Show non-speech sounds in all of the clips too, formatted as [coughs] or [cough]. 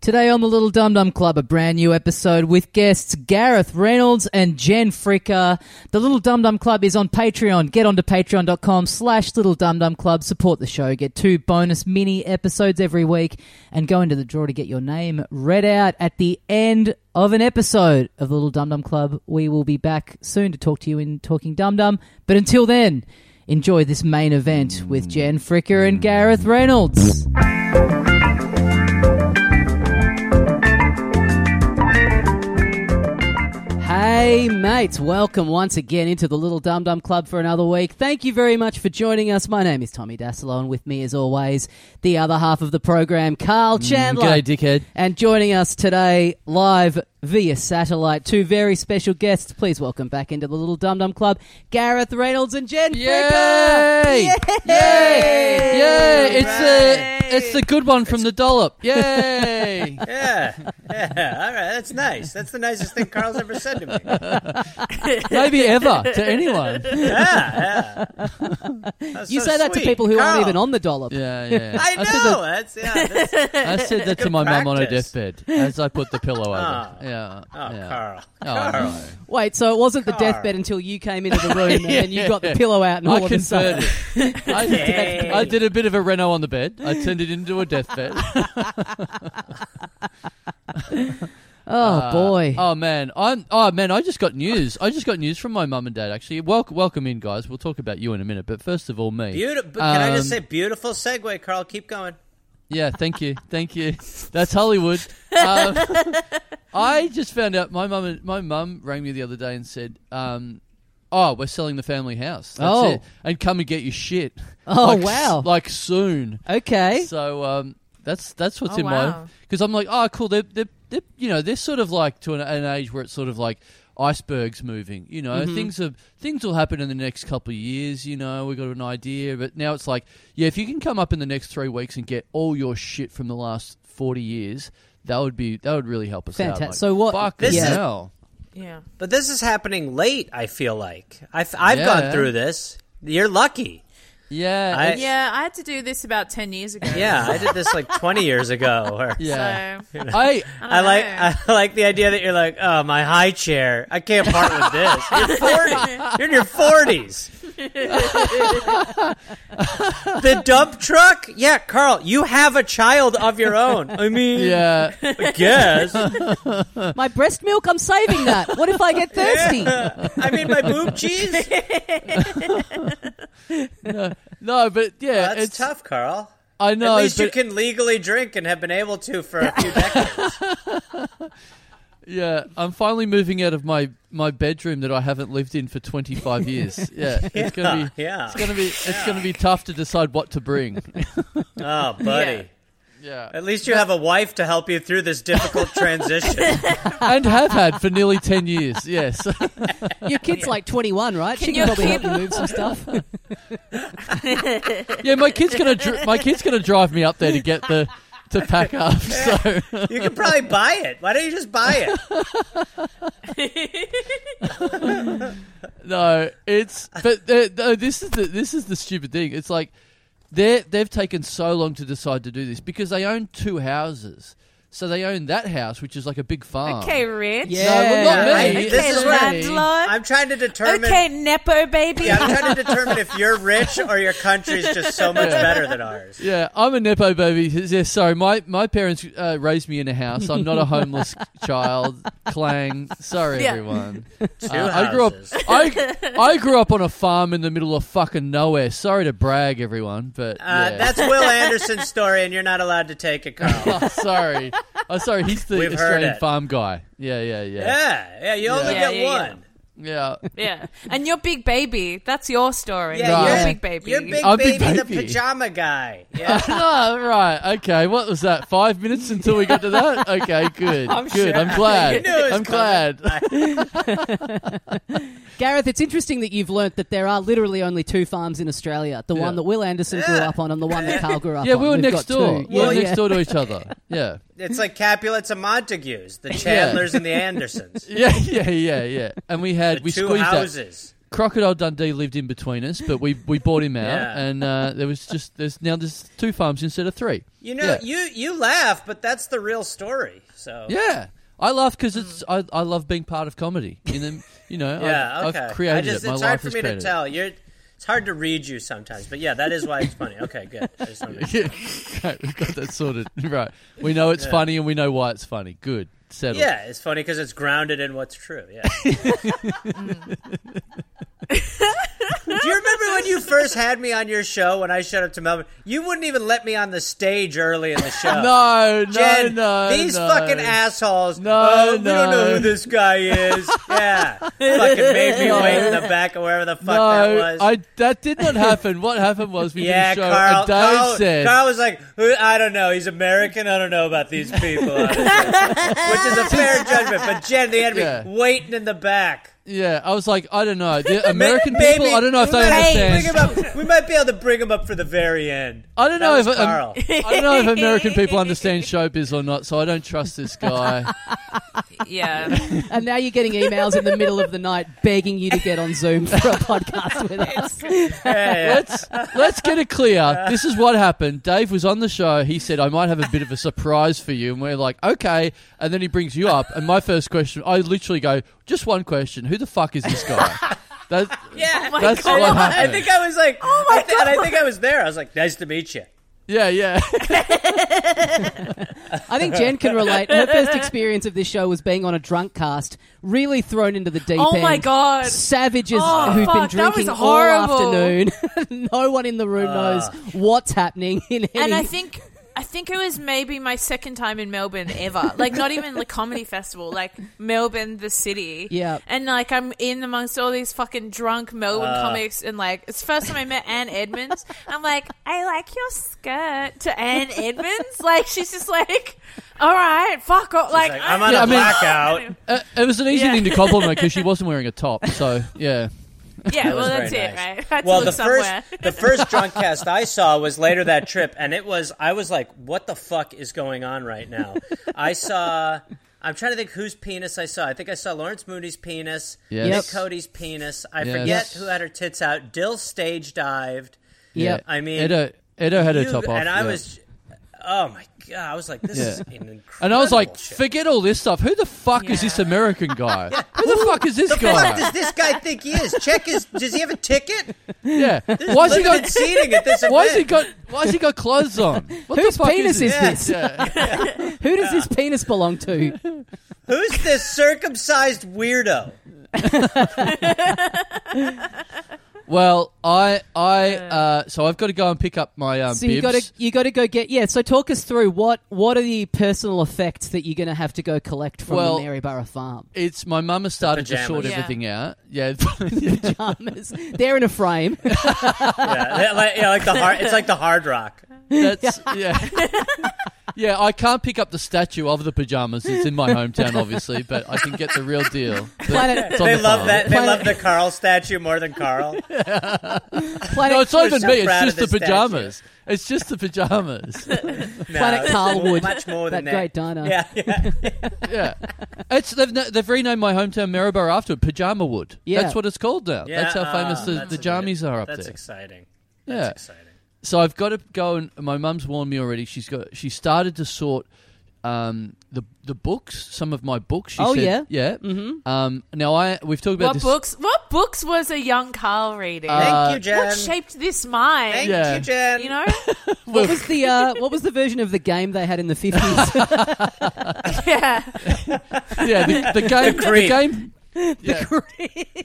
Today on the Little Dum Dum Club, a brand new episode with guests Gareth Reynolds and Jen Fricker. The Little Dum Dum Club is on Patreon. Get onto patreon.com slash Little Dum Dum Club. Support the show. Get two bonus mini episodes every week and go into the draw to get your name read out at the end of an episode of the Little Dum Dum Club. We will be back soon to talk to you in Talking Dum Dum. But until then, enjoy this main event with Jen Fricker and Gareth Reynolds. Hey, mates, welcome once again into the Little Dum Dum Club for another week. Thank you very much for joining us. My name is Tommy Dasilo, and with me, as always, the other half of the program, Carl Chandler. Mm, G'day, dickhead. And joining us today live via satellite, two very special guests. Please welcome back into the Little Dum Dum Club, Gareth Reynolds and Jen Fricker. Yay! Yay! Yay! It's uh, the it's the good one from the [laughs] dollop. Yay! Yeah, yeah. All right, that's nice. That's the nicest thing Carl's ever said to me. Maybe ever to [laughs] anyone. Yeah, Yeah, yeah. That's You so say that to sweet. people who Carl, aren't even on the dollop. yeah. I know. said that, that's yeah. That's, oh, I said that to my mum on her practice. deathbed as I put the pillow [laughs] over. Yeah. oh, yeah. Carl. Oh, Carl. no. Wait, so it wasn't the Car. deathbed until you came into [laughs] the room and then you got the pillow out and all I of a sudden. converted. [laughs] I, Yay. I did a bit of a reno on the bed. I turned it into a [laughs] deathbed. Oh, boy. Oh man, I'm. Oh man, I just got news. I just got news from my mum and dad. Actually, welcome, welcome in, guys. We'll talk about you in a minute, but first of all, me. Beautiful. Can I Um, just say beautiful segue, Carl? Keep going. Yeah, thank you, thank you. That's Hollywood. [laughs] Um, I just found out my mum. My mum rang me the other day and said, um, "Oh, we're selling the family house. That's Oh. it. and come and get your shit. Oh, Like s- wow. like soon. oh, Eh? okay. So um, that's that's what's Oh, in my wow. because I'm like, oh, cool. They're, they're, they're you know they're sort of like to an, an age where it's sort of like icebergs moving. You know, Mm-hmm. things are things will happen in the next couple of years. You know, we got an idea, but now it's like, yeah, if you can come up in the next three weeks and get all your shit from the last forty years. That would be that would really help us out. Fantastic. Like, So what- Fuck This this is- hell. Yeah. But this is happening late. I feel like I've I've Yeah. gone through this. You're lucky. Yeah, I- it's- Yeah, I had to do this about 10 years ago. Yeah, I did this like 20 years ago. Or yeah. [laughs] So, I I like know. I like the idea that you're like, oh, my high chair. I can't part with this. You're 40. You're in your 40s. the dump truck? Yeah, Carl, you have a child of your own. I mean, [laughs] yeah. I guess. My breast milk, I'm [laughs] saving that. What if I get thirsty? I mean, my boob [laughs] cheese. No, but yeah, That's it's tough, Carl. I know. At least you but- can legally drink and have been able to for a few [laughs] decades. Yeah, I'm finally moving out of my my bedroom that I haven't lived in for [laughs] 25 years. Yeah, it's gonna be yeah. it's gonna be it's gonna be tough to decide what to bring. [laughs] Oh, buddy. Yeah, At least you have a wife to help you through this difficult [laughs] transition. and have had for nearly 10 years. Yes, [laughs] Your kid's like 21, right? she can your probably kid- help you move some [laughs] stuff. yeah. My kid's gonna dr- my kid's gonna drive me up there to get the to pack up. [laughs] So You could probably buy it. Why don't you just buy it? no, it's but they're- no, this is the this is the stupid thing. It's like they they've taken so long to decide to do this because they own two houses. So they own that house, which is like a big farm. okay, Rich. Yeah. No, well, not right. me. This is Okay, where- landlord. I'm trying to determine. Okay, Nepo baby. Yeah, I'm trying to determine if you're rich or your country's just so much better than ours. Yeah, I'm a nepo baby. Yeah, sorry, my my parents uh, raised me in a house. I'm not a homeless child. Clang. Sorry, Yeah. everyone. Two Uh, I grew up. houses. I I grew up on a farm in the middle of fucking nowhere. Sorry to brag, everyone, but Uh, yeah. That's Will Anderson's story, and you're not allowed to take it, Carl. [laughs] Oh, sorry. Oh, sorry. He's the We've heard Australian it. farm guy. Yeah, yeah, yeah, Yeah, yeah, you only Yeah, get yeah, yeah. one. yeah. [laughs] Yeah. And your big baby. That's your story. Yeah, Right. Your yeah. big baby. You're big I'm baby, Big the Baby. pajama guy. [laughs] Yeah. oh, right. Okay. What was that? Five minutes until we got to that. Okay. Good. I'm good. sure. I'm glad. You knew it was I'm glad. Gareth, it's interesting that you've learnt that there are literally only two farms in Australia the Yeah. one that Will Anderson grew up on and the one that Carl grew up Yeah, on. we were We've next got door. two. We were Yeah, next door to [laughs] each other. Yeah. It's like Capulets and Montagues, the Chandlers and the Andersons. Yeah, yeah, yeah, yeah. And we had The [laughs] we two squeezed houses. Crocodile Dundee lived in between us, but we, we bought him out, Yeah. and uh, there was just there's now there's two farms instead of three. You know, Yeah. you you laugh, but that's the real story. So Yeah, I laugh because it's I, I love being part of comedy. You know, you know Mm. Yeah, I've, okay. I've created I just, it. My it's life hard for is me to created. tell. You're it's hard to read you sometimes, but yeah, that is why it's funny. Okay, good. I just [laughs] wanted to- [laughs] Yeah, right, we've got that sorted. [laughs] Right, we know it's funny and we know why it's funny. Good, settled. yeah, it's funny because it's grounded in what's true. [laughs] Yeah. Do you remember when you first had me on your show when I showed up to Melbourne? You wouldn't even let me on the stage early [laughs] in the show. No, no, Jen, no. these no. fucking assholes. No, oh, We no. don't know who this guy is. [laughs] yeah. Fucking made me wait in the back of wherever the fuck that No, was. I that did [laughs] not happen. What happened was we yeah, did a show Carl, and Dave Carl, said, Carl was like, "Who- I don't know. He's American. I don't know about these people. [laughs] honestly." Which is a fair judgment. But Jen, they had me Yeah. waiting in the back. "Yeah." I was like, "I don't know." [laughs] The American Maybe- people, I don't know if we they might have to understand. bring him up- We might be able to bring him up for the very end. I don't That know was if um, [laughs] Carl. I don't know if American people [laughs] understand showbiz or not, so I don't trust this guy. [laughs] Yeah. And now you're getting emails in the middle of the night begging you to get on Zoom for a podcast with us. Yeah, yeah. let's let's get it clear. This is what happened. Dave was on the show. He said, "I might have a bit of a surprise for you," and we're like, "Okay." And then he brings you up, and my first question, I literally go, "Just one question: Who the fuck is this [laughs] guy?" That, [laughs] Yeah. Oh my That's God. what I happened. think I was like, oh my God. and I think I was there. I was like, nice to meet you. yeah, yeah. I think Jen can relate. Her first experience of this show was being on a drunk cast, really thrown into the deep Oh end. my God. Savages Oh, who've been fuck, that was drinking all horrible. afternoon. [laughs] no one in the room Ah. knows what's happening in any And I think I think it was maybe my second time in Melbourne [laughs] ever. Like not even the comedy festival, like Melbourne the city. Yeah. And like I'm in amongst all these fucking drunk Melbourne Uh. comics and like it's the first time I met Anne Edmonds. I'm like, I like your skirt to Anne Edmonds. Like she's just like, All right, fuck off like, Like, I'm on Yeah, a I mean- blackout. Uh, it was an easy Yeah. thing to compliment because she wasn't wearing a top. So yeah, That Yeah, was well that's very it, nice. right? I had well, to the look somewhere. first the [laughs] first drunk cast I saw was later that trip, and it was I was like, "What the fuck is going on right now?" I saw. I'm trying to think whose penis I saw. I think I saw Lawrence Mooney's penis, Yes. Yep. Nick Cody's penis. I Yes. forget who had her tits out. Dill stage dived. Yep. I mean, Edo Edo had her You- top off, and I yeah. was. Oh my god! I was like, "This is an incredible." And I was like, shit. forget all this stuff. Who the fuck is Yeah. this American guy? Who the fuck is this "What does guy? this guy think he is? Check his. Does he have a ticket? Yeah. Why's he Limited got seating [laughs] at this event? Why's he got Why's he got clothes on? What Whose the fuck penis is, is this? this? Yeah. Who does this penis belong [laughs] to? Who's this circumcised weirdo? Well, I I uh, so I've got to go and pick up my um, So bibs. you got to you got to go get yeah. So talk us through what what are the personal effects that you're going to have to go collect from Well- the Maryborough farm? [laughs] It's my mum has started to pajamas. sort Yeah. everything out. Yeah, [laughs] yeah. Pajamas. They're in a [laughs] frame. Yeah, like, yeah, like the hard. It's like the hard rock. That's yeah. [laughs] Yeah, I can't pick up the statue of the pajamas. It's in my hometown, obviously, but I can get the real deal. Planet- It's on [laughs] They the love farm. that. They Planet- love the Carl statue more than Carl. Planet No, it's not We're even so me. It's proud just the of this pajamas. It's just the pajamas. [laughs] No, Planet it's Carl Wood. Much more that than great diner. Yeah, yeah. yeah, it's they've na- they've renamed my hometown Maryborough after it, Pajama Wood. Yeah. that's what it's called now. Yeah, that's how ah, famous the, that's the a jammies good- are up That's there. exciting. Yeah. That's exciting. So I've got to go and my mum's warned me already. She's got she started to sort um, the the books, some of my books. She Oh, said, yeah? yeah. Mm-hmm. Um, now I we've talked about what this. books what books was a young Carl reading? Thank Uh, you, Jen. what shaped this mind? Thank Yeah. you, Jen. you know? [laughs] What was the uh, what was the version of the game they had in [laughs] the fifties? yeah. Yeah, the, the game, the, creep. game, yeah,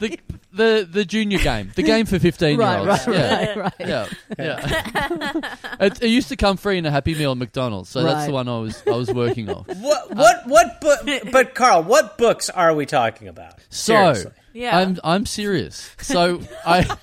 the, the the junior game, the game for fifteen [laughs] right, year olds. right, yeah. right, right. yeah, yeah. it, it used to come free in a Happy Meal at McDonald's, so that's Right. the one I was I was working off. What what what book? But Carl, what books are we talking about? So Seriously. Yeah. I'm I'm serious. [laughs] So I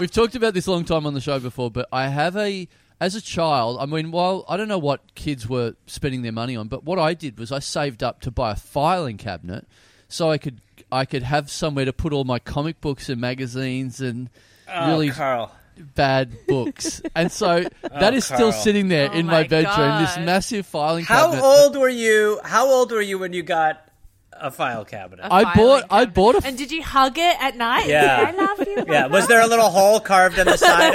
we've talked about this a long time on the show before, but I have a as a child. I mean, well, I don't know what kids were spending their money on, but what I did was I saved up to buy a filing cabinet so I could I could have somewhere to put all my comic books and magazines and Oh, really Carl. bad books. and [laughs] so that is still Carl. sitting there Oh in my my bedroom, this God. massive filing How cabinet. old were you? How old were you when you got a file cabinet. A I filing bought- I cabinet. bought a f- and did you hug it at night? Yeah. I love you. Yeah, was there a little hole carved in the side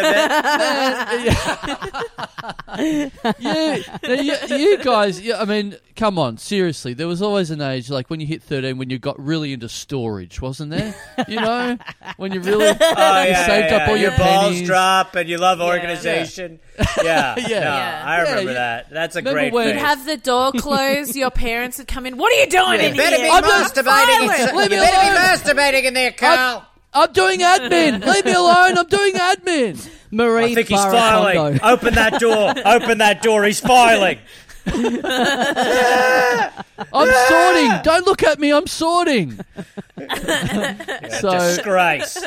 of it? you, you, you guys, yeah, I mean, come on, seriously. There was always an age, like when you hit 13, when you got really into storage, wasn't there? You know? When you really [laughs] Oh, you yeah, saved yeah, up all yeah. your, balls pennies. drop and you love Yeah. organization. [laughs] Yeah, yeah, Yeah. No, Yeah. I remember Yeah, that. That's a Remember [laughs] great when- thing. You'd have the door closed. Your parents would come in. What are you doing in better here? be I'm not- masturbating. Silence! in- Leave you me better be masturbating in there, Carl. I'm doing admin. Leave me alone. I'm doing admin. Marie I think he's Barra filing. Kondo. [laughs] Open that door. Open that door. He's filing. I'm sorting. Don't look at me. I'm sorting. so Disgrace.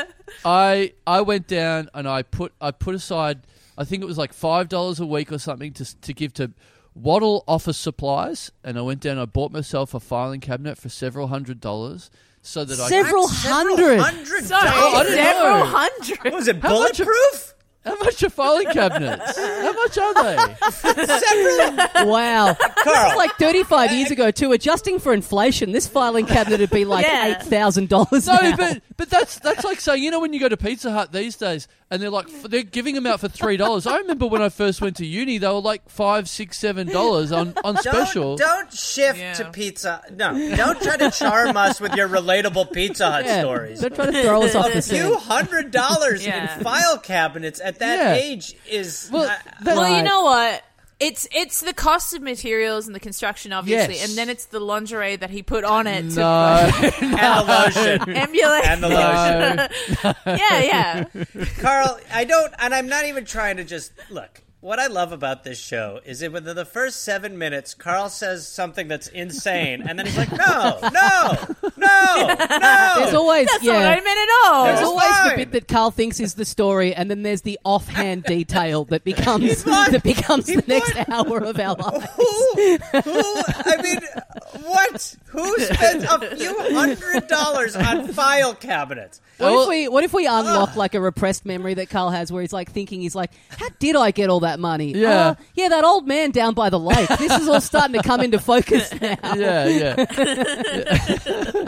I I went down and I put I put aside I think it was like five dollars a week or something to to give to Waddle office supplies and I went down and I bought myself a filing cabinet for several hundred dollars so that Several hundred. Hundred Sorry, Oh, I dollars. didn't several know. What hundred. Was it How much- bulletproof? I how much are filing cabinets? How much are [laughs] they? [laughs] Wow. Carl. like 35 years ago, too, adjusting for inflation, this filing cabinet would be like Yeah. $8,000. No, now. but but that's that's like saying you know when you go to Pizza Hut these days and they're like they're giving them out for three dollars. I remember when I first went to uni, they were like five, six, seven dollars on on special. Don't, don't shift Yeah. to pizza. No, don't try to charm us with your relatable Pizza Hut Yeah. stories. They're trying to throw us off the A few scent. hundred dollars Yeah. in file cabinets at that Yeah. age is. Well, I- that- Well, you Right. know what? It's it's the cost of materials and the construction, obviously, Yes. and then it's the lingerie that he put on [laughs] it No. and the lotion. [laughs] to emulate. And the [laughs] lotion. No. yeah, yeah. Carl, I don't, and I'm not even trying to just look. What I love about this show is that within the first seven minutes, Carl says something that's insane, and then he's like, "No, no, no, There's [laughs] no." always, That's yeah. not what I meant at all. There's It's always fine. the bit that Carl thinks is the story, and then there's the [laughs] offhand detail that becomes might- that becomes he the next might- hour of [laughs] our life. Who, who? I mean, what? Who spends a few hundred dollars on file cabinets? What Well- if we what if we unlock like a repressed memory that Carl has, where he's like thinking he's like, how did I get all that money? Yeah. Uh, yeah, that old man down by the lake. This is all starting to come into [laughs] focus now. yeah, [laughs] yeah. yeah.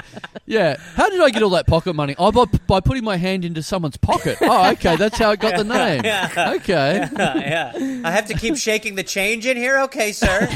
Yeah. How did I get all that pocket money? Oh, by, by putting my hand into someone's pocket. Oh, okay. That's how I got the name. Okay. [laughs] Uh, yeah, I have to keep shaking the change in here. Okay, [laughs] sir.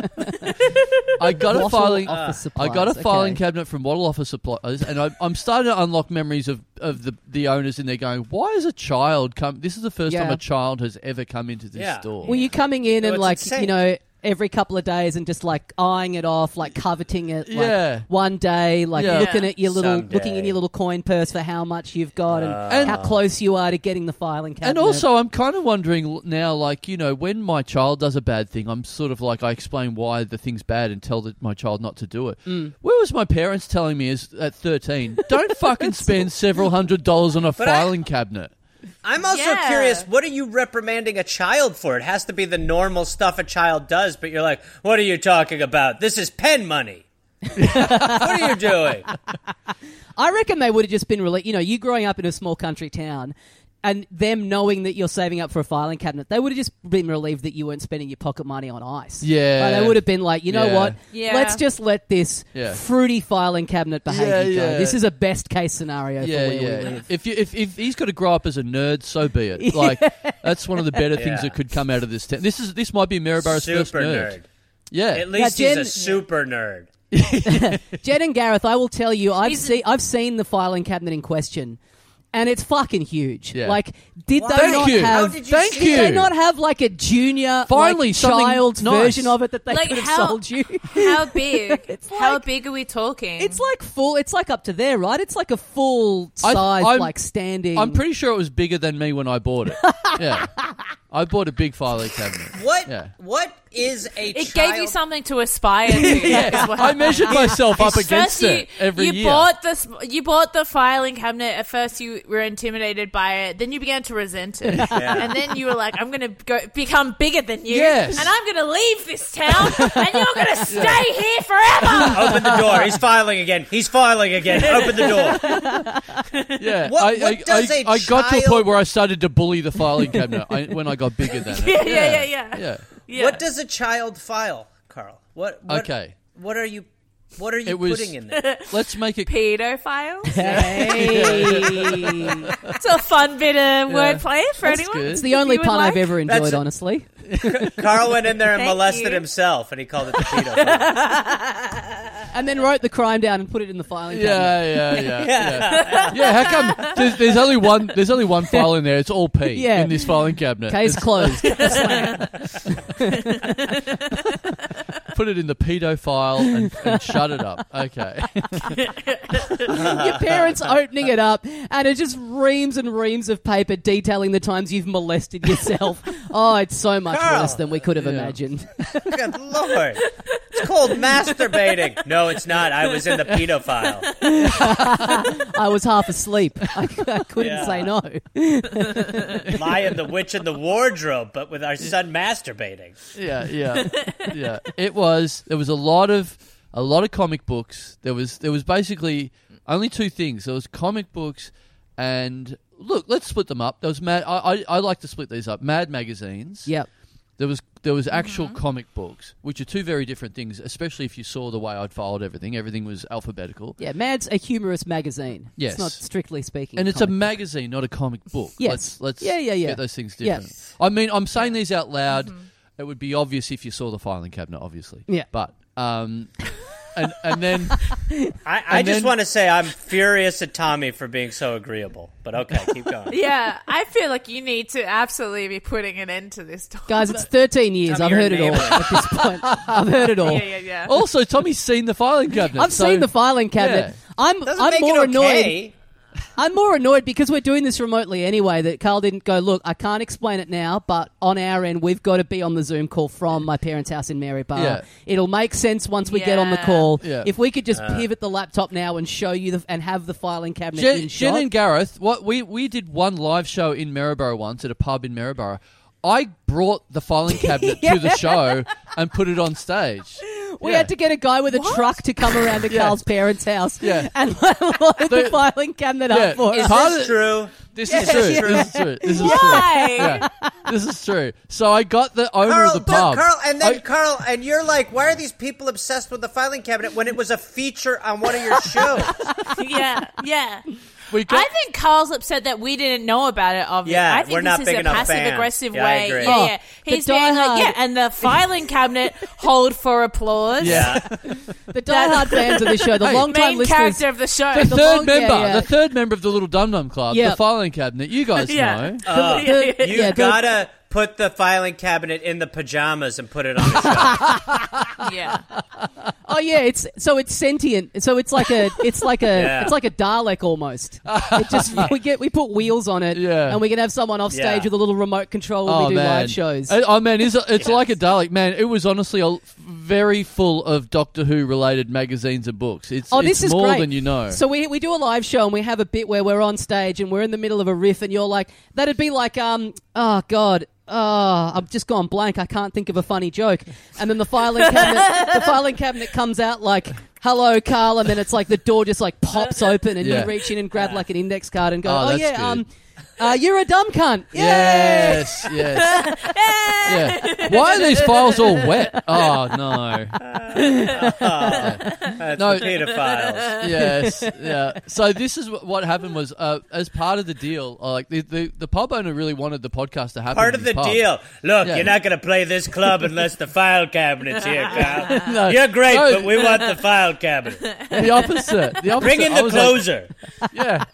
I got a Bottle filing. office I got a supplies, filing okay. cabinet from Waddle Office Supplies, and I, I'm starting to unlock memories of, of the, the owners, and they're going, "Why is a child come? This is the first Yeah. time a child has ever come into this Yeah. store." Were you coming in No, and it's like insane. you know every couple of days and just like eyeing it off, like coveting it? Like Yeah. One day, like Yeah. looking at your little, Someday. looking in your little coin purse for how much you've got and, And- how close you are to getting the filing cabinet. Uh, And also, I'm kind of wondering l- now, like, you know, when my child does a bad thing, I'm sort of like, I explain why the thing's bad and tell the, my child not to do it. Where was my parents telling me is at 13, don't fucking spend several hundred dollars on a I- filing cabinet? I'm also Yeah. curious, what are you reprimanding a child for? It has to be the normal stuff a child does, but you're like, what are you talking about? This is pen money. [laughs] what are you doing? I reckon they would have just been really, you know, you growing up in a small country town and them knowing that you're saving up for a filing cabinet, they would have just been relieved that you weren't spending your pocket money on ice. Yeah. Like, they would have been like, you know Yeah. what? Yeah. Let's just let this Yeah. fruity filing cabinet behavior Yeah, yeah. go. This is a best case scenario Yeah, for where we yeah. live. If, you, if if he's got to grow up as a nerd, so be it. Like that's one of the better things that could come out of this. Te- this is this might be Mariboro's first Super nerd. nerd. Yeah, At least he's Jen- a super nerd. Jed and Gareth, I will tell you, I've Is it- seen I've seen the filing cabinet in question. And it's fucking huge. Yeah. Like, did Why? they Thank not you. have? How did you Thank see you. Did they not have like a junior, Finally, like, something child's nice. version of it that they Like, could have how- sold you? [laughs] How [laughs] big? how like- big are we talking? It's like full. It's like up to there, right? It's like a full I- size, I'm- like standing. I'm pretty sure it was bigger than me when I bought it. yeah, I bought a big filing cabinet. What Yeah. what is a it child? gave you something to [laughs] aspire [laughs] to. as well. I measured myself up against First you, it every you year. bought this. You bought the filing cabinet. At first, you were intimidated by it. Then you began to resent it, [laughs] and then you were like, "I'm going to go become bigger than you, Yes. and I'm going to leave this town, and you're [laughs] going to stay here forever." [laughs] Open the door. He's filing again. He's filing again. Open the [laughs] door. yeah, What- I, what I, does I, a I got to a child- point where I started to bully the filing cabinet I, when I got bigger than it. Yeah, yeah, yeah, yeah. yeah. Yeah. What does a child file, Carl? What, what Okay. What are you What are you It was- putting in there? Let's make it. Pedophiles. [laughs] Hey. It's a fun bit of wordplay for That's anyone. good. If It's the only you would pun like. I've ever enjoyed, That's- honestly. Carl went in there and Thank molested you. himself, and he called it the [laughs] pedophile. And then wrote the crime down and put it in the filing cabinet. [laughs] Yeah, yeah, yeah, yeah. Yeah, how come there's, there's only one? There's only one file in there. It's all P Yeah. in this filing cabinet. Case Just closed. put it in the pedo file and, and shut it up. Okay. Your parents opening it up, and it just reams and reams of paper detailing the times you've molested yourself. Oh, it's so much Carl. worse than we could have Yeah. imagined. Good lord. It's called masturbating. No, it's not. I was in the pedophile. I was half asleep. [laughs] I, I couldn't Yeah. say no. Lion, the witch, in the wardrobe, but with our son masturbating. Yeah, yeah, yeah. It was. There was a lot of a lot of comic books. There was there was basically only two things. There was comic books and look. Let's split them up. There was mad. I I, I like to split these up. Mad magazines. Yep. There was there was actual comic books, which are two very different things. Especially if you saw the way I'd filed everything. Everything was alphabetical. Yeah, Mad's a humorous magazine. Yes. It's not strictly speaking. And it's a comic. magazine, not a comic book. Yes. Let's, let's Yeah, yeah, yeah. get those things Yeah. Mm-hmm. different. I mean, I'm saying these out loud. It would be obvious if you saw the filing cabinet, obviously. Yeah. But, [laughs] um, and, and then, I, I And just then- want to say I'm furious at Tommy for being so agreeable. But okay, keep going. [laughs] Yeah, I feel like you need to absolutely be putting an end to this talk. Guys, it's 13 years. Tell me I've your heard it all neighbour. at this point. I've heard it all. yeah, yeah, yeah. also, Tommy's seen the filing cabinet. I've so- seen the filing cabinet. Yeah. I'm Doesn't I'm make more it annoyed. okay. I'm more annoyed because we're doing this remotely anyway. That Carl didn't go. Look, I can't explain it now, but on our end, we've got to be on the Zoom call from my parents' house in Maryborough. Yeah. It'll make sense once we get on the Yeah. call. Yeah. If we could just pivot the laptop now and show you the and have the filing cabinet Jen, in Jen shot. and Gareth, what we, we did one live show in Maryborough once at a pub in Maryborough. I brought the filing cabinet [laughs] to the show and put it on stage. we Yeah. had to get a guy with a truck to come around to [laughs] Yeah. Carl's parents' house Yeah. and [laughs] load the The- filing cabinet Yeah. up for Is us. Part It's of- true. This Yeah, is true. yeah. This is true. This is true. Why? Yeah, this is true. So I got the owner Carl, of the no, pub. Carl, and then I- Carl, and you're like, why are these people obsessed with the filing cabinet when it was a feature on one of your shows? [laughs] yeah, yeah. we got, I think Carl's upset that we didn't know about it. Obviously, Yeah, I think we're this not is big a enough passive fans. aggressive Yeah, I way. agree. Yeah, Oh, yeah. the He's being diehard- like, yeah, and the filing cabinet [laughs] hold for applause. yeah. The diehard fans of the show, the Hey. long time main listeners, character of the show. The, The third long- [laughs] member, yeah, yeah. the third member of the Little Dum Dum Club, Yeah. the filing cabinet. [laughs] You guys Yeah. know. Uh, Yeah, [laughs] yeah, you yeah. gotta put the filing cabinet in the pajamas and put it on [laughs] the show. Uh. [laughs] [laughs] yeah. Oh yeah, it's so it's sentient. So it's like a it's like a Yeah. it's like a Dalek almost. It [laughs] just we get we put wheels on it, Yeah. and we can have someone off stage Yeah. with a little remote control when Oh we do man, live shows. Uh, Oh man, it's, it's like a Dalek. Man, it was honestly a, very full of Doctor Who related magazines and books. It's Oh, it's this is more great. than you know. So we, we do a live show and we have a bit where we're on stage and we're in the middle of a riff and you're like, that'd be like, um, oh god, oh, I've just gone blank. I can't think of a funny joke. And then the filing cabinet, the filing cabinet comes out like, hello, Carl, and then it's like the door just like pops open and Yeah. you reach in and grab like an index card and go, Oh, oh, that's yeah, good. um, uh, you're a dumb cunt. Yeah. yes, [laughs] yes, yeah. Why are these files all wet? Oh no. That's No. [laughs] the pedophiles. yes, yeah. So this is wh- what happened was uh, as part of the deal, uh, like the, the the pub owner really wanted the podcast to happen. Part in of the his pub. deal. Look, Yeah. you're not gonna play this club unless the file [laughs] cabinet's here, Carl. No, You're great, no, but we want the file cabinet. [laughs] the opposite. The opposite. Bring in I the was like, [laughs] closer. [laughs] yeah.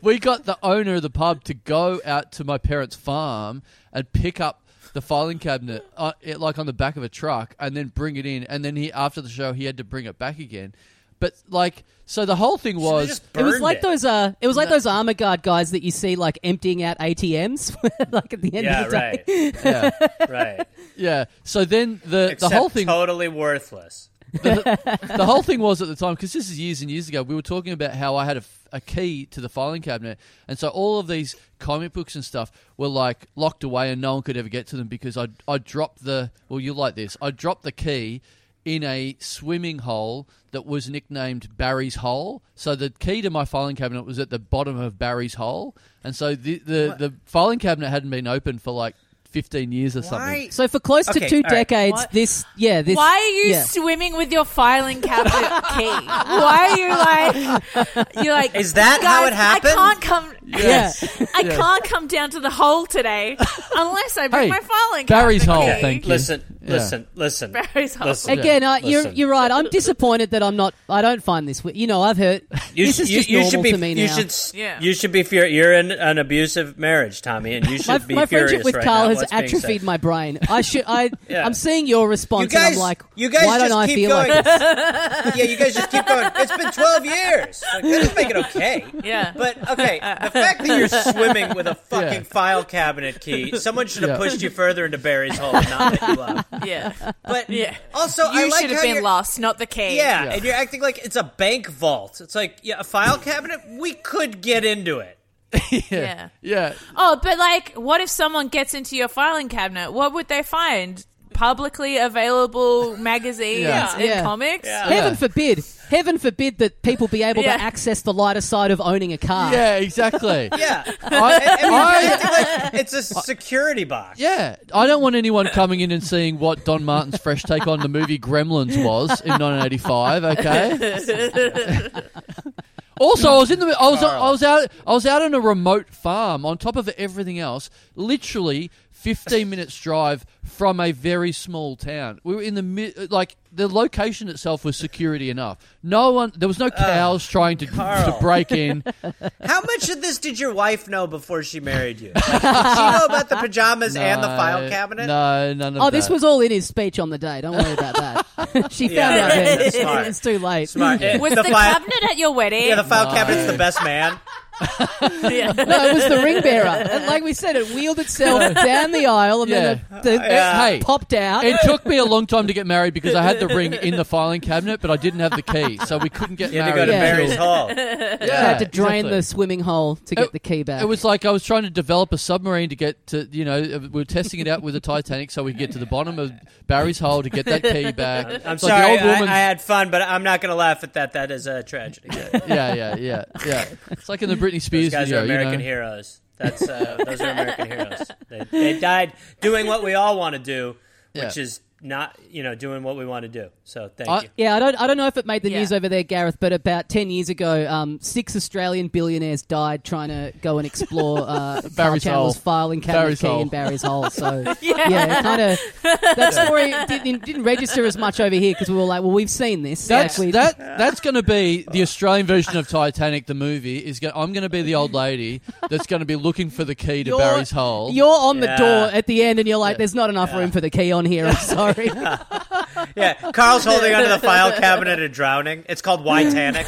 we got the owner of the pub to go out to my parents' farm and pick up the filing cabinet, uh, it, like on the back of a truck, and then bring it in. And then he, after the show, he had to bring it back again. But like, so the whole thing They was. just It was burned like it. those. Uh, it was like those armor guard guys that you see like emptying out ATMs, [laughs] like at the end Yeah, of the day. right, [laughs] [laughs] yeah, right. yeah. So then the Except the whole thing totally worthless. the whole thing was at the time because this is years and years ago we were talking about how i had a, f- a key to the filing cabinet and so all of these comic books and stuff were like locked away and no one could ever get to them because i i dropped the well you like this i dropped the key in a swimming hole that was nicknamed Barry's Hole. So the key to my filing cabinet was at the bottom of Barry's Hole. And so the the, the filing cabinet hadn't been opened for like 15 years or something. Why? So for close to Okay, two all right. decades, What? this yeah, this Why are you yeah. swimming with your filing cabinet key? Why are you like you're like Is that how "Guys, it happened?" I can't come Yes. [laughs] I Yeah. can't come down to the hole [laughs] today unless I bring Hey, my filing Barry's cabinet hole, key. thank you. Listen, Yeah. listen, listen. Barry's hole. Listen. Again, uh, you're Listen. you're right. I'm disappointed that I'm not. I don't find this. wi- You know, I've heard [laughs] You, this sh- is you- just you normal should be to me you now. should s- Yeah. you should be fur- you're in an abusive marriage, Tommy, and you should my be my furious friendship with right Carl now, has what's being atrophied said. my brain. I should. [laughs] I Yeah. I'm seeing your response, You guys, and I'm like, you guys why just don't I keep feel going. like this? [laughs] yeah, you guys just keep going. It's been 12 years. Like, that doesn't make it okay. Yeah. But okay, the fact that you're swimming [laughs] with a fucking Yeah. file cabinet key, someone should have Yeah. pushed you further into Barry's hole and not let [laughs] you up. [laughs] Yeah. But Yeah. also, I You like should how have been you're- lost, not the key. Yeah, and you're acting like it's a bank vault. It's like yeah, a file cabinet. We could get into it. Yeah. [laughs] Yeah. Oh, but like, what if someone gets into your filing cabinet? What would they find? Publicly [laughs] available magazines Yeah. and Yeah. comics? [laughs] Yeah. Heaven forbid. Heaven forbid that people be able Yeah. to access the lighter side of owning a car. Yeah, exactly. Yeah, [laughs] I, And you're I- acting like it's a security box. yeah, I don't want anyone coming in and seeing what Don Martin's fresh take on the movie Gremlins was in 1985. Okay. [laughs] Also, I was in the I was I was out I was out on a remote farm on top of everything else, literally 15 minutes drive from a very small town. We were in the mid like the location itself was security enough. No one there was no cows trying to to Uh, Carl. break in. How much of this did your wife know before she married [laughs] you? Like, did she know about the pajamas [laughs] and the file No, cabinet? Uh, No, none of Oh, this that. was all in his speech on the day. Don't worry about that. [laughs] she Yeah, found out that's then. [laughs] smart. It's too late. Smart. Eh, Was the, file- cabinet at your wedding? Yeah, the file cabinet's the best man. [laughs] Yeah. [laughs] No, it was the [laughs] ring bearer. And like we said, it wheeled itself down the aisle and then the, the, Yeah. Oh, Hey. it popped out. It took me a long time to get married because I had the ring in the filing cabinet, but I didn't have the key, so we couldn't get You had to go married. to Yeah. Barry's until- [laughs] Hall. Yeah, I had to drain exactly. the swimming hole to get the key back. It was like I was trying to develop a submarine to get to, you know, uh, we were testing it out with the Titanic so we could get to the bottom of Barry's hole to get that key back. I'm It's sorry, Like the old I, woman, I had fun, but I'm not going to laugh at that. That is a tragedy. [laughs] yeah, yeah, yeah, yeah. It's like in the Britney These Spears guys video, are American you know. heroes. That's uh, those are American heroes. They, they died doing what we all want to do, which Yeah. Uh, is not you know doing what we want to do. So thank I- you. Yeah, I don't, I don't know if it made the Yeah. news over there, Gareth, but about 10 years ago, um, six Australian billionaires died trying to go and explore [laughs] uh, Carl Barry's Chandler's hole. filing cabinet Barry's key hole. in Barry's hole. [laughs] So, yeah, kind of. That story didn't, didn't register as much over here because we were like, well, we've seen this. That's Like, we- that. That's going to be the Australian version of Titanic. The movie is. Go- I'm going to be the old lady that's going to be looking for the key to You're- Barry's hole. You're on the Yeah. door at the end, and you're like, "There's not enough room for the key on [laughs] here." I'm sorry. Yeah, Carl's holding onto the file cabinet and drowning. It's called Titanic.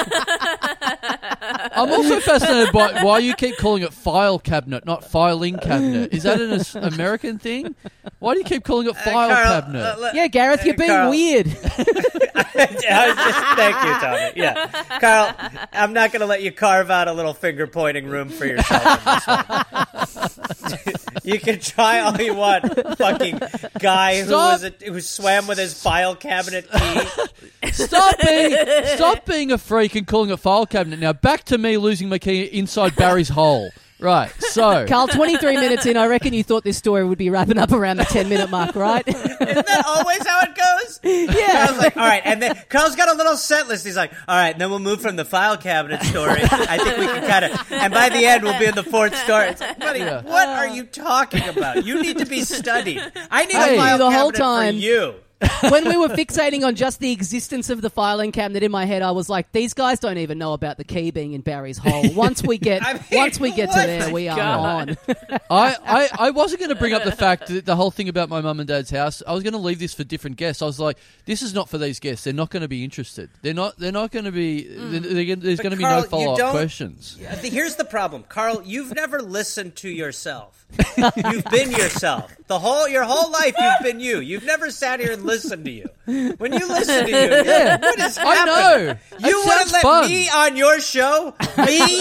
[laughs] I'm also fascinated by why you keep calling it file cabinet, not filing cabinet. Is that an [laughs] As- American thing? Why do you keep calling it Uh, file cabinet? yeah, [laughs] Gareth, you're being Carl. weird. Yeah, I was just- thank you, Tommy. Yeah, Carl, I'm not going to let you carve out a little finger pointing room for yourself. in this one. [laughs] you can try all you want, fucking guy who Stop. was a, who swam with his file cabinet key. [laughs] stop being stop being a freak and calling it file cabinet. Now back to me losing my key inside Barry's hole. Right. So [laughs] Carl, 23 minutes in, I reckon you thought this story would be wrapping up around the 10 minute mark, right? Isn't that always how it goes? I [laughs] was yeah. like, all right, and then Carl's got a little set list. He's like, all right, and then we'll move from the file cabinet story. I think we can kind [laughs] of, and by the end, we'll be in the fourth story. It's like, buddy, Yeah. what are you talking about? You need to be studied. I need Hey. a file The whole cabinet time. for you. [laughs] When we were fixating on just the existence of the filing cabinet in my head, I was like, "These guys don't even know about the key being in Barry's hole." Once we get, I mean, once we get to what? there, we are God. on. I, I, I wasn't going to bring up the fact that the whole thing about my mum and dad's house. I was going to leave this for different guests. I was like, this is not for these guests. They're not going to be interested. They're not. They're not going to be. they're- they're gonna- there's Mm. But going to be Carl, no you follow up don't- questions. Uh, the- Here's the problem, Carl. You've never listened to yourself. You've been yourself the whole your whole life. You've been you. You've never sat here and listened to you. When you listen to you, you're like, what is I happening? know. That You wouldn't sounds let fun. me on your [laughs] show, me,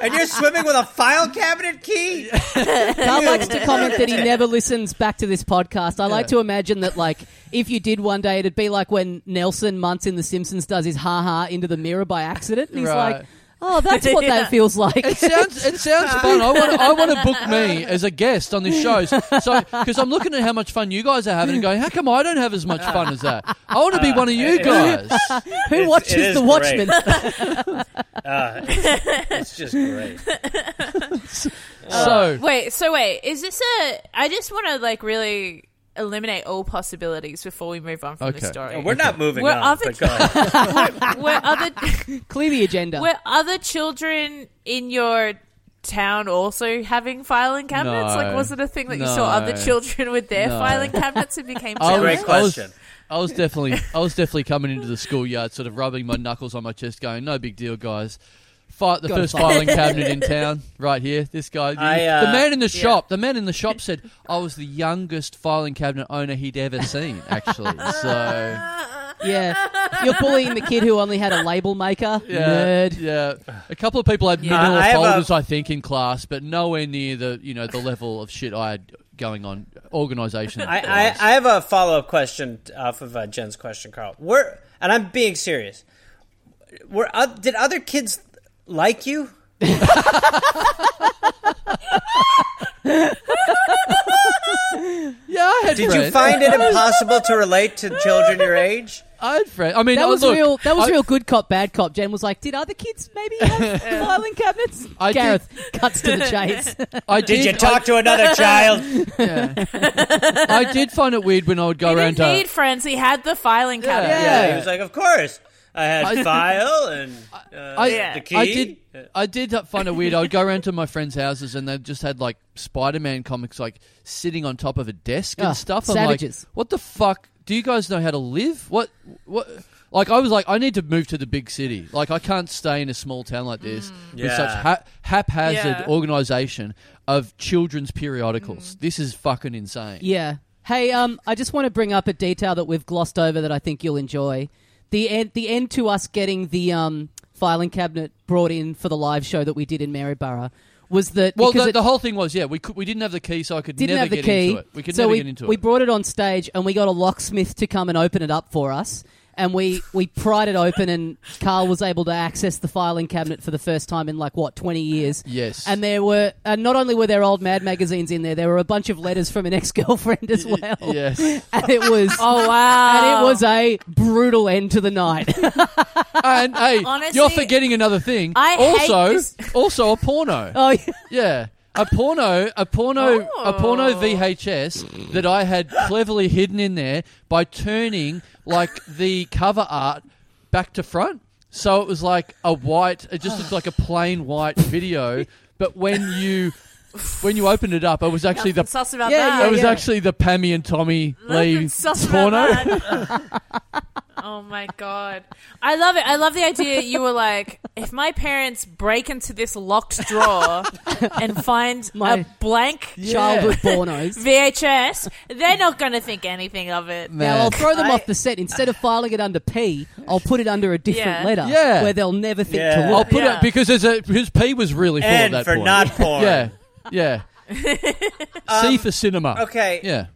and you're swimming with a file cabinet key. Carl likes to comment that he never listens back to this podcast. I like to imagine that, like, if you did one day, it'd be like when Nelson Muntz in The Simpsons does his ha ha into the mirror by accident. And he's Right. like, Oh, that's what Yeah. that feels like. It sounds it sounds fun. I want I want to book me as a guest on this show. So because I'm looking at how much fun you guys are having and going, how come I don't have as much fun as that? I want to be one of you it- guys. Who It's- it watches is The Watchmen? Uh, it's, it's just [laughs] great. So Uh, Wait, so wait, is this a? I just want to like really eliminate all possibilities before we move on from the Okay. story. No, we're not moving We're on. other- But go ahead. Oh. were other [laughs] [laughs] Clear the agenda. were other children in your town also having filing cabinets? No. Like, was it a thing that you No. saw other children with their No. [laughs] filing cabinets and became I jealous? Great was- question. I was definitely I was definitely coming into the schoolyard, sort of rubbing my knuckles on my chest, going, "No big deal, guys." Fight the Gotta first fight. filing cabinet in town, right here. This guy, I, uh, the man in the shop. The man in the shop said I was the youngest filing cabinet owner he'd ever seen. Actually, so yeah, you're bullying the kid who only had a label maker. yeah, Nerd. yeah. A couple of people had Uh, manila I have a- folders, I think, in class, but nowhere near the you know the level of shit I had going on organisation. I, I, I have a follow up question off of uh, Jen's question, Carl. Were and I'm being serious. Were uh, did other kids like you? yeah, I had Did friends. you find it impossible to relate to [laughs] children your age? I had friends. I mean, That I- was look, real. That was I- real. Good cop, bad cop. Jen was like, "Did other kids maybe have [laughs] filing cabinets?" I did- Gareth cuts to [laughs] the chase. I did, Did you I- talk [laughs] to another child? I did find it weird when I would go He around didn't to. need friends. He had the filing cabinet. Yeah, he was like, "Of course, I had I- file and uh, I, the key." I did. I did find it weird. I'd go around to my friends' houses and they just had like Spider-Man comics, like sitting on top of a desk Ah, and stuff. I'm savages. like, what the fuck? Do you guys know how to live? What? What? Like, I was like, I need to move to the big city. Like, I can't stay in a small town like this with Mm. Yeah. such ha- haphazard Yeah. organization of children's periodicals. This is fucking insane. Mm. Yeah. Hey, um, I just want to bring up a detail that we've glossed over that I think you'll enjoy. The end, the end to us getting the um, filing cabinet brought in for the live show that we did in Maryborough was that Well, because the, it the whole thing was, yeah, we could, we didn't have the key, so I could didn't never have the get key, into it. We could so never we, get into we it. brought it on stage and we got a locksmith to come and open it up for us. And we, we pried it open, and Carl was able to access the filing cabinet for the first time in like what twenty years. Yes. and there were and not only were there old Mad magazines in there, there were a bunch of letters from an ex girlfriend as well. yes. [laughs] and it was Oh wow! and it was a brutal end to the night. [laughs] [laughs] And hey, Honestly, you're forgetting another thing. I hate also this- [laughs] also a [laughs] porno. oh, yeah. Yeah. A porno, a porno, a porno Oh. VHS that I had cleverly hidden in there by turning like the cover art back to front. So it was like a white, it just looked like a plain white video. But when you when you opened it up, it was actually the Nothing sus about Yeah, that. yeah, it was yeah. actually the Pammy and Tommy Nothing Lee sus about [laughs] porno. that. [laughs] oh my god. I love it. I love the idea you were like, if my parents break into this [laughs] locked drawer and find My- a blank childhood [laughs] pornos. VHS, they're not going to think anything of it. Now I'll throw them I- off the set. Instead of filing it under P, I'll put it under a different Yeah. letter Yeah. where they'll never think Yeah. to I'll look. put Yeah. it because there's a his P was really full And of that for porn. [laughs] not porn. Yeah, [laughs] yeah. Um, C for cinema. Okay. Yeah.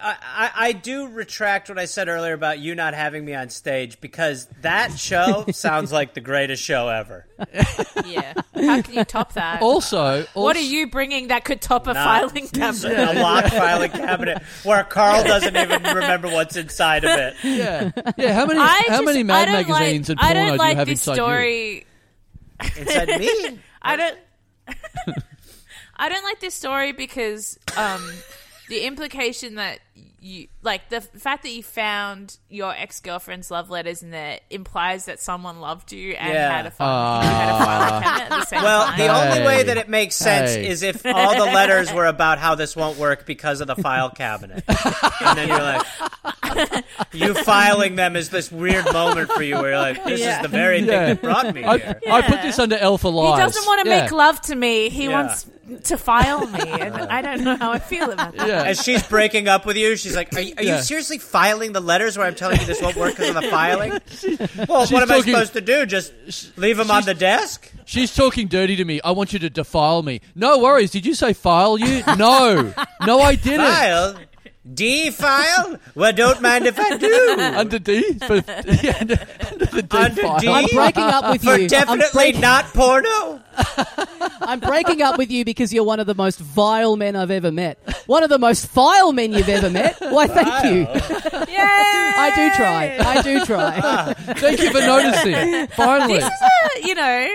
I, I do retract what I said earlier about you not having me on stage because [laughs] that show sounds like the greatest show ever. Yeah. How can you top that? Also, what also- are you bringing that could top a Not- [laughs] filing cabinet? A locked filing cabinet where Carl doesn't even remember what's inside of it. [laughs] Yeah, yeah. How many? I how just- many I Mad don't magazines like, and porno I don't like do you have this inside you? story. Inside me? [laughs] I don't. I don't like this story because um, the implication that you like the f- fact that you found your ex girlfriend's love letters in there implies that someone loved you and Yeah. had a fun, had Ah. a fun cabinet at the same Well, time. the only way Hey. that it makes sense Hey. is if all the letters were about how this won't work because of the file cabinet. And then you're like, you filing them is this weird moment for you where you're like, this is the very Yeah. thing that brought me I, here. I put this under L for he lies. doesn't want to Yeah. make love to me. He Yeah. wants to file me, and I don't know how I [laughs] feel about that. Yeah. As she's breaking up with you, she's like, "Are, you- are Yeah. you seriously filing the letters where I'm telling you this won't work because of the filing?" Well, she's what am I talking- supposed to do? Just leave them on the desk? She's talking dirty to me. I want you to [laughs] defile me. No worries. Did you say file you? No, no, I didn't. File? D file? well, don't mind if I do. under D, but [laughs] yeah, under, under the D Under file. D? I'm breaking up with you. [laughs] For I'm definitely break- not porno. I'm breaking up with you because you're one of the most vile men I've ever met. One of the most vile men you've ever met. Why, thank you. Yeah, I do try. [laughs] I do try. Thank you for noticing. Finally, you know,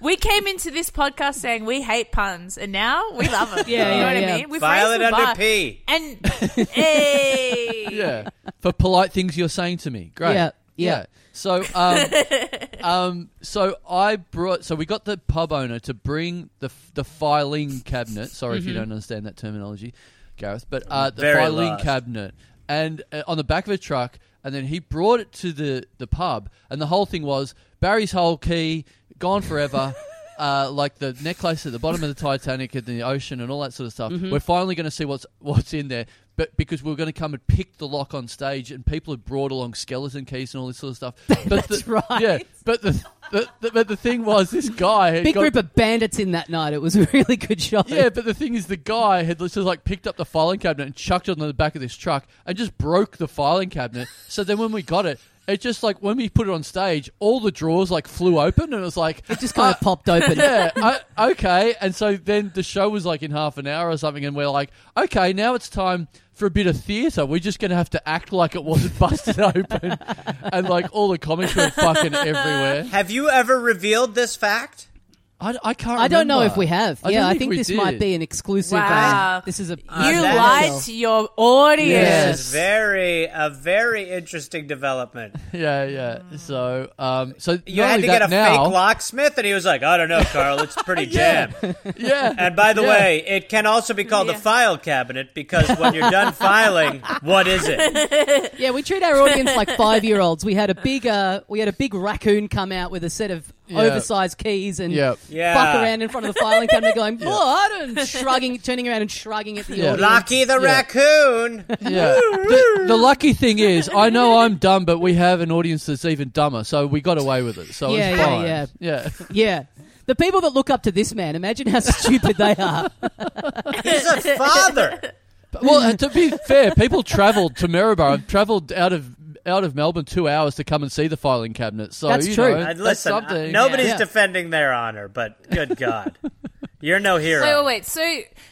we came into this podcast saying we hate puns, and now we love [laughs] them. Yeah, you know yeah, what yeah. I mean. We've File raised it the under bar. P. And hey, yeah, for polite things you're saying to me. Great. Yeah, yeah. So, [laughs] um, um, so I brought. So we got the pub owner to bring the f- the filing cabinet. Sorry if you Mm-hmm. don't understand that terminology, Gareth. But uh, the Very filing lost. cabinet, and uh, on the back of a truck, and then he brought it to the the pub, and the whole thing was Barry's whole key [laughs] gone forever. Uh, like the necklace at the bottom of the Titanic and the ocean and all that sort of stuff. Mm-hmm. We're finally going to see what's what's in there, but because we are going to come and pick the lock on stage, and people had brought along skeleton keys and all this sort [laughs] of stuff. But That's the, right. Yeah, but the, the, the but the thing was, this guy had Big got, group of bandits in that night. It was a really good shot. yeah, but the thing is, the guy had just like picked up the filing cabinet and chucked it on the back of this truck and just broke the [laughs] filing cabinet. So then when we got it, it just like when we put it on stage, all the drawers like flew open and it was like it Just kind of popped open. yeah, I, okay. And so then the show was like in half an hour or something, and we're like, okay, now it's time for a bit of theatre. We're just going to have to act like it wasn't [laughs] busted open, and like all the comics were fucking everywhere. [laughs] Have you ever revealed this fact? I, I can't. I don't know remember. if we have. don't yeah, I think think we this did. might be an exclusive. uh, Wow. Uh, this is a you you Uh, that lied to your audience. Yes. This is very a very [laughs] interesting development. Yeah, yeah. So, um, so You had to get a fake locksmith, and he was like, "I don't know, Carl. It's pretty [laughs] Yeah. jam." [laughs] Yeah, And by the Yeah. way, it can also be called a Yeah. file cabinet because when you're [laughs] done filing, what is it? Yeah, we treat our audience like five year olds. We had a big uh, we had a big raccoon come out with a set of Yeah. oversized keys and Yep. [laughs] Yeah. fuck around in front of the filing cabinet going, What and shrugging turning around and shrugging at the Yeah. audience. Lucky the raccoon. [laughs] yeah. The, the lucky thing is, I know I'm dumb, but we have an audience that's even dumber, so we got away with it. So Yeah, it's yeah, fine. yeah. yeah. Yeah. The people that look up to this man, imagine how [laughs] stupid they are. [laughs] He's a father. But- Well, and to be fair, people travelled to Maryborough, and travelled out of out of Melbourne two hours to come and see the filing cabinet. So That's you true. Know, Uh, And that's listen, uh, something. nobody's Yeah. defending their honor, but good [laughs] God, you're no hero. Wait, wait, wait. So,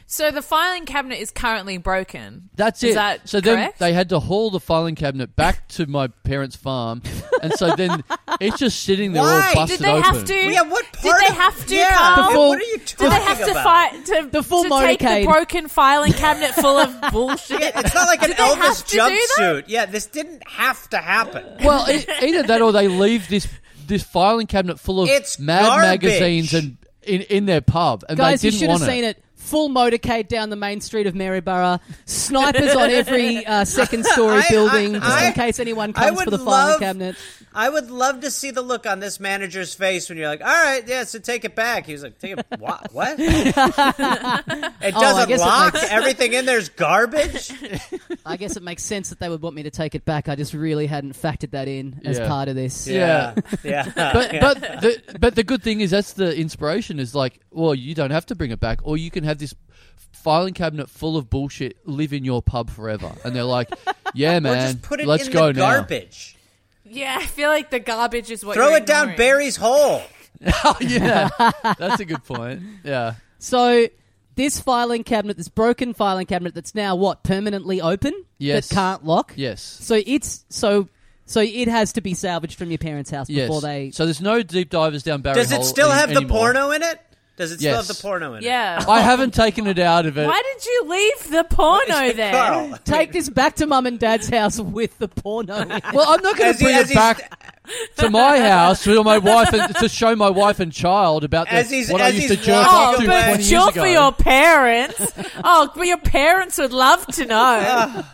so the filing cabinet is currently broken. That's Is it. that so correct? then they had to haul the filing cabinet back to my parents' farm, and so [laughs] then it's just sitting there Why? all Did busted Did they open. have to? Yeah, what part Did they of- have to? Yeah, Carl? The full- what are you talking Did they have to about? fight to, The full to take motorcade. the broken filing cabinet [laughs] full of bullshit? Yeah, it's not like an Did they have Elvis to do that? jumpsuit. Yeah, this didn't have to happen. [laughs] Well, e- either that or they leave this this filing cabinet full of It's Mad garbage. magazines and in, in their pub, and Guys, they you didn't should have want seen it. Full motorcade down the main street of Maryborough, snipers on every uh, second story I- building, I- just I- in case anyone comes I for would the filing love- cabinet. I would love to see the look on this manager's face when you're like, "All right, yeah, so take it back." He was like, "Take it [laughs] what? What? it doesn't guess it lock. makes- Everything in there's garbage." I guess it makes sense that they would want me to take it back. I just really hadn't factored that in as Yeah. part of this. Yeah. yeah. But Yeah. but the, but the good thing is that's the inspiration is like, well, you don't have to bring it back, or you can have this filing cabinet full of bullshit live in your pub forever. And [laughs] they're like, yeah, or man, just put it let's in go the now. garbage. Yeah, I feel like the garbage is what. Throw you're it down ignoring. Barry's hole. oh [laughs] [laughs] yeah, that's a good point. Yeah, So this filing cabinet, this broken filing cabinet that's now what permanently open Yes. that can't lock. yes, So it's so so it has to be salvaged from your parents' house yes. before they. So there's no deep divers down Barry. Does it Hole still any- have the anymore. porno in it? Does it still Yes. have the porno in it? Yeah. I haven't taken it out of it. Why did you leave the porno there? Carl. Take this back to mum and dad's house with the porno. [laughs] in it. Well, I'm not going As to he- bring as it he's- back to my house to my wife and, to show my wife and child about the, As he's- what I as used to he's jerk walking off Oh, to away. 20 but years chill ago. for your parents. Oh, but your parents would love [laughs] to know.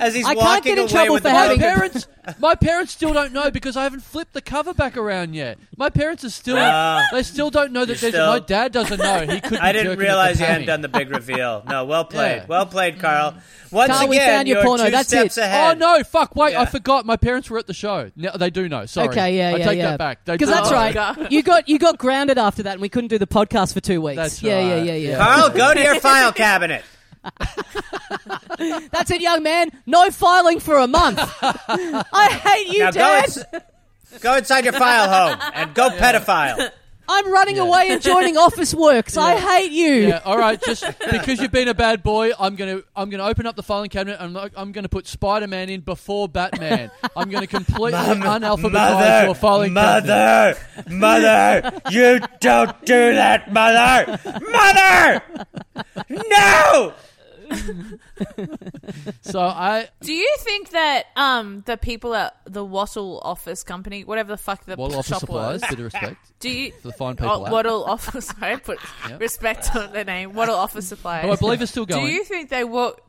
As he's I walking can't get in away trouble with for the having- broken- parents, my parents still don't know because I haven't flipped the cover back around yet. My parents are still, Ah. they still don't know that You're there's. My still- dad doesn't know. [laughs] He could. I be jerking didn't at realize the you hadn't hammy. done the big reveal. [laughs] No, well played. Yeah. Well played, Carl. Once Carl, again, we found your you're porno. two That's steps it. Oh ahead. no! Fuck! Wait, I Yeah. forgot. My parents were at the show. Now they do know. Sorry. Okay, yeah, I yeah, take yeah. that back. They Because do that's know. right. You got you got grounded after that, and we couldn't do the podcast for two weeks. That's yeah, yeah, right. yeah, yeah, Yeah. Carl, go to your file cabinet. [laughs] That's it, young man. No filing for a [laughs] month. I hate you, now go, Dad. ins- go inside your file home and go [laughs] pedophile. I'm running Yeah. away and joining office works. I hate you. [laughs] Yeah, all right. Just because you've been a bad boy, I'm gonna I'm gonna open up the filing cabinet and I'm, I'm gonna put Spider Man in before Batman. I'm gonna completely unalphabetize your filing cabinet. mother, [laughs] mother, you don't do that, mother, [laughs] mother. No. So I Do you think that um the people at the Wattle Office Company, whatever the fuck the well office shop supplies, was, bit of respect do you? to the fine people. Oh, out Wattle Office. [laughs] Sorry, put Yep. respect on the name. Wattle Office Supplies. there. Oh, I believe it's still do going. you think they walked?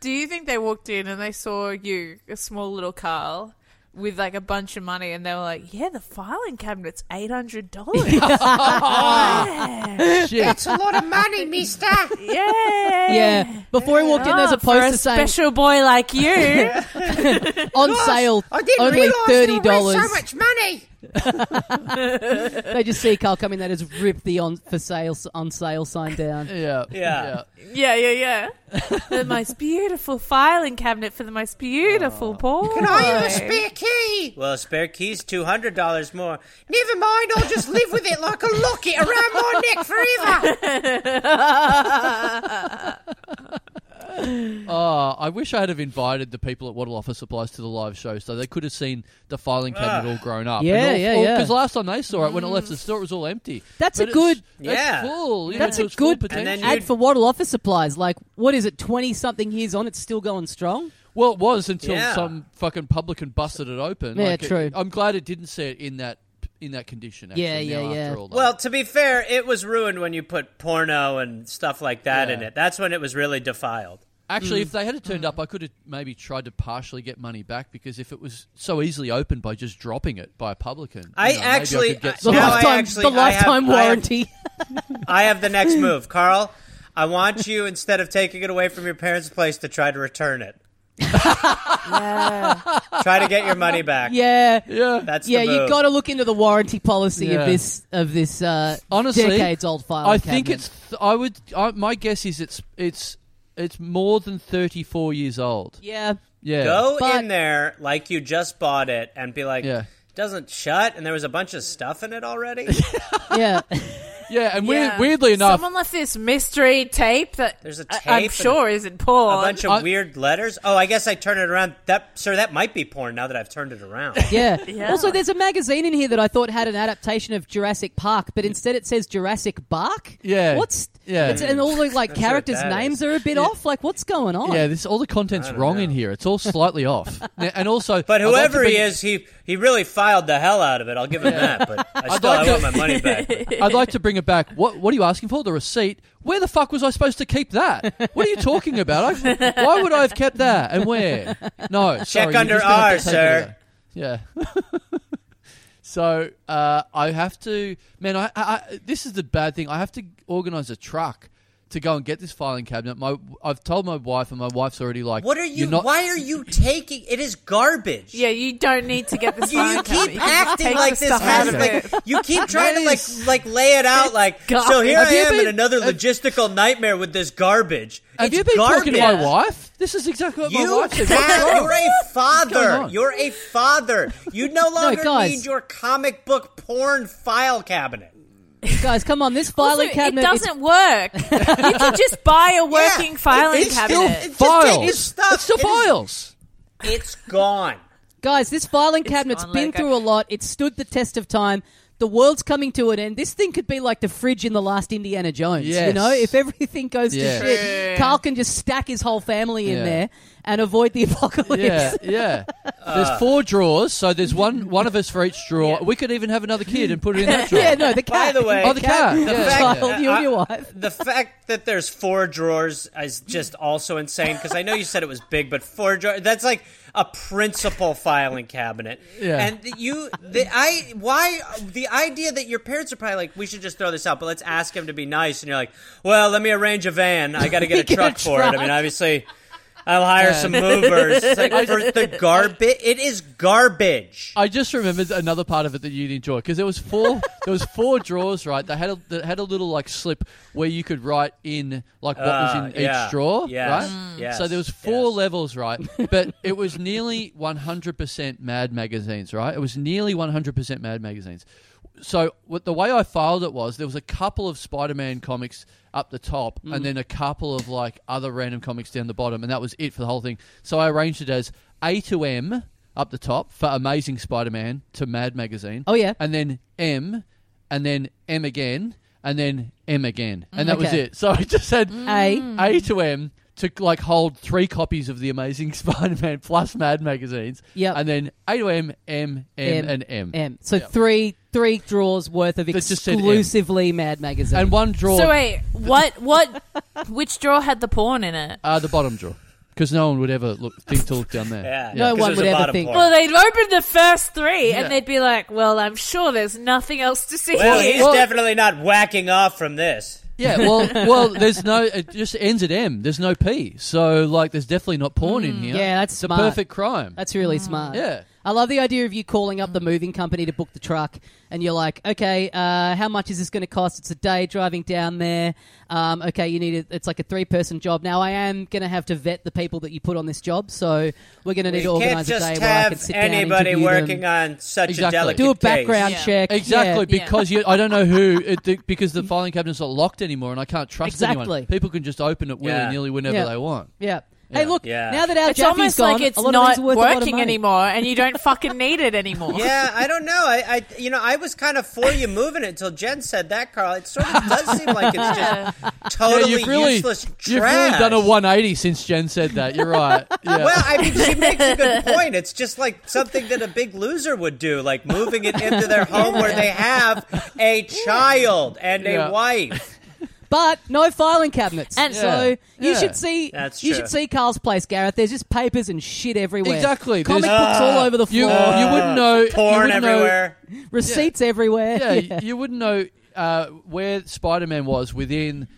Do you think they walked in and they saw you, a small little Carl, with like a bunch of money, and they were like, "Yeah, the filing cabinet's eight hundred [laughs] dollars." Yeah, Shit. It's a [laughs] lot of money, mister. Yeah. Before he walked in, there's Oh, Ah, a for poster saying special boy [laughs] like you. on sale, I didn't only realise there thirty was dollars. so much money. They just see Carl coming. They just rip the on for sale on sale sign down. Yeah. Yeah. Yeah, yeah, yeah. the most beautiful filing cabinet for the most Oh. beautiful boy. Can I have a spare key? Well, spare keys, two hundred dollars more. Never mind, I'll just live with it like a locket around my neck forever. [laughs] Oh, I wish I'd have invited the people at Wattle Office Supplies to the live show so they could have seen the filing Ah. cabinet all grown up. Yeah, yeah, yeah. Because last time they saw it, when it Mm. left the store, it was all empty. That's a But good- It's, it's Yeah. full. you That's know, a it's full good potential. And then ad you'd- for Waddle office supplies. Like, what is it? Twenty something years on, it's still going strong. Well, it was until Yeah. some fucking publican busted it open. Yeah, it- true. I'm glad it didn't see it in that in that condition. Actually, Yeah, yeah, now yeah. After all that. Well, to be fair, it was ruined when you put porno and stuff like that Yeah. in it. That's when it was really defiled. actually, mm. if they had Mm. turned up, I could have maybe tried to partially get money back because if it was so easily opened by just dropping it by a publican, you I know, maybe actually- could get I- The some- Now lifetime, actually- the I have- lifetime I have- warranty. [laughs] [laughs] I have the next move, Carl. I want you instead of taking it away from your parents' place to try to return it. Try to get your money back. yeah. yeah. That's Yeah, the you move. got to look into the warranty policy Yeah. of this of this uh, Honestly, decades old file. I think it's. Th- I would. I, my guess is it's it's it's more than thirty four years old. yeah. Yeah. Go But- in there like you just bought it and be like, Yeah. doesn't shut, and there was a bunch of stuff in [laughs] it already. Yeah, [laughs] Yeah, and Yeah. weird, weirdly enough, someone left this mystery tape that There's a tape I- I'm and sure isn't a porn. bunch of I- weird letters. Oh, I guess I turn it around. That sir, that might be porn now that I've turned it around. yeah, [laughs] Yeah. Also, there's a magazine in here that I thought had an adaptation of Jurassic Park, but instead it says Jurassic Bark. Yeah. what's Yeah. It's, and all the like That's what characters' that names is. are a bit off. Like, what's going on? yeah, this all the content's wrong in here. It's all slightly [laughs] off. Now- And also, But I'd like whoever to bring- he is, he he really filed the hell out of it. I'll give him [laughs] that. But I still like I want to- my money back. [laughs] I'd like to bring it back. What What are you asking for? The receipt? Where the fuck was I supposed to keep that? What are you talking about? I, why would I have kept that? And where? No, sorry, you're under just gonna have R, to take sir. it away. Yeah. [laughs] so uh, I have to, man. I, I, I this is the bad thing. I have to organize a truck to go and get this filing cabinet. My I've told my wife, and my wife's already like, What are you? You're not, why are you taking? It is garbage. yeah, you don't need to get this. You, you filing keep cabinet. You can just acting take like the this stuff out has of like it. [laughs] [laughs] you keep trying to That like is- like lay it out like so garbage. here Have I you am in been- another have- logistical nightmare with this garbage. Have It's you been talking garbage. to my wife? This is exactly what my You wife said. What's have, wrong? you're a going father. on? You're a father. You [laughs] no longer guys. need your comic book porn file cabinet. guys, come on! This filing Also, cabinet. it it's- [laughs] doesn't work. you can just buy a working Yeah, filing it's still- cabinet. it's just taking Files. stuff. It's still It is- files. It's gone. Guys, this filing cabinet's gone, been Lego. through a lot. It's stood the test of time. The world's coming to an end. This thing could be like the fridge in the last Indiana Jones. You Yes. know, if everything goes Yeah. to shit, Carl can just stack his whole family in Yeah. there and avoid the [laughs] apocalypse. Yeah, yeah. Uh. there's four drawers, so there's one one of us for each drawer. Yeah. We could even have another kid and put it in [laughs] that drawer. Yeah, no, the By cat. the way, Oh, the cat. The Yeah. child, fact- you and I- your wife. the fact that there's four drawers is just also insane because I know you said it was big, but four drawers that's like a principal filing cabinet. Yeah. And you, the, I, why the idea that your parents are probably like, we should just throw this out, but let's [laughs] ask him to be nice, and you're like, well, let me arrange a van. I got to get a Get a truck for it. I truck. mean, obviously. I'll hire some movers. It's [laughs] like, for the garbage, it is garbage. I just remembered another part of it that you'd enjoy because there was four. there was four drawers, right? They had a, they had a little like slip where you could write in like what Uh, was in yeah. each drawer, Yes. right? Mm. Yes. So there was four Yes. levels, right? But it was nearly 100% Mad magazines, right? It was nearly 100% Mad magazines. So what the way I filed it was there was a couple of Spider-Man comics up the top, Mm. and then a couple of like other random comics down the bottom, and that was it for the whole thing. So I arranged it as A to M up the top for Amazing Spider-Man to Mad magazine. Oh, yeah. and then M, and then M again, and then M again, and that was Okay. Mm. it. So I just had A. a to Mm. M to like hold three copies of the Amazing [laughs] Spider-Man plus Mad magazines. Yep. and then A to M, M, M, M, and M, M. So three three draws worth of That just said M. exclusively Mad Magazine. and one drawer, So wait, what? What? Which drawer had the porn in it? uh, the bottom drawer, because no one would ever look think to look down there. Yeah. No 'Cause one there's would a ever bottom think- part. Well, they'd open the first three, Yeah. and they'd be like, "Well, I'm sure there's nothing else to see Well, here." he's definitely not whacking off from this. Yeah, well, well, there's no. It just ends at M. There's no P. So like, there's definitely not porn in here. Hmm. Yeah, that's it's smart. a perfect crime. That's really Mm. smart. Yeah. I love the idea of you calling up the moving company to book the truck, and you're like, okay, uh, how much is this going to cost? It's a day driving down there. Um, okay, you need a, it's like a three person job. Now, I am going to have to vet the people that you put on this job, so we're going to need You to can't organize a day just where I can have sit anybody down, interview working them, on such a Exactly. delicate do a case. background Yeah. check. Exactly Yeah. because you, I don't know who it, the, because the filing cabinet's not locked anymore, and I can't trust Exactly. anyone. People can just open it willy Yeah. nilly whenever Yeah. they want. Yeah. yeah. Hey, look. Yeah. Now that our it's Jaffe's almost gone, like it's a lot of not these are worth a lot of working money. anymore, and you don't fucking need [laughs] it anymore. Yeah, I don't know. I, I, you know, I was kind of for you moving it until Jen said that, Carl. It sort of does seem like [laughs] it's just Yeah, totally you've really, useless trash. you've really done a 180 since Jen said that. You're [laughs] right. Yeah. Well, I mean, she makes [laughs] a good point. It's just like something that a big loser would do, like moving it [laughs] into their home where they have a child and Yeah. a wife. but no filing cabinets. And- so Yeah. you Yeah. should see That's you true. should see Carl's place, Gareth. There's just papers and shit everywhere. Exactly. Comic There's- Ah, books all over the you, floor. you wouldn't know uh, Porn you wouldn't know- [laughs] everywhere. receipts everywhere. [laughs] yeah, [laughs] you wouldn't know uh, where Spider Man was within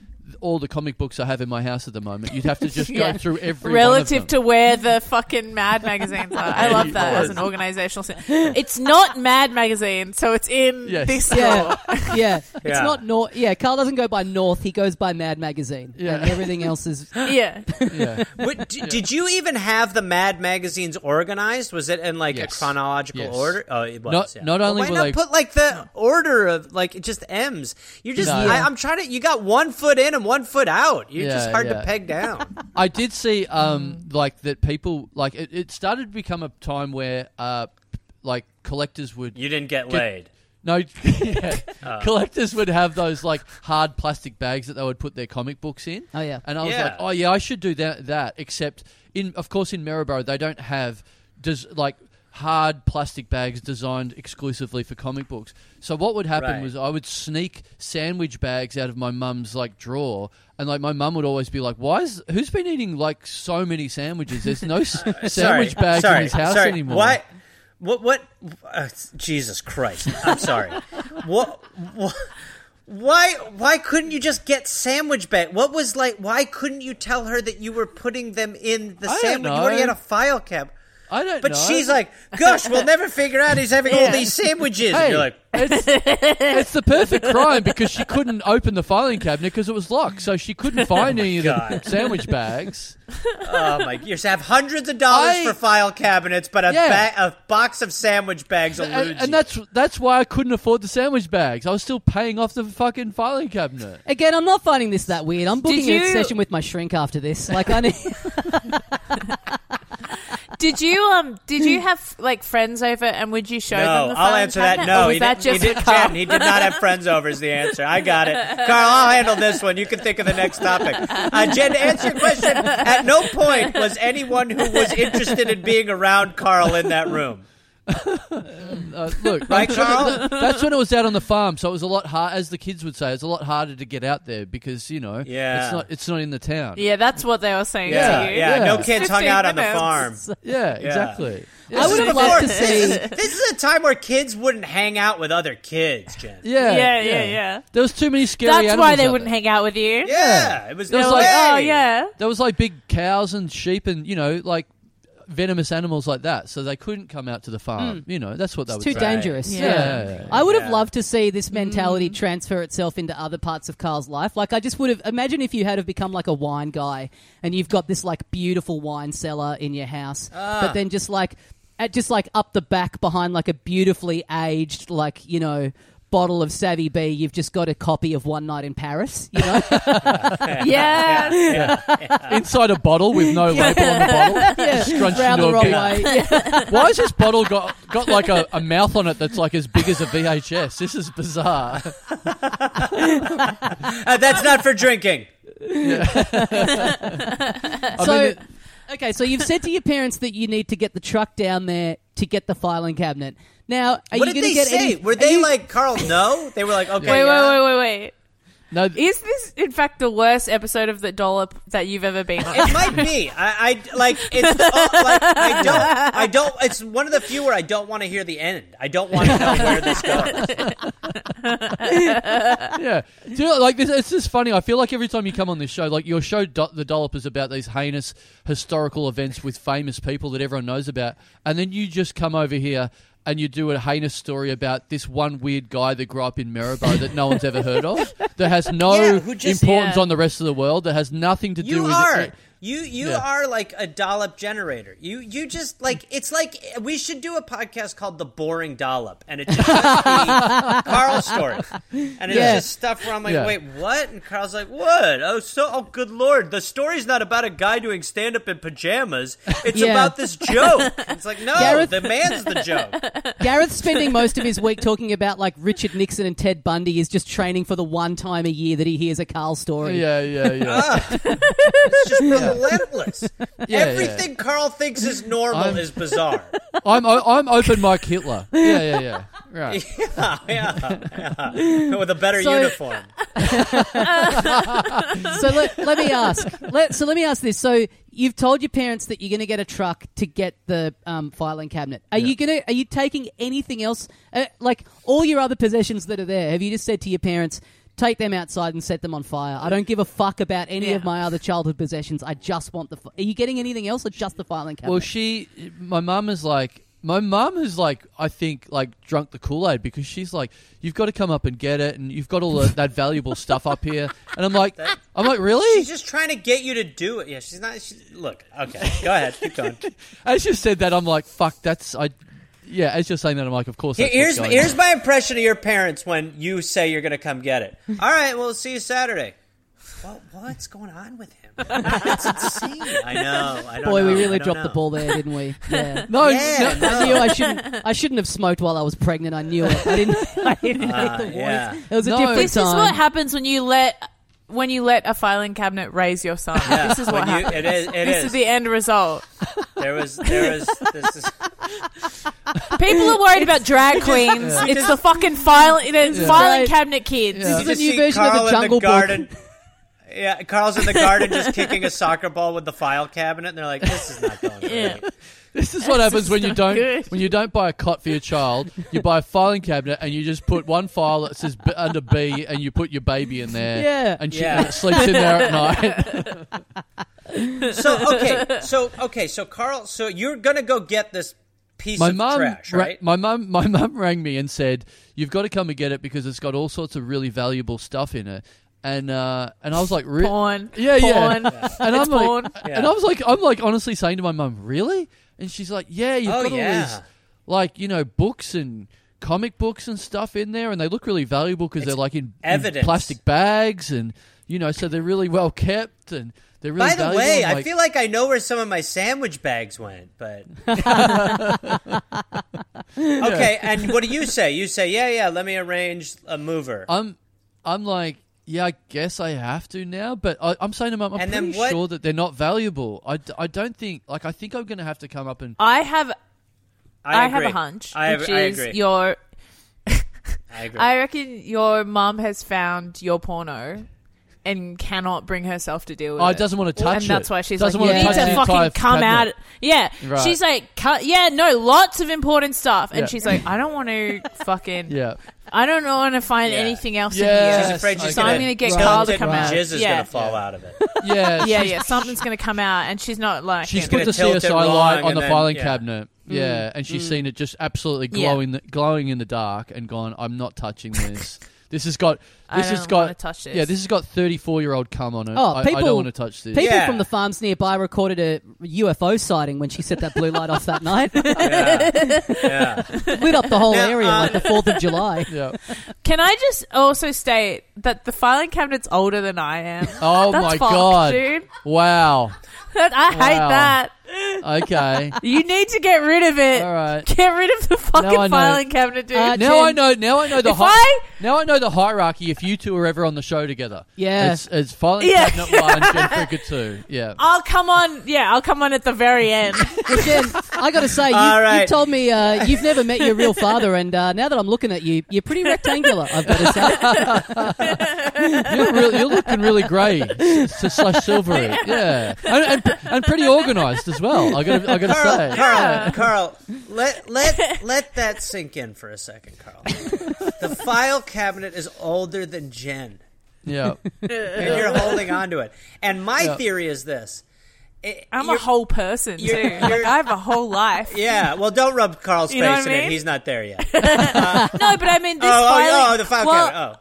all the comic books I have in my house at the moment. You'd have to [laughs] just Yeah. go through every one Relative of them. to where the fucking [laughs] Mad magazines are, I love that as an organizational. sen- It's not Mad magazine, so it's in Yes. this Yeah, drawer. yeah. It's Yeah. not North. Yeah, Carl doesn't go by North. He goes by Mad Magazine, Yeah. and everything else is. [laughs] Yeah, yeah. [laughs] What, d- Did you even have the Mad magazines organized? Was it in like Yes. a chronological Yes. order? Oh, it was. Not- yeah. not Well, only why were not they- put like the order of like just M's. You're just. No. I, I'm trying to. You got one foot in and one foot out. You're Yeah, just hard yeah. to peg down. I did see um Mm. like that people like it, it started to become a time where uh like collectors would You didn't get Get- laid. no [laughs] yeah. Ah. collectors would have those like hard plastic bags that they would put their comic books in. Oh, yeah. And I was Yeah. like, oh yeah, I should do that. That except in of course in Maryborough they don't have does like hard plastic bags designed exclusively for comic books. So what would happen Right. was I would sneak sandwich bags out of my mum's like drawer and like my mum would always be like, "Why is who's been eating like so many sandwiches? There's no s- sandwich [laughs] sorry, bags sorry, in his house sorry. anymore." What? What? What? Uh, Jesus Christ! I'm sorry. [laughs] what? What? Why? Why couldn't you just get sandwich bag? What was like? Why couldn't you tell her that you were putting them in the I don't sandwich? You already know. had a file cab. I don't But know. she's like, "Gosh, we'll never figure out [laughs] he's having all these sandwiches." Hey, and you're like, it's, it's the perfect crime because she couldn't open the filing cabinet because it was locked, so she [laughs] couldn't find any of the Oh God. sandwich bags. "Oh my, you have hundreds of dollars I- for file cabinets, but a, Yeah. ba- a box of sandwich bags eludes And, you." and that's that's why I couldn't afford the sandwich bags. I was still paying off the fucking filing cabinet. Again, I'm not finding this that weird. I'm booking you- a session with my shrink after this. Like [laughs] I need. Did you um? Did you have like friends over, and would you show them? No, the I'll filing answer that. cabinet, No, or was he, that did, just he did. for Carl? Jen, he did not have friends over. Is the answer? I got [laughs] it, Carl. I'll handle this one. You can think of the next topic. Uh, Jen, to answer your question, at no point was anyone who was interested in being around Carl in that room. Uh, look, Right, that's when it- Carl? that's when it was out on the farm, so it was a lot hard, as the kids would say, it's a lot harder to get out there because you know, Yeah. it's not it's not in the town. Yeah, that's what they were saying Yeah, to you. yeah. Yeah. No It's kids hung 15 out on the minutes. farm. Yeah, exactly. I would have loved Of to course, this see. is- This is a time where kids wouldn't hang out with other kids, Jen. Yeah, Yeah, Yeah, yeah, yeah. There was too many scary. That's why animals they out wouldn't there. hang out with you. it was It was no like, way. Oh yeah. There was like big cows and sheep and you know like venomous animals like that, so they couldn't come out to the farm. You know, that's what that was. Too Right. dangerous. Yeah. Yeah. Yeah. I would have Yeah. Mm. loved to see this mentality transfer itself into other parts of Carl's life. Like, I just would have. Imagine if you had have become like a wine guy and you've got this like beautiful wine cellar in your house, but then just like, at just like up the back behind like a beautifully aged, like, you know. Bottle of Savvy B, you've just got a copy of One Night in Paris, you know? Yes. Inside a bottle with no label on the bottle, [laughs] just scrunched Round the into a wrong big- way. Yeah. Why has this bottle got got like a, a mouth on it that's like as big as a VHS? This is bizarre. [laughs] Uh, that's not for drinking. I So, mean, it- okay, so you've said to your parents that you need to get the truck down there to get the filing cabinet. Now, are what you going did to they get say? any? Were are they you- like Carl? No, they were like, okay. Wait, yeah. wait, wait, wait, wait. no, Is this, in fact, the worst episode of the dollop that you've ever been on? It might be. I, I like it's the, oh, like I don't I don't it's one of the few where I don't want to hear the end. I don't want to know where this goes. [laughs] yeah. Do you know, like this? It's just funny. I feel like every time you come on this show, like your show, Do- the dollop is about these heinous historical events with famous people that everyone knows about, and then you just come over here and you do a heinous story about this one weird guy that grew up in Maribor that no one's ever heard of, that has no [laughs] Yeah, who just- importance yeah. on the rest of the world, that has nothing to do You with are it. you you Yeah. are like a dollop generator. You you just like it's like we should do a podcast called The Boring Dollop and it just should be Carl's story. And it's Yeah. just stuff where I'm like, Yeah. wait, what? And Carl's like, What? Oh so oh good lord. The story's not about a guy doing stand up in pajamas. It's Yeah. about this joke. It's like, no, Gareth- the man's the joke. [laughs] Gareth's spending most of his week talking about like Richard Nixon and Ted Bundy is just training for the one time a year that he hears a Carl story. Yeah, yeah, [laughs] yeah. It's just relentless. yeah. Everything Carl thinks is normal I'm- is bizarre. I'm o- I'm open mic Hitler. Yeah, yeah, yeah. Right. [laughs] yeah, yeah, yeah. With a better So- uh, uniform. So let, let me ask. Let, so let me ask this. So you've told your parents that you're going to get a truck to get the um, filing cabinet. Are you going to? Are you taking anything else? Uh, like all your other possessions that are there? Have you just said to your parents? Take them outside and set them on fire. I don't give a fuck about any of Yeah. my other childhood possessions. I just want the. Fi- are you getting anything else or just the filing cabinet? Well, she, my mum is like, my mum is like, I think like drunk the Kool Aid because she's like, you've got to come up and get it, and you've got all the, that [laughs] valuable stuff up here, and I'm like, I'm like, really? She's just trying to get you to do it. Yeah, she's not. She's, look, okay, go ahead, [laughs] keep going. As you said that, I'm like, fuck, that's I. Yeah, as you're saying that, I'm like, of course. Here- That's what's Here's going here's on. [laughs] my impression of your parents when you say you're going to come get [laughs] it. All right, well, see you Saturday. What what's going on with him? [laughs] That's insane. I know. I don't Boy, know, we I really don't dropped the know. ball there, didn't we? [laughs] Yeah. no, Yeah, no, I knew I shouldn't. I shouldn't have smoked while I was pregnant. I knew it. I didn't. [laughs] I didn't make the Uh, warning. yeah. It was a [laughs] No. different This this time. is what happens when you let when you let a filing cabinet raise your son. This is When what you, happens. it is. It this is. is the [laughs] end result. there was. There was. This is, People are worried about drag queens. It's the fucking filing, the filing Right. cabinet kids. This is You a just new see version of Carl the in Jungle Book. garden. Yeah, Carl's in the garden [laughs] just kicking a soccer ball with the file cabinet, and they're like, "This is not going." Yeah. Great. this is what happens when you not don't good. when you don't buy a cot for your child. You buy a filing cabinet and you just put one file that says b- under B, and you put your baby in there. Yeah. and she Yeah. and it sleeps in there [laughs] at night. So okay, so okay, so Carl, so you're gonna go get this piece my of mum, trash, ra- right? my mum, my mum rang me and said, "You've got to come and get it because it's got all sorts of really valuable stuff in it." And uh, and I was like, "Re- Porn. yeah, Porn. yeah." [laughs] And It's I'm like, porn. and I was like, I'm like honestly saying to my mum, "Really?" And she's like, "Yeah, you've Oh, got all yeah. these like you know books and." Comic books and stuff in there, and they look really valuable because they're like in, in evidence. plastic bags, and you know, so they're really well kept and they're really. By the valuable, way, and, I feel like I know where some of my sandwich bags went, [laughs] but okay. And what do you say? You say, "Yeah, yeah, let me arrange a mover." Uh, I'm I'm like, yeah, I guess I have to now, but I, I'm saying to mum, I'm And then pretty what- sure that they're not valuable. I, d- I don't think, like, I think I'm going to have to come up and. I have I, I, have a agree. hunch, I, which I is agree. your. I agree. I reckon your mum has found your porno and cannot bring herself to deal with Oh, it. doesn't want to touch and that's it. why she's Doesn't like, wanna you need touch to the fucking entire come out. cabinet. Yeah, Right. she's like, cut. Yeah, no, lots of important stuff, and Yeah. she's like, I don't [laughs] want to fucking. Yeah. I don't want to find Yeah. anything else Yeah. in She's here. Yes, afraid she's so gonna I'm gonna uh, get tilt Carl to it come and out. Jizz is yeah. gonna fall out of it. Yeah. [laughs] yeah, she's- yeah, something's gonna come out, and she's not like. She's him. put gonna the tilt it CSI light wrong on and the then- filing yeah. cabinet. Yeah, and she's seen it just absolutely Yeah. glowing, the, glowing in the dark, and gone. I'm not touching this. this has got. I This has don't got. wanna touch this. Yeah, this has got 34 year old cum on it. Oh, I, I people- don't want to touch this. People Yeah. from the farms nearby recorded a UFO sighting when she set that blue light off that night. [laughs] Yeah. yeah. Lit up the whole Now, area um, like the 4th of [laughs] July. yeah. Can I just also state that the filing cabinet's older than I am? Oh [laughs] That's my fucked, god! dude. Wow. That, I hate Wow. that. Okay. You need to get rid of it. All right. Get rid of the Now I fucking know. filing cabinet, dude. Uh, Now I know. Now I know the. If I- now I know the hierarchy. If you two are ever on the show together, Yeah. it's, it's filing Yeah. cabinet one, Jen Fricker two. Yeah. I'll come on. Yeah, I'll come on at the very end. Well, Jen, I got to say, you, All right. you told me uh, you've never met your real father, and uh, now that I'm looking at you, you're pretty rectangular, I've got to say. You're, really, you're looking really grey, s- s- slash silvery. Yeah, and, and, pre- and pretty organised as well. I got I got to Carl, say. Carl, Carl, let let let that sink in for a second, Carl. The file cabinet is older than Jen, Yeah, and you're holding on to it. And my Yeah. theory is this: It- I'm a you're- whole person too. you're- like you're- I have a whole life. Yeah, well, don't rub Carl's You know face what I in mean? it; he's not there [laughs] yet. No, but I mean this oh, filing. oh, oh, the file while, cabinet.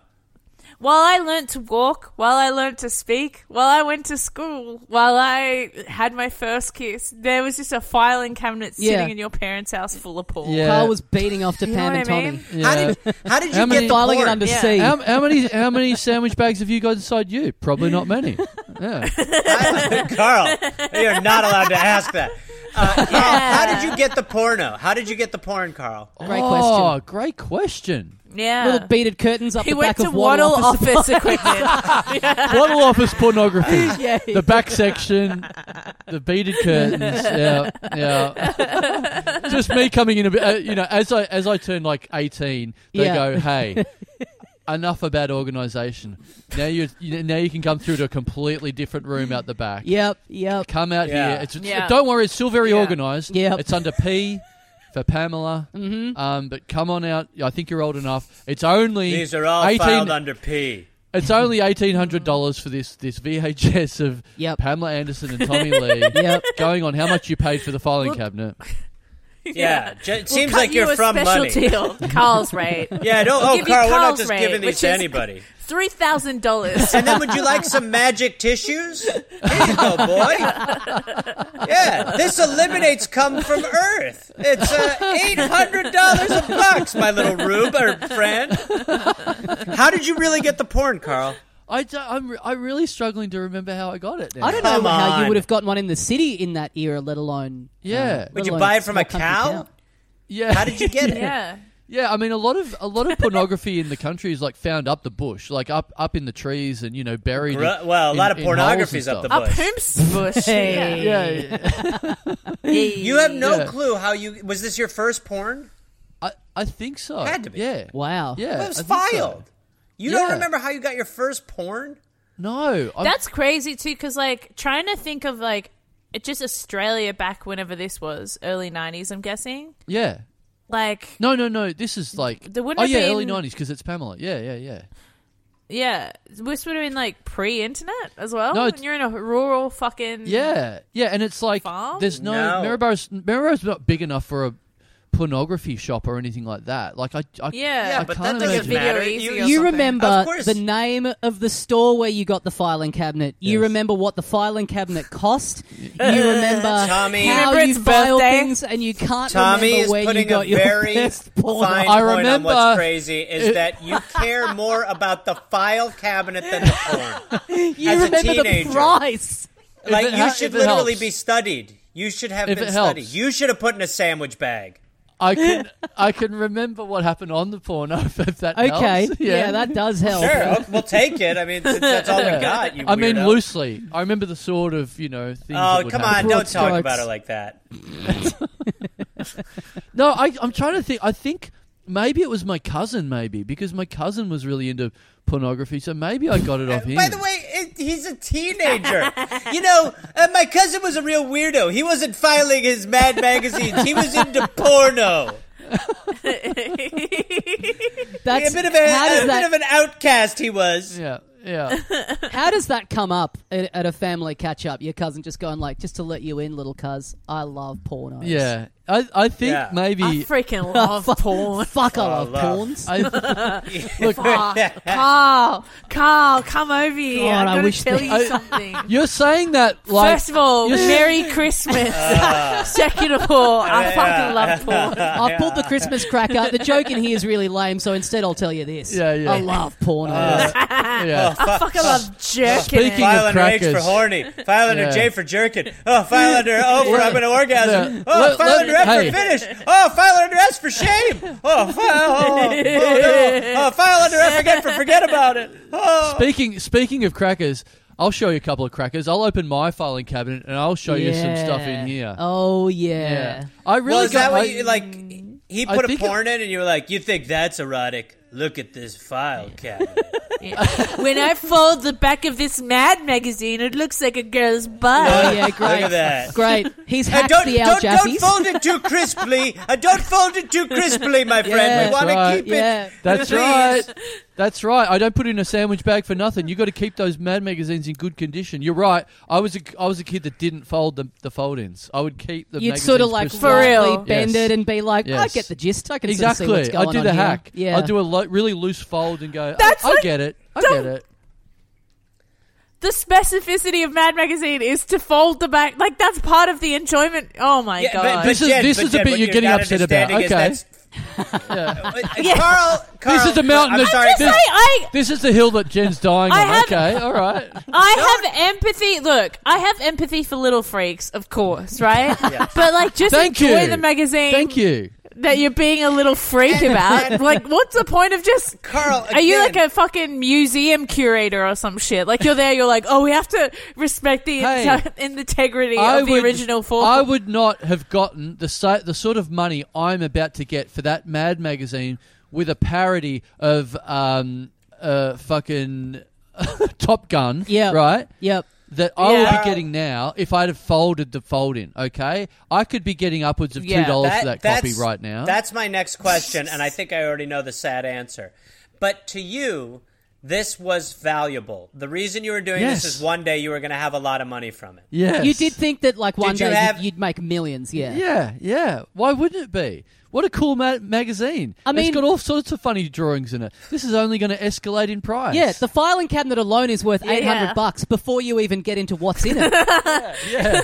while I learned to walk, while I learned to speak, while I went to school, while I had my first kiss, there was just a filing cabinet Yeah. sitting in your parents' house full of porn. Yeah. Carl was beating off to know Pam and what I Tommy. mean? Oh, how yeah. did how did you How get many- the Filing it porn? under Yeah. C. How, how many how many sandwich bags have you got inside you? Probably not many. Yeah. I- [laughs] Carl, you're not allowed to ask that. Uh, Carl, how did you get the porno? How did you get the porn, Carl? Great Oh, question. great question. Yeah. Little beaded curtains up he the went back to of Waddle, [laughs] Waddle Office [laughs] Equipment. Bottle office pornography. yeah. The back section, the beaded curtains. Yeah, yeah. Just me coming in a bit. Uh, you know, as I as I turn like eighteen, they Yeah. go, "Hey, enough about organisation. Now you you- now you can come through to a completely different room out the back. Yep, yep. come out Yeah. here. It's, it's- Yeah. Don't worry, it's still very Yeah. organised. Yep. it's under P." For Pamela, mm-hmm. um, but come on out. I think you're old enough. It's only These are all 18, filed under P. it's only eighteen hundred dollars for this this VHS of Yep. Pamela Anderson and Tommy Lee Yep. going on how much you paid for the filing cabinet. Yeah, ju- it seems cut like you're you a from special money. deal. [laughs] Carl's rate. Yeah, no, We'll oh, give you Carl, we're not Carl's just rate, giving which these to is- anybody. Three [laughs] thousand dollars. And then would you [laughs] like some magic tissues? Here you go, boy. Yeah, this eliminates cum from Earth. It's uh, eight hundred dollars a box, my little rube or friend. How did you really get the porn, Carl? I do, I'm re- I'm really struggling to remember how I got it. Now. I don't know Come how you on. would have gotten one in the city in that era, let alone. Yeah. let Would you alone buy it from a small country cow? town. yeah, How did you get it? yeah. [laughs] yeah. I mean, a lot of a lot of pornography in the country is like found up the bush, like up up in the trees, and you know buried. Gr- in- well, a in- lot of in holes pornography and is up stuff. the Up Bush. Hoops Bush. Hey. Yeah, yeah. You have no Yeah. clue how you was this your first porn? I I think so. Had to be. Yeah. Wow. Yeah. It was I think so. filed. You Yeah. don't remember how you got your first porn? No, I'm- That's crazy too, because like trying to think of like it just Australia back whenever this was early '90s. I'm guessing yeah. like No, no, no. This is like There wouldn't oh have yeah, been- early nineties because it's Pamela. Yeah, yeah, yeah. yeah, this would have been like pre-internet as well. No, No, it's- you're in a rural fucking Yeah, yeah, and it's like Farm? there's no, No. Maryboro's. Maryboro's not big enough for a pornography shop or anything like that. Like I, I yeah. Yeah, I but can't that doesn't imagine. Video matter. easy or You something. remember Of course. the name of the store where you got the filing cabinet. You Yes. remember what the filing cabinet cost. you remember Tommy. how Remember you its file birthday? things, and you can't Tommy remember is where you putting got a your [laughs] [laughs] very first porn. fine I point on remember- what's crazy is that you care more about the file cabinet [laughs] than the porn. You as a remember teenager. the price. like it you hel- should if it literally helps. be studied. You should have If been it helps. studied. You should have put in a sandwich bag. I can, I can remember what happened on the porno. [laughs] If that Okay, helps. yeah. that does help. Sure, o- we'll take it. I mean, since that's all we got. Oh You I mean weirdo. loosely. I remember the sort of you know things. Oh that would come happen. on! Broad Don't talk strokes. about it like that. No, I, I'm trying to think. I think maybe it was my cousin, maybe because my cousin was really into pornography, so maybe I got it off him. By the way, it, he's a teenager. you know, uh, my cousin was a real weirdo. He wasn't filing his Mad magazines. He was into porno. That's A bit of a, how a does bit that of an outcast he was. yeah, [laughs] yeah. how does that come up at, at a family catch up? Your cousin just going like, just to let you in, little cuz, I love pornos. Yeah, I I think Yeah. maybe [laughs] I freaking love porn. Fuck, I love Oh, love. porns. I, Fuck. Carl, Oh, Carl, come over here. God, I'm I going wish to tell they- you [laughs] something. you're saying that like First of all, you're- [laughs] Merry Christmas. Second of all, I fucking love porn. I've pulled the Christmas cracker. The joke in here is really lame, so instead I'll tell you this. Yeah, yeah. I love pornos. Uh, yeah. Oh. I fucking love jerking Speaking it. of File under H for crackers. horny. File under Yeah. J for jerking. Oh, file under O for I'm an orgasm. Yeah. Oh, Let- file let- under F hey. for finish. Oh, file under S for shame. Oh, file, oh, oh, no. oh, file under F again for forget about it. Oh. Speaking speaking of crackers, I'll show you a couple of crackers. I'll open my filing cabinet and I'll show you some stuff in here. Oh yeah. I really well, is got that I- what you like? He I put a think porn in, and you were like, "You think that's erotic? Look at this file cabinet." When I fold the back of this Mad magazine, it looks like a girl's butt. Oh yeah, great. Look at that. Great. [laughs] He's And hacked Uh, don't the Al don't, don't Jassies. fold it too crisply. And don't fold it too crisply, my friend. Yeah. we want to That's keep it. yeah. [laughs] That's Please. right. That's right. I don't put it in a sandwich bag for nothing. You got to keep those Mad magazines in good condition. You're right. I was a, I was a kid that didn't fold the, the fold-ins. I would keep the You'd magazines sort of like crisp. For real. lightly bend Yes. it and be like, I Yes. get the gist. I can sort of see exactly. what's going I do on the here." hack. Yeah. I do a lo- really loose fold and go. That's I, I like- get it. I don't- get it. The specificity of Mad magazine is to fold the back. Like that's part of the enjoyment. Oh my Yeah, god. but, but This is- Jen, this but is the Jen, bit what you're you're getting not upset about. understanding is Okay. [laughs] that's- Uh, Carl, Carl, This is the mountain I'm that- sorry. Just say I This is the hill that [laughs] Jen's dying I on. have- okay. [laughs] All right. I have empathy. Look, I have empathy for little freaks, of course, right? But like, just Thank enjoy you. the magazine. Thank you. That you're being a little freak [laughs] about. like, what's the point of just? Carl, Are you like again. a fucking museum curator or some shit? Like you're there, you're like, oh, we have to respect the Hey, inte- [laughs] integrity of the original form. I would not have gotten the si- the sort of money I'm about to get for that Mad magazine with a parody of um uh fucking [laughs] Top Gun. Yeah. Right. Yep. That I would Yeah. be getting now if I'd have folded the fold in. Okay, I could be getting upwards of Yeah, two dollars for That- that copy that's- right now. That's my next question, and I think I already know the sad answer. But to you, this was valuable. The reason you were doing Yes. this is one day you were going to have a lot of money from it. yes. You did think that like one Did you day have- you'd, you'd make millions. Yeah. Yeah, yeah. Why wouldn't it be? What a cool ma- magazine! I mean- it's got all sorts of funny drawings in it. This is only going to escalate in price. Yeah, the filing cabinet alone is worth eight hundred yeah. bucks before you even get into what's in [laughs] it. yeah.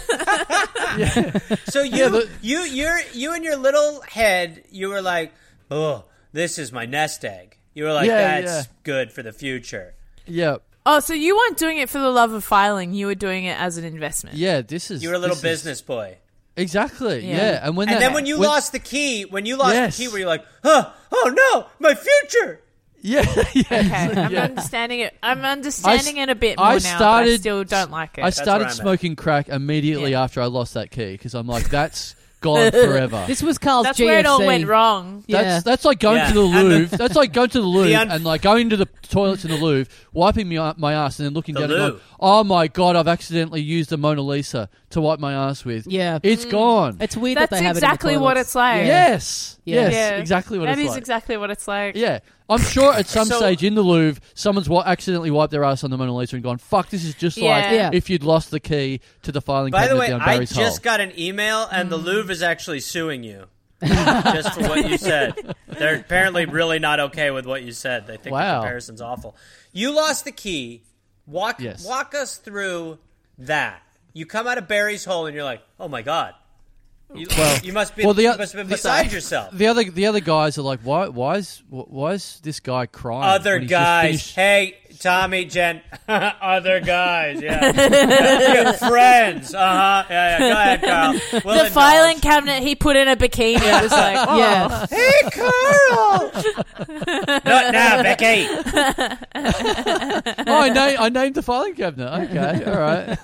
So you, but- you, you're, you and your little head, you were like, "Oh, this is my nest egg." You were like, Yeah, "That's yeah. good for the future." Yeah, oh, so you weren't doing it for the love of filing; you were doing it as an investment. yeah. This is You were a little this is- business boy. exactly. Yeah. Yeah. and when And that- then when you lost the key, when you lost Yes. the key, were you like, "Huh? Oh no, my future!" [laughs] yeah, yeah. Okay, I'm Yeah. understanding it. I'm understanding I s- it a bit more I now. but I started- still don't like it. I where I'm started at. smoking crack immediately Yeah. after I lost that key because [laughs] I'm like, that's gone forever. This was Carl's That's GFC. where it all went wrong. Yeah. That's that's like going Yeah. to [laughs] the And [laughs] the- Louvre. that's like going to the Louvre un- and like going to the toilets in the Louvre, wiping my my ass, and then looking The down and loo. going, "Oh my god, I've accidentally used the Mona Lisa to wipe my ass with." Yeah. Mm. it's gone. It's weird that That's they have it in the exactly what toilets. it's like. yes, Yeah. yes, Yeah. exactly what That it's is like. exactly what it's like. yeah, I'm sure at some [laughs] So- stage in the Louvre, someone's wa- accidentally wiped their ass on the Mona Lisa and gone, "Fuck, this is just like Yeah. Yeah. if you'd lost the key to the filing By the cabinet way, down I Barry's hole." just got an email, and the Louvre is actually suing you just for what you said. They're apparently really not okay with what you said. They think the Wow. comparison's awful. You lost the key. Walk Yes. walk us through that. You come out of Barry's hole, and you're like, "Oh my god." You, you must be well, the you o- must have been the- [laughs] beside yourself. The other the other guys are like, why why is why is this guy crying? Other when he's just guys, finished- [laughs] hey, Tommy, Jen, [laughs] other guys, yeah, Your friends, uh huh, yeah, yeah. Go ahead, Carl. We'll the indulge. filing cabinet, he put in a bikini. It [laughs] was like, oh, Yeah. Hey, Carl! Not now, Becky. [laughs] Oh, I, na- I named the filing cabinet. [laughs] Okay, all right.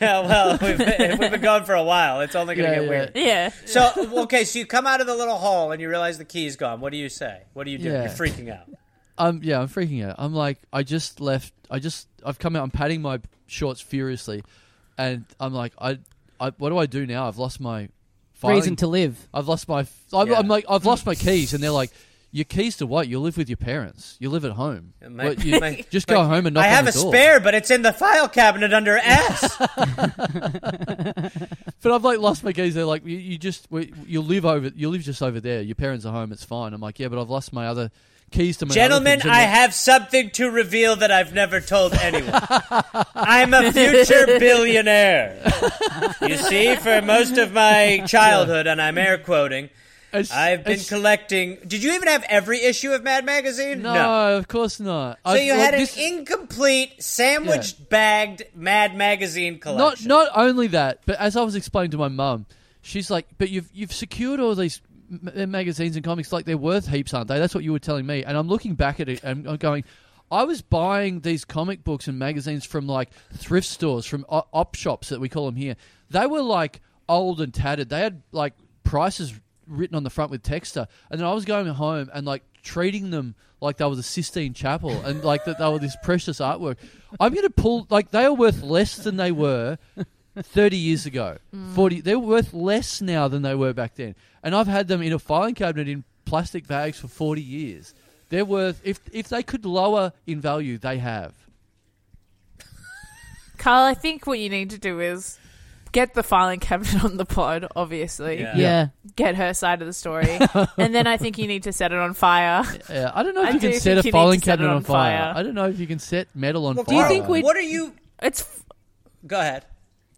Yeah, well, we've, we've been going for a while. It's only going to Yeah, get yeah. weird. yeah. So, okay, so you come out of the little hole and you realize the key's gone. What do you say? What do you do? Yeah. You're freaking out. Um, yeah, I'm freaking out. I'm like, I just left. I just, I've come out. I'm patting my shorts furiously, and I'm like, I, I what do I do now? I've lost my Oh. filing. Reason to live. I've lost my. I'm, Yeah. I'm like, I've lost [laughs] my keys, and they're like, your keys to what? You live with your parents. You live at home. My- What, [laughs] you- my- just go home and knock I have on the a door. spare, but it's in the file [laughs] cabinet under S. But I've like lost my keys. They're like, you, you just we, you live over, you live just over there. Your parents are home. It's fine. I'm like, yeah, but I've lost my other keys to my. other Gentlemen, things." And I they're- have something to reveal that I've never told anyone. I'm [laughs] a future billionaire. You see, for most of my childhood, and I'm air quoting, it's- I've been it's- collecting. Did you even have every issue of Mad Magazine? no, of course not. So I- you well, had an this- incomplete, sandwich bagged Mad Magazine not collection. not only that, but as I was explaining to my mum, she's like, "But you've you've secured all these m- m- magazines and comics, like they're worth heaps, aren't they?" That's what you were telling me, and I'm looking back at it and I'm going. I was buying these comic books and magazines from like thrift stores, from o- op shops that we call them here. They were like old and tattered. They had like prices written on the front with texter, and then I was going home and like treating them like they were the Sistine Chapel and like that they were this precious artwork. I'm going to pull like they are worth less than they were 30 years ago. Mm. 40 they're worth less now than they were back then. And I've had them in a filing cabinet in plastic bags for 40 years. They're worth if if they could lower in value, they have. Carl, I think what you need to do is get the filing cabinet on the pod, obviously. Yeah. Yeah. Get her side of [laughs] the story. and then I think you need to set it on fire. Yeah, I don't know if I you do can set think a you need filing to set it cabinet on on fire. fire. I don't know if you can set metal on Well, fire. do you think we'd- What are you? It's [laughs] Go ahead.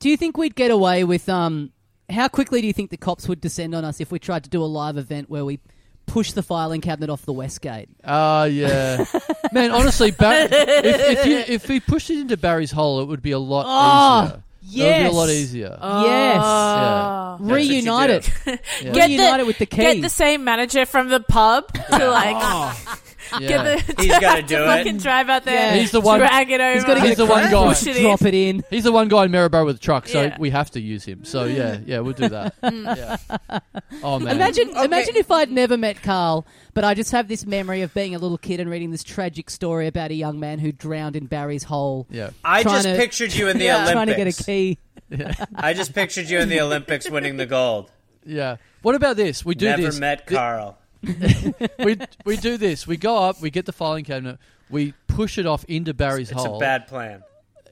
Do you think we'd get away with um? How quickly do you think the cops would descend on us if we tried to do a live event where we push the filing cabinet off the west gate? Ah, yeah, man. Honestly, Barry, if, [laughs] if, you, if we pushed it into Barry's hole, it would be a lot easier. it would be a lot Oh, yes. Oh, easier. Yes, yeah. what you reunite do. it. [laughs] Yeah. Reunite it with the Get key. the same manager from [laughs] the pub to like yeah. [laughs] get the He's got to to do [laughs] fucking it. drive out there. He's the one- Drag it over. He's got to He's get a the one crank, guy. Push it in. Drop it in. He's the one guy in Maribor with a truck, so Yeah. we have to use him. So yeah, yeah, we'll [laughs] do that. yeah. Oh man, Mm. Imagine, imagine if I'd never met Carl, but I just have this memory of being a little kid and reading this tragic story about a young man who drowned in Barry's hole. Yeah, I Trying just to- pictured [laughs] you in the Yeah. Trying Olympics. to get a key. I just pictured you in the Olympics winning the gold. yeah. What about this? We do Never this. met Carl. we we do this. We go up. We get the filing cabinet. We push it off into Barry's It's hole. a bad plan.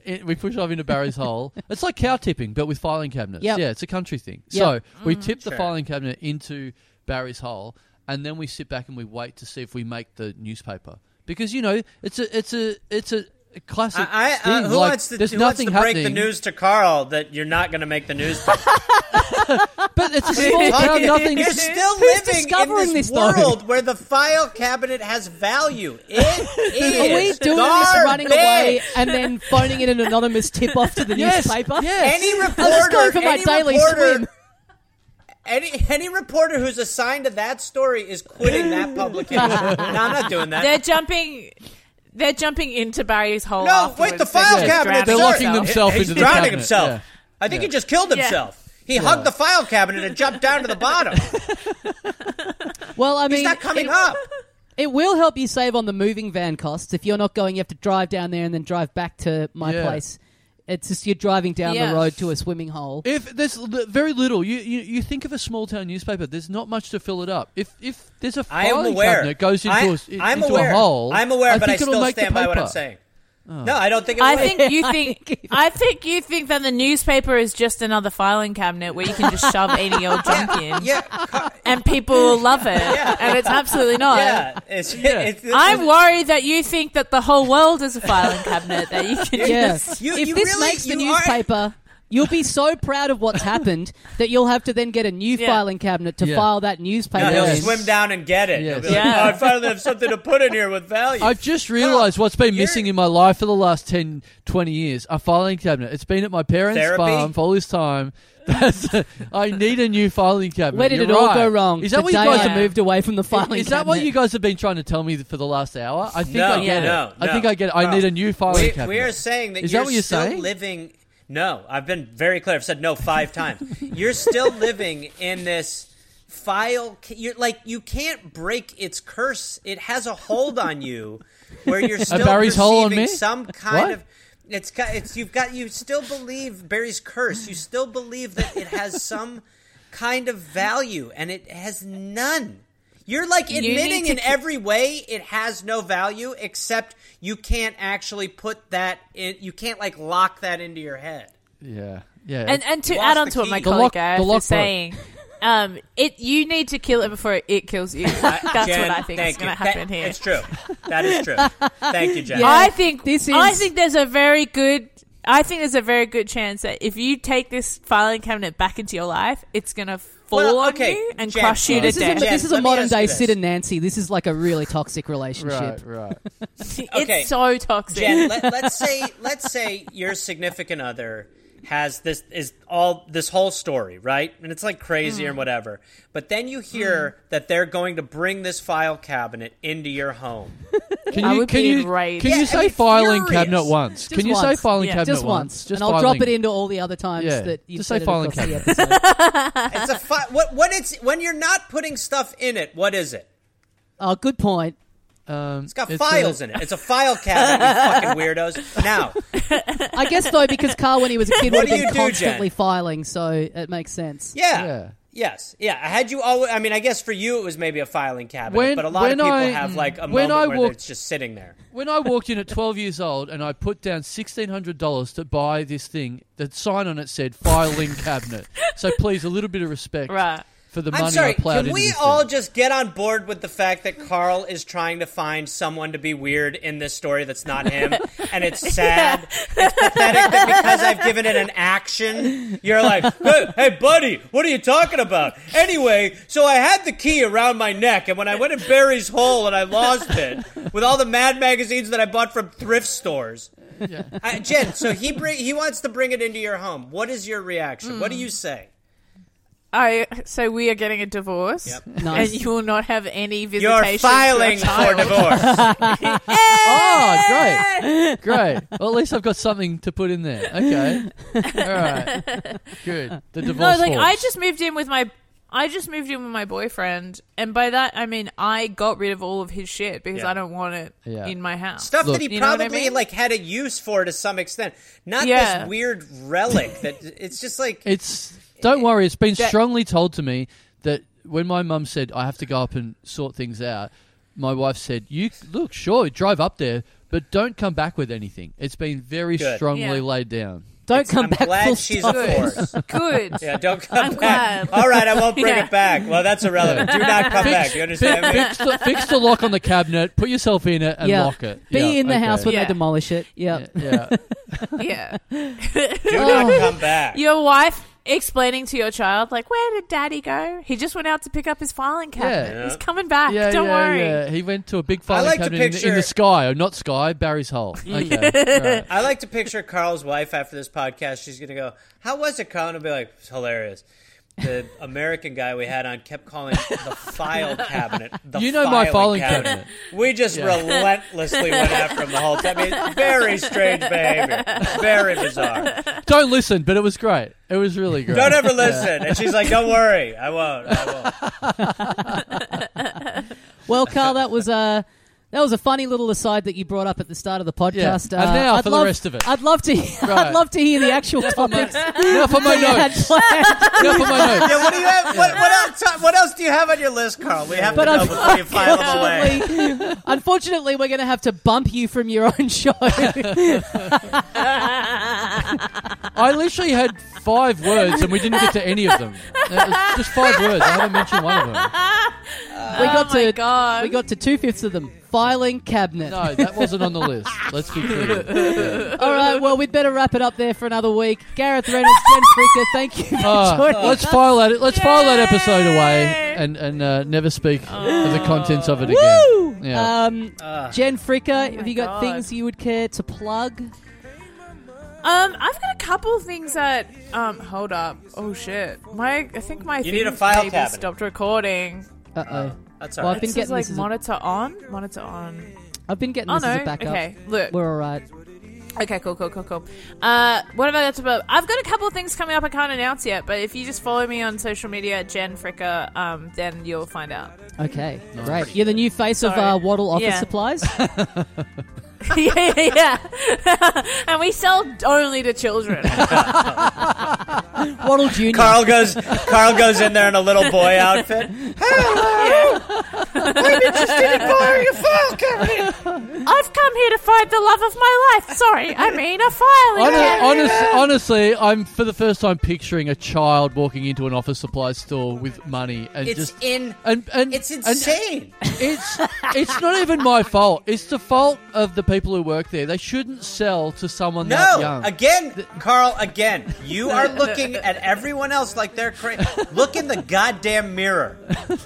it- we push it off into [laughs] Barry's hole. It's like cow tipping, but with filing cabinets. Yep. Yeah, it's a country thing. Yep. So we tip the Mm, Sure. filing cabinet into Barry's hole, and then we sit back and we wait to see if we make the newspaper because you know it's a it's a it's a classic I, I, thing. uh, who like, wants to, there's who wants nothing to break the happening, news to Carl that you're not going to make the news? but it's a [laughs] small town. Nothing. You're still Who's living discovering in this, this, though? world where the file cabinet has value. [laughs] It is Are we doing this garbage. running away and [laughs] then phoning in an anonymous tip off to the Yes, newspaper? yes. Any reporter, just going for my any daily reporter, swim. Any any reporter who's assigned to that story is [laughs] quitting that publication. no, I'm not doing that. They're jumping. They're jumping into Barry's hole. No, wait, afterwards. the They're file just cabinet. drowning They're locking themselves. themselves He's into the drowning cabinet, himself. yeah. I think he just killed himself. He hugged the file cabinet and jumped down to [laughs] the bottom. Well, I He's mean, not coming it, up. it will help you save on the moving van costs. If you're not going, you have to drive down there and then drive back to my Yeah. place. It's just you're driving down Yeah. the road to a swimming hole. If there's li- very little, you, you you think of a small town newspaper. There's not much to fill it up. If if there's a I am filing aware. cabinet goes into, I, a s- I'm into aware. a hole, I'm aware, but think I it'll still make the stand by what I'm paper. Oh. saying. No, [laughs] I don't think it I will. think you I think think- I think you think that the newspaper is just another filing cabinet where you can just shove any old junk [laughs] in, [laughs] yeah, Car- and people will love it, and it's absolutely not. yeah. It's, it's, it's, I'm worried that you think that the whole world is a filing cabinet that you can Yeah. just. You- if you this really- makes the you are- newspaper, You'll be so proud of what's happened that you'll have to then get a new Yeah. filing cabinet to Yeah. file that newspaper. No, he'll Yes. in. swim down and get it. He'll be Yes. like, Yeah. "Oh, I finally have something to put in here with value. I've just realized what's been you're- missing in my life for the last 10, 20 years a filing cabinet. It's been at my parents' Therapy? farm for all this time. [laughs] That's, I need a new filing cabinet. Where did You're it all go right. wrong? Is that the what you day guys I are moved away from the filing Is that what cabinet. you guys have been trying to tell me for the last hour? I think no, I get no, it. I no. think I get it. I No. need a new filing we, cabinet. We are saying that Is that you're what you're still saying? living. No, I've been very clear. I've said no [laughs] five times. you're still living in this file. ca- You're like you can't break its curse. It has a hold on you, [laughs] where you're still Barry's hole on perceiving me? some kind What? of. It's ki- it's you've got you still believe Barry's curse. You still believe that it has some kind of value, and it has none. You're like need admitting to in keep- every way it has no value except you can't actually put that in you can't like lock that into your head yeah. Yeah. And and to Lost add on the to what my key. The colleague lock- Gareth the lock is broke. saying, um, it you need to kill it before it kills [laughs] you. That's Jen, what I think thank is going to you. That- happen here. it's true that is true thank you [laughs] Jen I think This I is- think there's a very good. I think there's a very good chance that if you take this filing cabinet back into your life, it's going to fall Well, on okay, you and Jen, crush you to This is, a, death. Jen, this is a let me modern ask you day this. Sid and Nancy. This is like a really toxic relationship. right, [laughs] right. Okay. It's so toxic. Jen, let, let's say let's say your significant other has this is all this whole story, right? And it's like crazy Mm. and whatever. But then you hear that they're going to bring this file cabinet into your [laughs] home. Can I you would can be you enraged. can Yeah, you I'd say be filing furious. cabinet once? Just can you say once. filing Yeah. cabinet Just once, Just and I'll filing. drop it into all the other times Yeah. that you Just said say it filing across the cabinet. episode. [laughs] It's a fi- what what it's when you're not putting stuff in it. What is it? oh, good point. Um, It's got files in it. It's a file cabinet, you fucking [laughs] weirdos. Now, I guess though, because Carl, when he was a kid, would What have do been you do, constantly Jen? filing, so it makes sense. yeah. Yeah. Yes. Yeah. Had you always, I mean, I guess for you it was maybe a filing cabinet, When- but a lot when of people I- have like a when moment I where walk- it's just sitting there. When I walked in at 12 years old and I put down $1,600 to buy this thing, the sign on it said filing cabinet. So please, a little bit of respect Right. for the money I'm sorry. I plowed Can into we this all thing. just get on board with the fact that Carl is trying to find someone to be weird in this story that's not him, [laughs] and it's sad, it's pathetic that because I've given it an action, you're like, hey, hey, buddy, what are you talking about? Anyway, so I had the key around my neck, and when I went in Barry's hole and I lost it with all the Mad magazines that I bought from thrift stores. I, Jen, so he bring, he wants to bring it into your home. What is your reaction? What Hmm. do you say? I, so we are getting a divorce, Yep. Nice. and you will not have any visitation. You're to your filing [laughs] for child. divorce. Oh, great. Great. Well, at least I've got something to put in there. [laughs] Okay. All right. Good. The No, divorce. like I horse. just moved in with my I just moved in with my boyfriend, and by that I mean I got rid of all of his shit because Yeah. I don't want it Yeah. in my house. stuff Look, that he you know what I probably mean? like had a use for to some extent. Not Yeah. this weird relic that it's just like [laughs] It's. Don't worry. It's been That- strongly told to me that when my mum said I have to go up and sort things out, my wife said, "You look sure drive up there, but don't come back with anything." It's been very Good. strongly Yeah. laid down. Don't come I'm back. full glad she's stop. a [laughs] force. Good. [laughs] Yeah, don't come I'm back. glad. All right, I won't bring Yeah. it back. Well, that's irrelevant. Do not come back. Fi- You understand me? fix, the, fix the lock on the cabinet. Put yourself in it and Yeah. lock it. Be Yeah, in the okay. house when Yeah. they demolish it. Yeah. Yeah, yeah. yeah. Do not come back. Your wife explaining to your child, like, where did daddy go? He just went out to pick up his filing cabinet. Yeah. He's coming [laughs] back. Yeah, don't yeah, worry. yeah. He went to a big filing like to cabinet in the- in, the picture- sky, or not sky, Barry's [laughs] hole. Okay. all right. I like to picture Carl's wife after this podcast. She's gonna go, "How was it, Carl?" And I'll be like, "It's hilarious." The American guy we had on kept calling it the file cabinet. The You know my filing cabinet. We just relentlessly went after him the whole time. I mean, very strange behavior. Very bizarre. Don't listen, but it was great. It was [laughs] really great. Don't ever listen. And she's like, "Don't worry, I won't. I won't." Well, Carl, that was Uh, that was a funny little aside that you brought up at the start of the podcast. Uh, Yeah. And now I'd for the love, rest of it. I'd love to. [laughs] Right. I'd love to hear the actual [laughs] topics. Now for [laughs] my that notes. you had planned. Now for my notes. Yeah, what do you have? What, what else? What else do you have on your list, Carl? We have But to know I'm- before you file them away. Unfortunately, Uh, [laughs] unfortunately, we're going to have to bump you from your own [laughs] show. I literally had five Uh, words, and we didn't get to any of them. It was just five words. I haven't mentioned one of them. We got Oh my to God. we got to two fifths of them. Filing cabinet. No, that wasn't on the list. Let's be [laughs] clear. Yeah. [laughs] All right, well we'd better wrap it up there for another week. Gareth Reynolds, Jen Fricker, thank you for Ah, joining us. let's file that. Let's file that episode away Yay! and and uh, never speak of the contents of it again. Woo! Yeah. Um, Uh, Jen Fricker, have you got God. things you would care to plug? Um, I've got a couple of things that. Um, hold up. Oh shit. My, I think my. You need thing a file maybe cabinet. stopped recording. Uh oh. That's all Well, I've right. been This is getting like this. As a, monitor on, monitor on. I've been getting Oh this as no. a backup. Okay, look. We're all right. Okay, cool, cool, cool, cool. Uh, what have I got to bu- I've got a couple of things coming up I can't announce yet, but if you just follow me on social media, Jen Fricker, um, then you'll find out. Okay, great. You're the new face of Sorry. uh, Waddle office Yeah. supplies. [laughs] yeah, yeah, yeah. [laughs] and we sell only to children. Waddle Junior. Carl goes. Carl goes in there in a little boy outfit. I've come here to find the love of my life. Sorry, I mean a filing Hon- cabinet. honest, honestly, I'm for the first time picturing a child walking into an office supply store with money and It's just in. and and It's and- insane. It's it's not even my fault. It's the fault of the people who work there. They shouldn't sell to someone that No, young. again, Carl. Again, [laughs] you are looking at everyone else like they're crazy. Look in the goddamn mirror.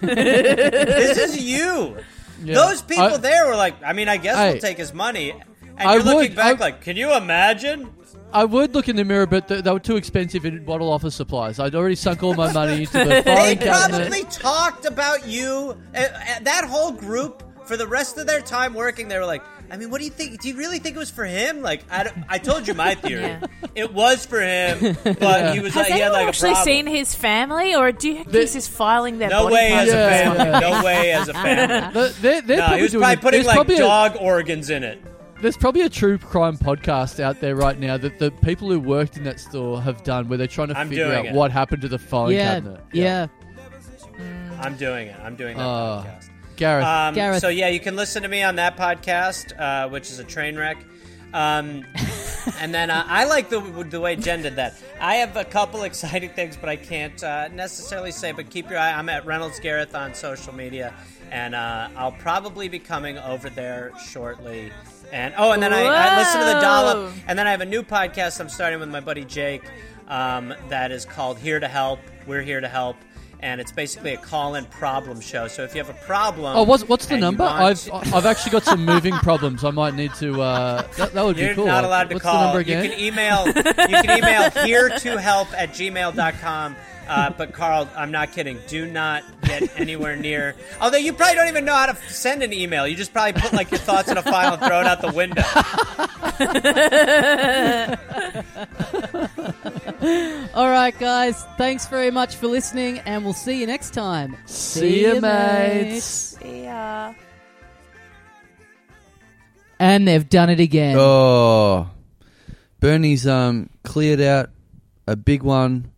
this is you. Yeah. Those people I- there were like, I mean, I guess Hey. we'll take his money. And I you're looking would- back I- like, can you imagine? I would look in the mirror, but they, they were too expensive in bottle office supplies. I'd already sunk all my money into the They filing probably cabinet. talked about you. uh, uh, that whole group for the rest of their time working, they were like, I mean, what do you think? Do you really think it was for him? Like, I, don't- I told you my theory. [laughs] Yeah. It was for him, [laughs] but he was Has like, he had anyone like a actually problem. seen his family, or do you think he's just filing their no body way parts? as a Yeah. family. No way as a family. They- They're, they're No, probably he was doing probably it- putting there's like probably a- dog organs in it. There's probably a true crime podcast out there right now that the people who worked in that store have done, where they're trying to I'm figure doing out it. what happened to the filing yeah, cabinet. yeah. I'm doing it. I'm doing that Uh, podcast. Gareth, Um, Gareth. So yeah, you can listen to me on that podcast, uh, which is a train wreck. Um, and then uh, I like the the way Jen did that. I have a couple exciting things, but I can't uh, necessarily say. But keep your eye. I'm at Reynolds Gareth on social media, and uh, I'll probably be coming over there shortly. And oh, and then I, I listen to the dollop, Whoa. and then I have a new podcast I'm starting with my buddy Jake um, that is called Here to Help. We're here to help. And it's basically a call in problem show. So if you have a problem. Oh, what's, what's the and you number? want- I've I've actually got some moving problems. I might need to. Uh, that, that would You're be cool. not allowed to what's call. the number again? You can email you [laughs] can email here to help at gmail.com. Uh, but Carl, I'm not kidding. Do not get anywhere near. Although you probably don't even know how to f- send an email. You just probably put like your thoughts in a file and throw it out the window. All right, guys. Thanks very much for listening, and we'll see you next time. See ya, mates. Yeah. And they've done it again. Oh, Bernie's um cleared out a big one.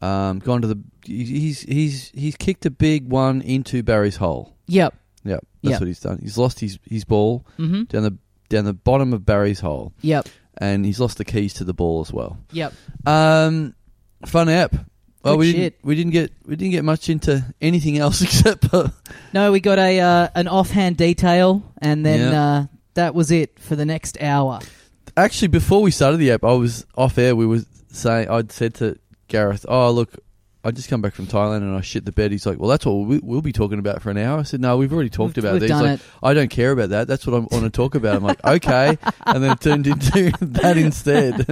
Um, gone to the he's he's he's kicked a big one into Barry's hole. Yep. Yeah, that's Yeah. what he's done. He's lost his his ball Mhm. down the down the bottom of Barry's hole, Yep. and he's lost the keys to the ball as well. Yep. Um, fun app. Well, Good we shit. didn't, we didn't get we didn't get much into anything else [laughs] except uh, No, we got a uh, an offhand detail, and then Yeah. uh, that was it for the next hour. actually before we started the app, I was off air. We were saying I'd said to Gareth, "Oh look, I just come back from Thailand and I shit the bed." He's like, "Well, that's what we, we'll be talking about for an hour." I said, "No, we've already talked We've- about we've these." done like, it. I don't care about that. That's what I want to talk about. I'm [laughs] like, okay, and then it turned into [laughs] that instead.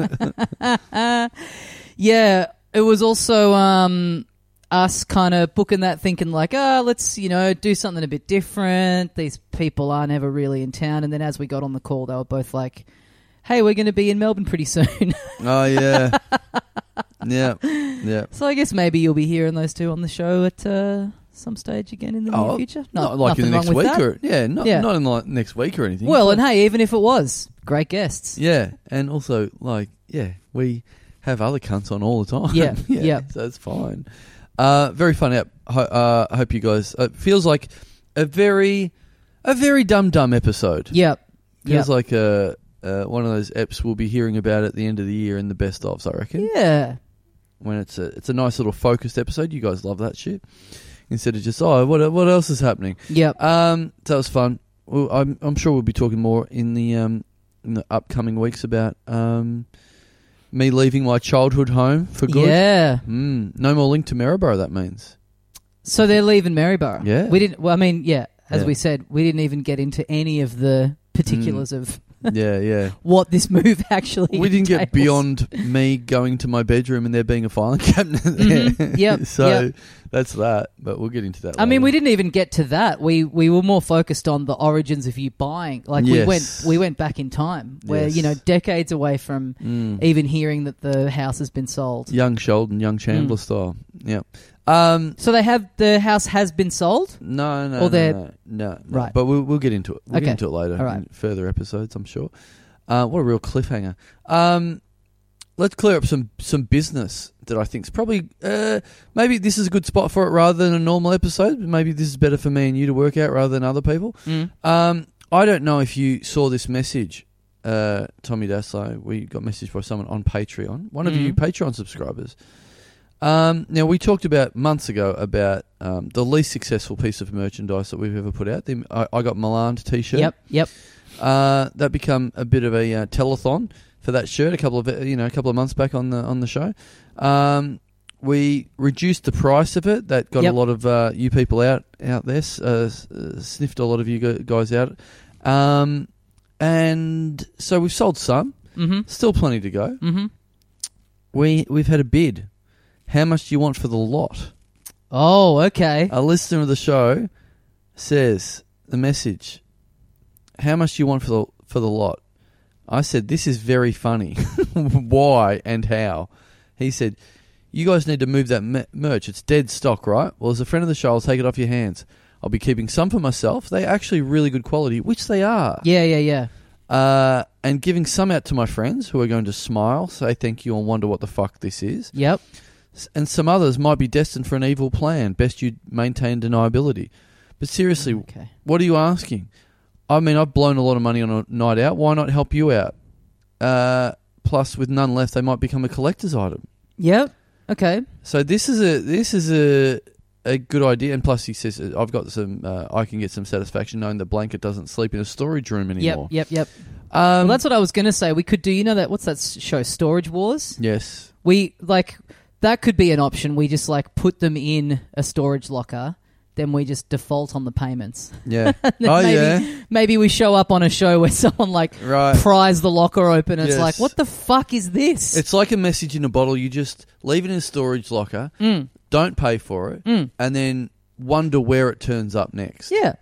Yeah, it was also um, us kind of booking that, thinking like, ah, let's you know do something a bit different. These people are never really in town, and then as we got on the call, they were both like, "Hey, we're going to be in Melbourne pretty [laughs] soon." [laughs] oh yeah, yeah, yeah. so I guess maybe you'll be hearing those two on the show at uh, some stage again in the near Oh, future. No, Not like nothing in the wrong next with week that. or yeah, not Yeah. not in like next week or anything. well, and hey, even if it was, great guests. Yeah, and also like yeah, we have other cunts on all the time. [laughs] Yeah, yeah. So it's fine. Uh, very fun app. Ho- uh, I hope you guys. It feels like a very, a very dumb dumb episode. Yep. Yep. feels like a. Uh, one of those eps we'll be hearing about at the end of the year in the best ofs, I reckon. yeah. When it's a it's a nice little focused episode, you guys love that shit. instead of just oh what what else is happening. Yep. Um, so that was fun. Well, I'm I'm sure we'll be talking more in the um in the upcoming weeks about um me leaving my childhood home for good. Yeah. Mm, no more link to Maryborough. [laughs] That means. So they're leaving Maryborough. Yeah. We didn't. Well, I mean, yeah. As Yeah. we said, we didn't even get into any of the particulars of yeah, yeah. what this [laughs] move actually. Mm. We didn't get entails. beyond me going to my bedroom and there being a filing [laughs] cabinet there. [laughs] Mhm. Yep, so yep. that's that. But we'll get into that. I mean, later. we didn't even get to that. We we were more focused on the origins of you buying. Like we Yes. went we went back in time, where Yes. Mm. you know decades away from even hearing that the house has been sold. Young Sheldon, young Mm. Chandler style. Yeah. Um, So they have the house has been sold. no, no, Or no, they're- no, no, no. Right. But we'll, we'll get into it. We'll get Okay. into it later All right. in further episodes, I'm sure. Uh, what a real cliffhanger. Um, let's clear up some, some business that I think is probably uh, maybe this is a good spot for it rather than a normal episode. Maybe this is better for me and you to work out rather than other people. Um, I don't know if you saw this message, uh, Tommy Daslow. We got messaged by someone on Patreon, one of you Patreon subscribers. Um, now we talked about months ago about um, the least successful piece of merchandise that we've ever put out. The, I, I got Milan t-shirt. Yep, yep. Uh, that become a bit of a uh, telethon for that shirt a couple of you know a couple of months back on the on the show. Um, we reduced the price of it. That got Yep. a lot of uh, you people out out there. s- Uh, s- uh, sniffed a lot of you gu- guys out. Um, and so we've sold some. Mm-hmm. Still plenty to go. Mm-hmm. We we've had a bid. How much do you want for the lot? Oh, okay. A listener of the show says the message. How much do you want for the for the lot? I said this is very funny. [laughs] Why and how? He said, "You guys need to move that me- merch. It's dead stock, right? Well, as a friend of the show, I'll take it off your hands. I'll be keeping some for myself. They're actually really good quality, which they are. Yeah, yeah, yeah. Uh, and giving some out to my friends who are going to smile, say thank you, and wonder what the fuck this is Yep. and some others might be destined for an evil plan. Best you maintain deniability. But seriously, Okay. what are you asking? I mean, I've blown a lot of money on a night out. Why not help you out? Uh, plus, with none left, they might become a collector's item. Yep. Okay. So this is a this is a a good idea. And plus, he says uh, I've got some. Uh, I can get some satisfaction knowing the blanket doesn't sleep in a storage room Yep. anymore. Yep. Yep. Um, Well, that's what I was going to say. We could do. You know that? What's that s- show? Storage Wars. yes. We like that could be an option. We just like put them in a storage locker, then we just default on the payments. [laughs] Yeah. [laughs] oh maybe, yeah. Maybe we show up on a show where [laughs] someone like Right. pries the locker open. And Yes. It's like, what the fuck is this? It's like a message in a bottle. You just leave it in a storage locker, Mm. don't pay for it, and then wonder where it turns up next. yeah.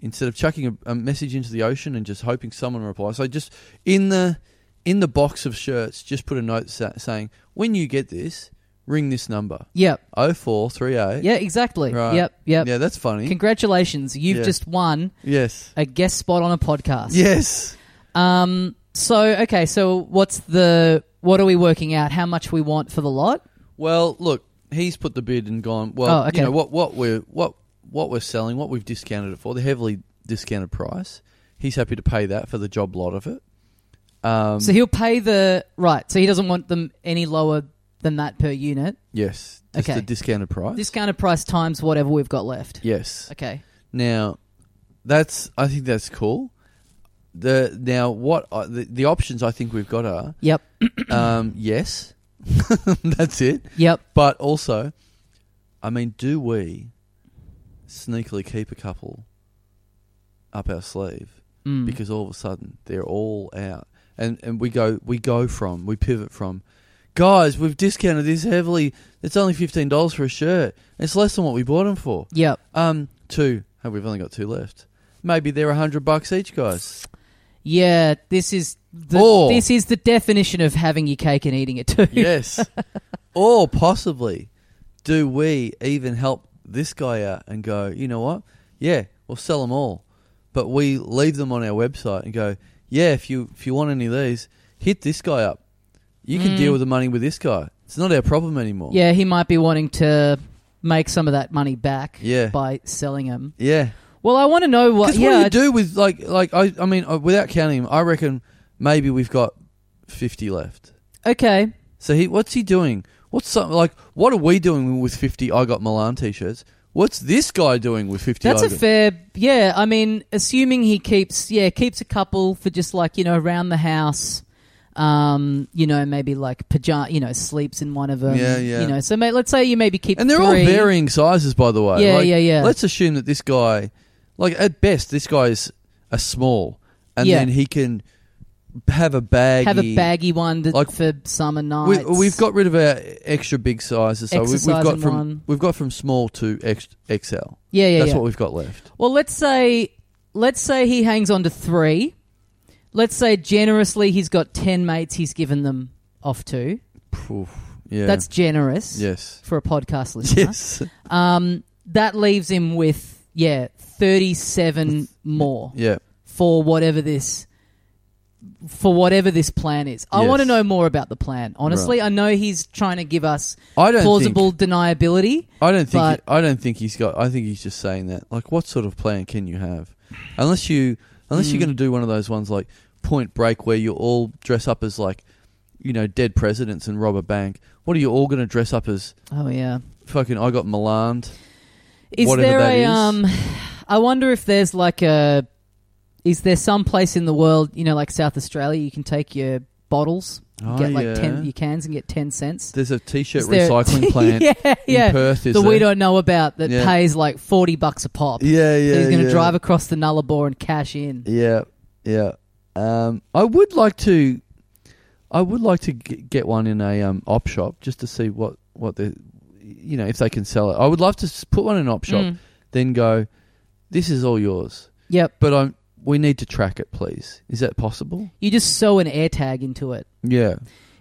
Instead of chucking a, a message into the ocean and just hoping someone replies. So just in the in the box of shirts, just put a note sa- saying, "When you get this, ring this number." Yep. 0438. Yeah. Exactly. Right. Yep. Yep. Yeah, that's funny. Congratulations, you've Yeah. just won yes. a guest spot on a podcast. Yes. Um. So okay. So what's the what are we working out? How much we want for the lot? Well, look, he's put the bid and gone. Well, Oh, okay. you know what what we're what what we're selling, what we've discounted it for, the heavily discounted price. He's happy to pay that for the job lot of it. Um, So he'll pay the right. So he doesn't want them any lower than that per unit. yes, just Okay. the discounted price. Discounted price times whatever we've got left. yes. Okay. Now, that's I think that's cool. The now what I, the, the options I think we've got are [coughs] Yep. um, yes, [laughs] that's it. Yep. But also, I mean, do we sneakily keep a couple up our sleeve because all of a sudden they're all out, and and we go we go from we pivot from, guys, we've discounted this heavily. It's only fifteen dollars for a shirt. It's less than what we bought them for. Yep. Um, two. Have we've only got two left? Maybe they're a hundred bucks each, guys. Yeah, this is the, Or- this is the definition of having your cake and eating it too. Yes. [laughs] or possibly, do we even help this guy out and go, you know what? Yeah, we'll sell them all. But we leave them on our website and go, yeah, if you if you want any of these, hit this guy up. You can deal with the money with this guy. It's not our problem [laughs] anymore. Mm. Yeah, he might be wanting to make some of that money back Yeah. by selling them. Yeah. Well, I want to know what Because Uh, yeah, what do you do with like like I I mean uh, without counting them, I reckon maybe we've got fifty left. Okay. So he, what's he doing? What's something like? What are we doing with fifty? I got Milan t-shirts. what's this guy doing with fifty? That's a items? fair. Yeah, I mean, assuming he keeps, yeah, keeps a couple for just like you know around the house. Um, you know, maybe like pajama, you know, sleeps in one of them. Yeah, yeah. You know, so mate, let's say you maybe keep And they're all three. varying sizes, by the way. Yeah, Like, yeah, yeah. Let's assume that this guy, like at best, this guy's a small, and Yeah. then he can have a bag. have a baggy one that, like- for summer We, nights. we've got rid of our extra big sizes, so we've, we've got Exercising from one. we've got from small to X, XL. yeah, yeah, That's yeah. what we've got left. Well, let's say let's say he hangs on to three. Let's say generously he's got ten mates he's given them off to. Oof. Yeah, That's generous [laughs] [laughs] yes, for a podcast listener. yes, Um, that leaves him with yeah, thirty-seven more yeah. for whatever this for whatever this plan is. I Yes. want to know more about the plan. Honestly, I know he's trying to give us I don't plausible Think, deniability. I don't think. but- he- I don't think he's got. I think he's just saying that. Like, what sort of plan can you have? Unless you, unless you're Mm. going to do one of those ones like Point Break, where you all dress up as like, you know, dead presidents and rob a bank. What are you all going to dress up as? Oh yeah. Fucking, I got Milan. Is Whatever there that a is. um I wonder if there's like a is there some place in the world, you know, like South Australia, you can take your bottles, you Oh, get like yeah. ten your cans and get ten cents. There's a t-shirt Is there- [laughs] recycling plant yeah, yeah. in Perth. Is that we there? don't know about that Yeah. pays like forty bucks a pop. Yeah, yeah. so he's going to yeah. drive across the Nullarbor and cash in. Yeah, yeah. Um, I would like to, I would like to g- get one in a um, op shop just to see what what the, you know, if they can sell it. I would love to s- put one in an op shop, Mm. then go, this is all yours. Yep. But I'm, we need to track it, please. Is that possible? You just sew an air tag into it. Yeah,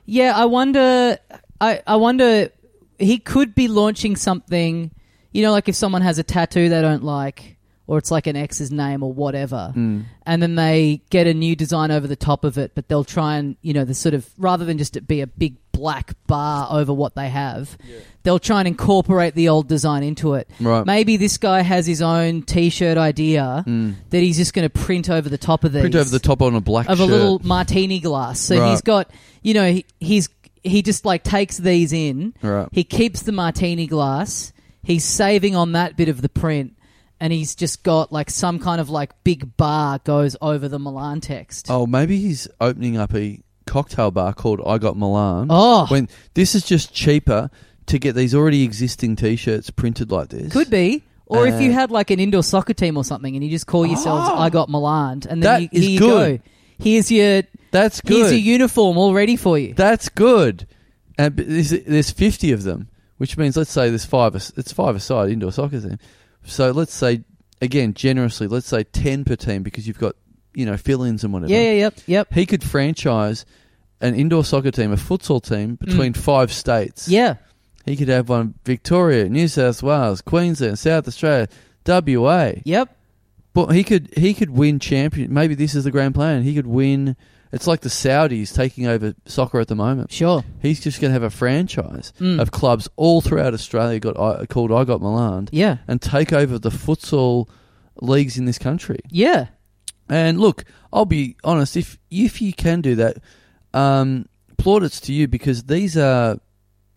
Yeah, I wonder. I I wonder he could be launching something. You know, like if someone has a tattoo they don't like, or it's like an ex's name or whatever, Mm. and then they get a new design over the top of it, but they'll try and you know the sort of rather than just it be a big black bar over what they have, they'll try and incorporate the old design into it. right. Maybe this guy has his own T-shirt idea that he's just going to print over the top of these Mm. Print over the top on a black of a shirt. little martini glass. So Right. he's got, you know, he, he's he just like takes these in. Right. He keeps the martini glass. He's saving on that bit of the print, and he's just got like some kind of like big bar goes over the Milan text. Oh, maybe he's opening up a cocktail bar called I Got Milan. Oh. When this is just cheaper to get these already existing t shirts printed like this. Could be. Or if you Uh, Oh. had like an indoor soccer team or something, and you just call yourselves "I got Milan," and then That you, is here you good. go. Here's your That's here's good. your uniform all ready for you. That's good. And b- there's, there's 50 of them, which means let's say there's five. a s- It's five a side indoor soccer team. So let's say again generously, let's say 10 per team because you've got you know fill-ins and whatever. yeah, yeah, yep, yep, He could franchise an indoor soccer team, a futsal team Mm. between five states. yeah. He could have one Victoria, New South Wales, Queensland, South Australia, WA. Yep. But he could he could win champion. Maybe this is the grand plan. He could win. It's like the Saudis taking over soccer at the moment. Sure. He's just going to have a franchise Mm. of clubs all throughout Australia got I, called I Got Milan Yeah. and take over the futsal leagues in this country. Yeah. And look, I'll be honest. If if you can do that, um, plaudits to you because these are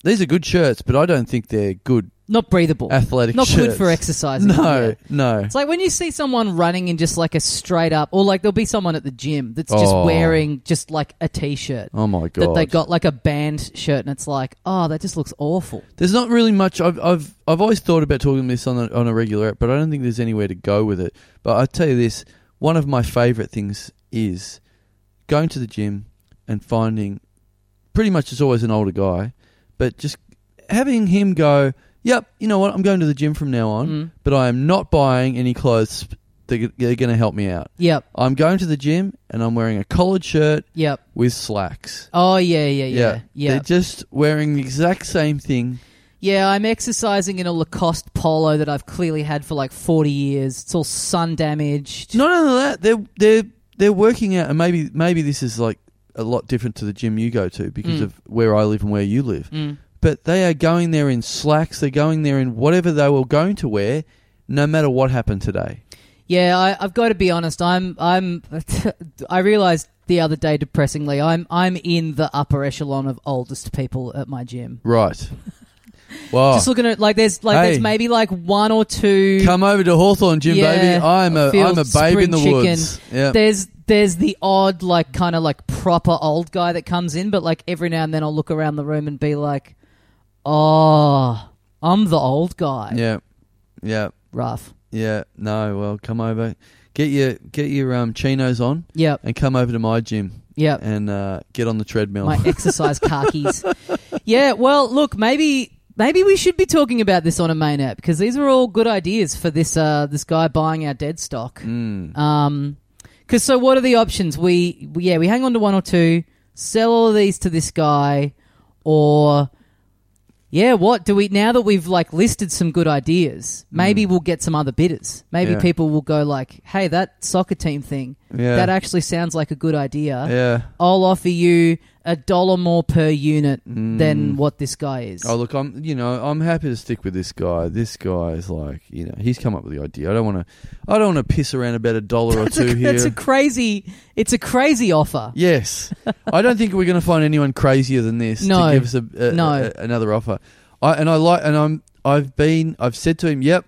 these are good shirts, but I don't think they're good Not breathable. athletic. Not good shirts. for exercising. [laughs] No, yeah. no. It's like when you see someone running in just like a straight up, or like there'll be someone at the gym that's just Oh. wearing just like a t shirt Oh my god! that they got like a band shirt, and it's like, oh, that just looks awful. There's not really much. I've I've I've always thought about talking this on a, on a regular, but I don't think there's anywhere to go with it. But I tell you this, one of my favourite things is going to the gym and finding, pretty much it's always an older guy, but just having him go, yep, you know what, I'm going to the gym from now on, Mm. but I am not buying any clothes that are going to help me out. Yep, I'm going to the gym and I'm wearing a collared shirt yep. with slacks. Oh yeah, yeah, yeah, yeah, They're yeah. just wearing the exact same thing. I'm exercising in a Lacoste polo that I've clearly had for like 40 years. It's all sun damaged. Not only that, they're they're they're working out, and maybe maybe this is like a lot different to the gym you go to because Mm. of where I live and where you live. Mm. But they are going there in slacks. They're going there in whatever they were going to wear, no matter what happened today. Yeah, I, I've got to be honest. I'm, I'm, [laughs] I realized the other day, [laughs] depressingly, I'm, I'm in the upper echelon of oldest people at my gym. Right. Wow. Just looking at like there's like there's Hey. maybe like one or two. Come over to Hawthorne, Jim, baby. I'm a field I'm a babe spring in the chicken. woods. Yeah. There's there's the odd like kind of like proper old guy that comes in, but like every now and then I'll look around the room and be like, oh, I'm the old guy. Yeah. Yeah. Rough. Yeah. No. Well, come over. Get your get your um, chinos on Yep. and come over to my gym Yep. and uh, get on the treadmill. My exercise khakis. [laughs] Yeah. Well, look, maybe. Maybe we should be talking about this on a main app because these are all good ideas for this uh, this guy buying our dead stock. Mm. Um, because so what are the options? We we- yeah, we hang on to one or two, sell all of these to this guy, or yeah, what do we now that we've like listed some good ideas? Maybe we'll get some other bidders. Maybe Mm. Yeah. people will go like, hey, that soccer team thing Yeah. that actually sounds like a good idea. yeah. I'll offer you a dollar more per unit Mm. than what this guy is. Oh look, I'm you know I'm happy to stick with this guy. This guy is like you know he's come up with the idea. I don't want to I don't want to piss around about a dollar or That's a, two here. that's a crazy. It's a crazy offer. Yes, I don't think we're going to find anyone crazier than this No. to give us a, a- No. a- another offer. I and I like and I'm I've been I've said to him, "Yep,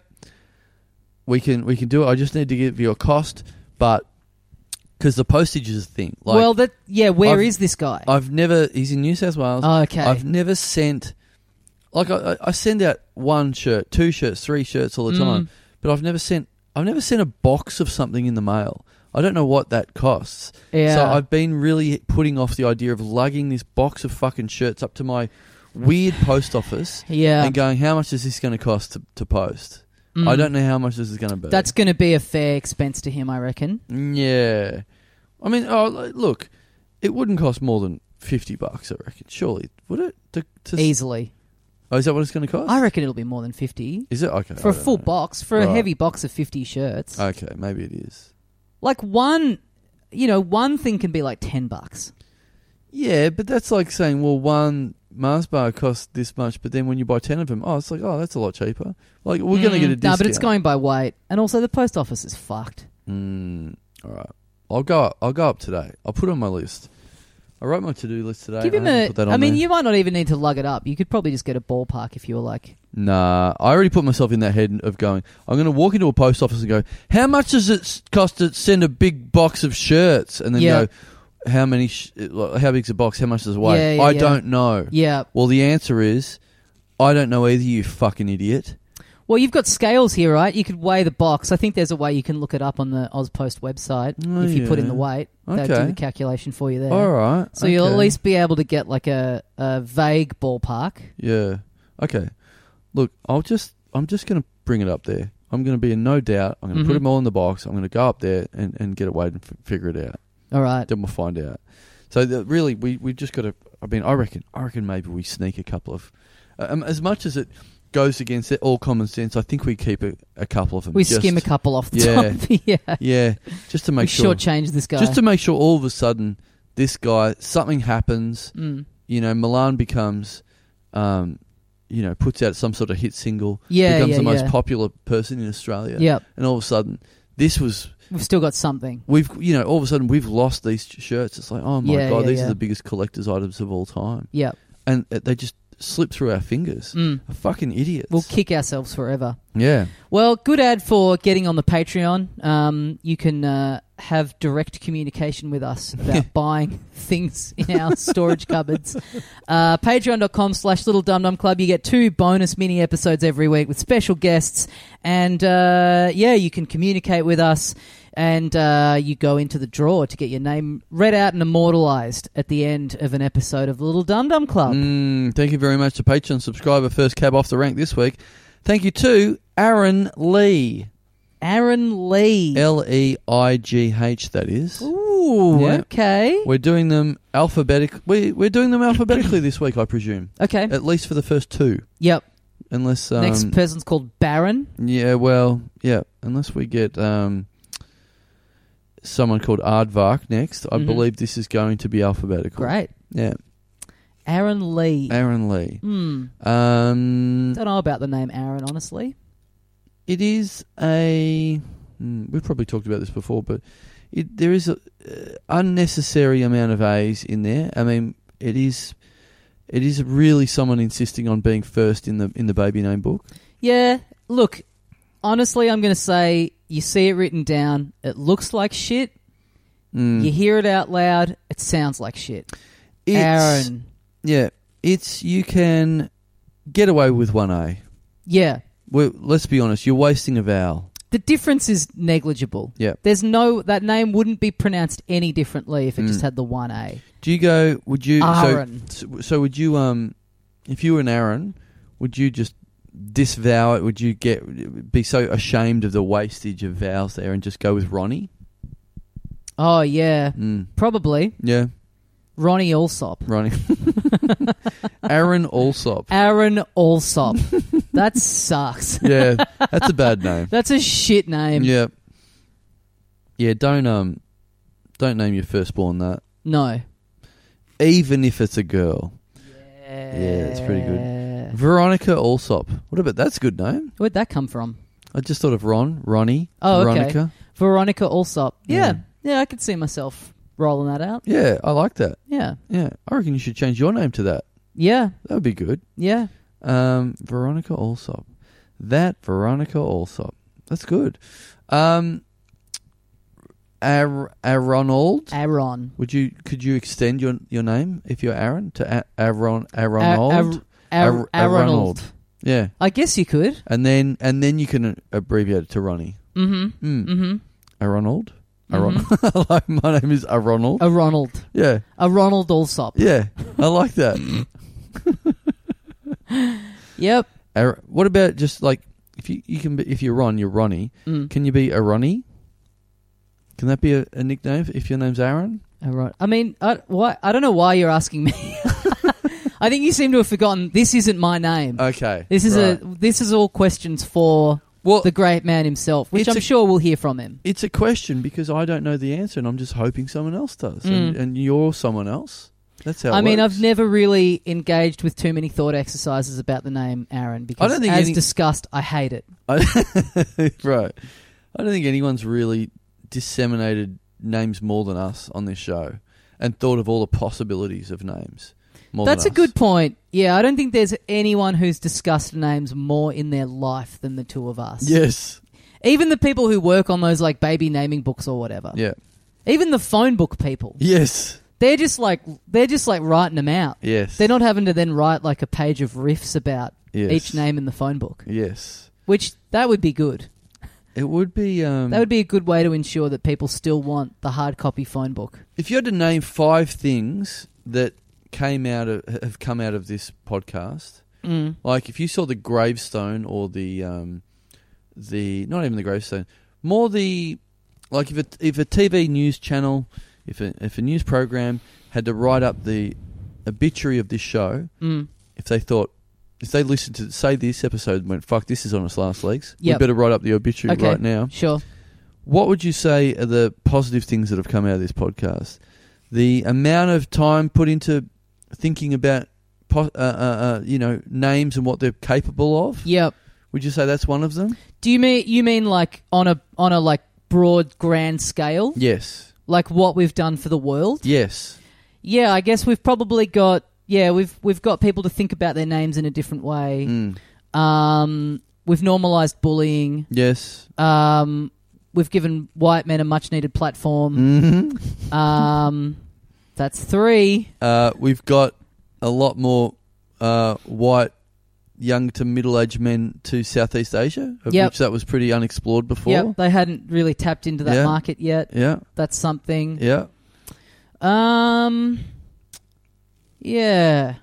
we can we can do it. I just need to give you a cost, but because the postage is a thing. Like well, that yeah. Where is I've- this guy? I've never he's in New South Wales. Oh, okay. I've never sent like I, I- I send out one shirt, two shirts, three shirts all the Mm. time, but I've never sent I've never sent a box of something in the mail. I don't know what that costs. yeah. So I've been really putting off the idea of lugging this box of fucking shirts up to my weird post office yeah. and going, how much is this going to cost to, to post? I Mm. don't know how much this is going to be. That's going to be a fair expense to him, I reckon. yeah. I mean, oh li- look, it wouldn't cost more than fifty bucks. I reckon, surely would it? To, to s- Easily, Oh, is that what it's going to cost? I reckon it'll be more than fifty is it okay for I a don't full know. box, for a Right. Uh, heavy box of fifty shirts. Okay, maybe it is. like one, you know, one thing can be like ten bucks. Yeah, but that's like saying, well, one Mars bar costs this much, but then when you buy ten of them, oh, it's like, oh, that's a lot cheaper. Like we're going to get No, a discount. Mm. but it's going by weight, and also the post office is fucked. Mm, all right. I'll go. I'll go up today. I'll put it on my list. I wrote my to-do list today. Give him I haven't a. put that on I mean, there. you might not even need to lug it up. You could probably just get a ballpark if you were like, Nah, I already put myself in that head of going. I'm going to walk into a post office and go, "How much does it s- cost to send a big box of shirts?" And then Yeah. go, "How many? Sh- like, how big's a box? How much does it weigh?" Yeah, yeah, I yeah. don't know. yeah. Well, the answer is, I don't know either. You fucking idiot. Well, you've got scales here, right? You could weigh the box. I think there's a way you can look it up on the Ozpost website Oh, if you put in yeah. the weight. They'll do Okay. the calculation for you there. All right. So you'll at okay. least be able to get like a, a vague ballpark. Yeah. Okay. Look, I'll just I'm just gonna bring it up there. I'm gonna be in no doubt. I'm gonna put Mhm. them all in the box. I'm gonna go up there and, and get it weighed and f- figure it out. All right. Then we'll find out. So the, really, we we just got to. I mean, I reckon I reckon maybe we sneak a couple of, um, as much as it goes against it, all common sense. I think we keep a, a couple of them. We just, skim a couple off the Yeah. top. [laughs] yeah. Yeah, just to We make sure. shortchange this guy. Just to make sure, all of a sudden, this guy something happens Mm. you know, Milan becomes, um, you know, puts out some sort of hit single, Yeah, becomes yeah, the most yeah. popular person in Australia, Yep. and all of a sudden, this was We've still got something. we've you know all of a sudden we've lost these sh- shirts. It's like oh my Yeah, god, yeah, these yeah. are the biggest collectors' items of all time, Yep. and uh, they just slip through our fingers. Mm. We're Fucking idiots. We'll kick ourselves forever. yeah, Well, good ad for getting on the Patreon. Um, you can uh, have direct communication with [laughs] us about buying things in our storage cupboards. Uh, Patreon.com slash Little Dum Dum Club. You get two bonus mini episodes every week with special guests. And uh, yeah, you can communicate with us. And uh, you go into the draw to get your name read out and immortalized at the end of an episode of the Little Dum Dum Club. Mm, thank you very much to Patreon subscriber first cab off the rank this week. Thank you to Aaron Lee, Aaron Lee. L E I G H. That is. Ooh, Yeah. okay. We're doing them alphabetic. We we're doing them alphabetically this week, [laughs] I presume. Okay. At least for the first two, Yep. unless um, Next person's called Baron. yeah, well, yeah, unless we get um, someone called Aardvark next. I Mhm. believe this is going to be alphabetical. Great. Yeah, Aaron Lee. Aaron Lee. Hmm. Um, Don't know about the name Aaron, honestly. it is a. mm, We've probably talked about this before, but it, there is a uh, unnecessary amount of A's in there. I mean, it is. It is really someone insisting on being first in the in the baby name book. Yeah, look, honestly, I'm going to say you see it written down. It looks like shit. You hear it out loud. It sounds like shit. Mm. It's, Aaron. Yeah, it's you can get away with one A. Yeah. Well, let's be honest, you're wasting a vowel. The difference is negligible. Yeah. There's no, that name wouldn't be pronounced any differently if it Mm. just had the 1A. Do you go? Would you? Aaron. So, so would you? Um, if you were an Aaron, would you just disavow it? Would you get be so ashamed of the wastage of vowels there and just go with Ronnie? Oh, yeah. Mm. Probably. Yeah, Ronnie Alsop. Ronnie. [laughs] Aaron Allsop. Aaron [laughs] Alsop. that sucks. Yeah, that's a bad name. That's a shit name. Yeah, yeah. Don't um, don't name your firstborn that, No. even if it's a girl. Yeah, it's pretty good. Veronica Allsop. What about that's a good name? Where'd that come from? I just thought of Ron, Ronnie, Oh, okay. Veronica. Veronica Allsop. Yeah. Mm. Yeah, I could see myself rolling that out. Yeah, I like that. Yeah. Yeah, I reckon you should change your name to that. Yeah. That would be good. Yeah. Um, Veronica Allsop. That Veronica Allsop. That's good. Um, Ar- Aronald. Aaron. Would you could you extend your your name if you're Aaron to A- Aaron Aaronold? Aaron. Ar- Ar- Aronold. yeah, I guess you could. and then and then you can abbreviate it to Ronnie. Mm-hmm. Mm. Mm-hmm. Aronold. Aron. [laughs] like my name is Aronold. A Ronald. yeah, A Ronald Allsop. yeah. I like that. Yep. Ar- Er, what about just like if you you can be, if you're Ron, you're Ronnie. Mm. Can you be a Ronnie? Can that be a, a nickname if your name's Aaron? Aaron. I mean, I, why, I don't know why you're asking me. [laughs] I think you seem to have forgotten this isn't my name. Okay, this is Uh, right. a this is all questions for well. the great man himself, which It's I'm a- sure we'll hear from him. it's a question because I don't know the answer, and I'm just hoping someone else does, and, Mm. and you're someone else. That's how. I it mean, works. I've never really engaged with too many thought exercises about the name Aaron because, don't think as any- discussed, I hate it. I- right. I don't think anyone's really disseminated names more than us on this show, and thought of all the possibilities of names. More That's a than us. good point. Yeah, I don't think there's anyone who's discussed names more in their life than the two of us. Yes. Even the people who work on those like baby naming books or whatever. Yeah. Even the phone book people. Yes. They're just like they're just like writing them out. Yes. They're not having to then write like a page of riffs about Yes. each name in the phone book, Yes. which that would be good. It would be. Um, That would be a good way to ensure that people still want the hard copy phone book. If you had to name five things that came out of have come out of this podcast, Mm. like if you saw the gravestone or the um, the not even the gravestone, more the like if a, if a TV news channel, if a, if a news program had to write up the obituary of this show, Mm. if they thought. If they listened to say this episode and went, fuck, this is on us last legs. Yep. We better write up the obituary Okay. right now. Sure. What would you say are the positive things that have come out of this podcast? The amount of time put into thinking about, po- uh, uh, uh, you know, names and what they're capable of. Yep. Would you say that's one of them? Do you mean you mean like on a on a like broad grand scale? Yes. Like what we've done for the world? Yes. Yeah, I guess we've probably got yeah, we've we've got people to think about their names in a different way. Mm. Um, we've normalized bullying. Yes. Um, we've given white men a much needed platform. hmm Um, that's three. Uh, we've got a lot more uh, white, young to middle aged men to Southeast Asia, of Yep. which that was pretty unexplored before. Yep, they hadn't really tapped into that Yeah. market yet. Yeah. That's something. Yeah. Um, yeah.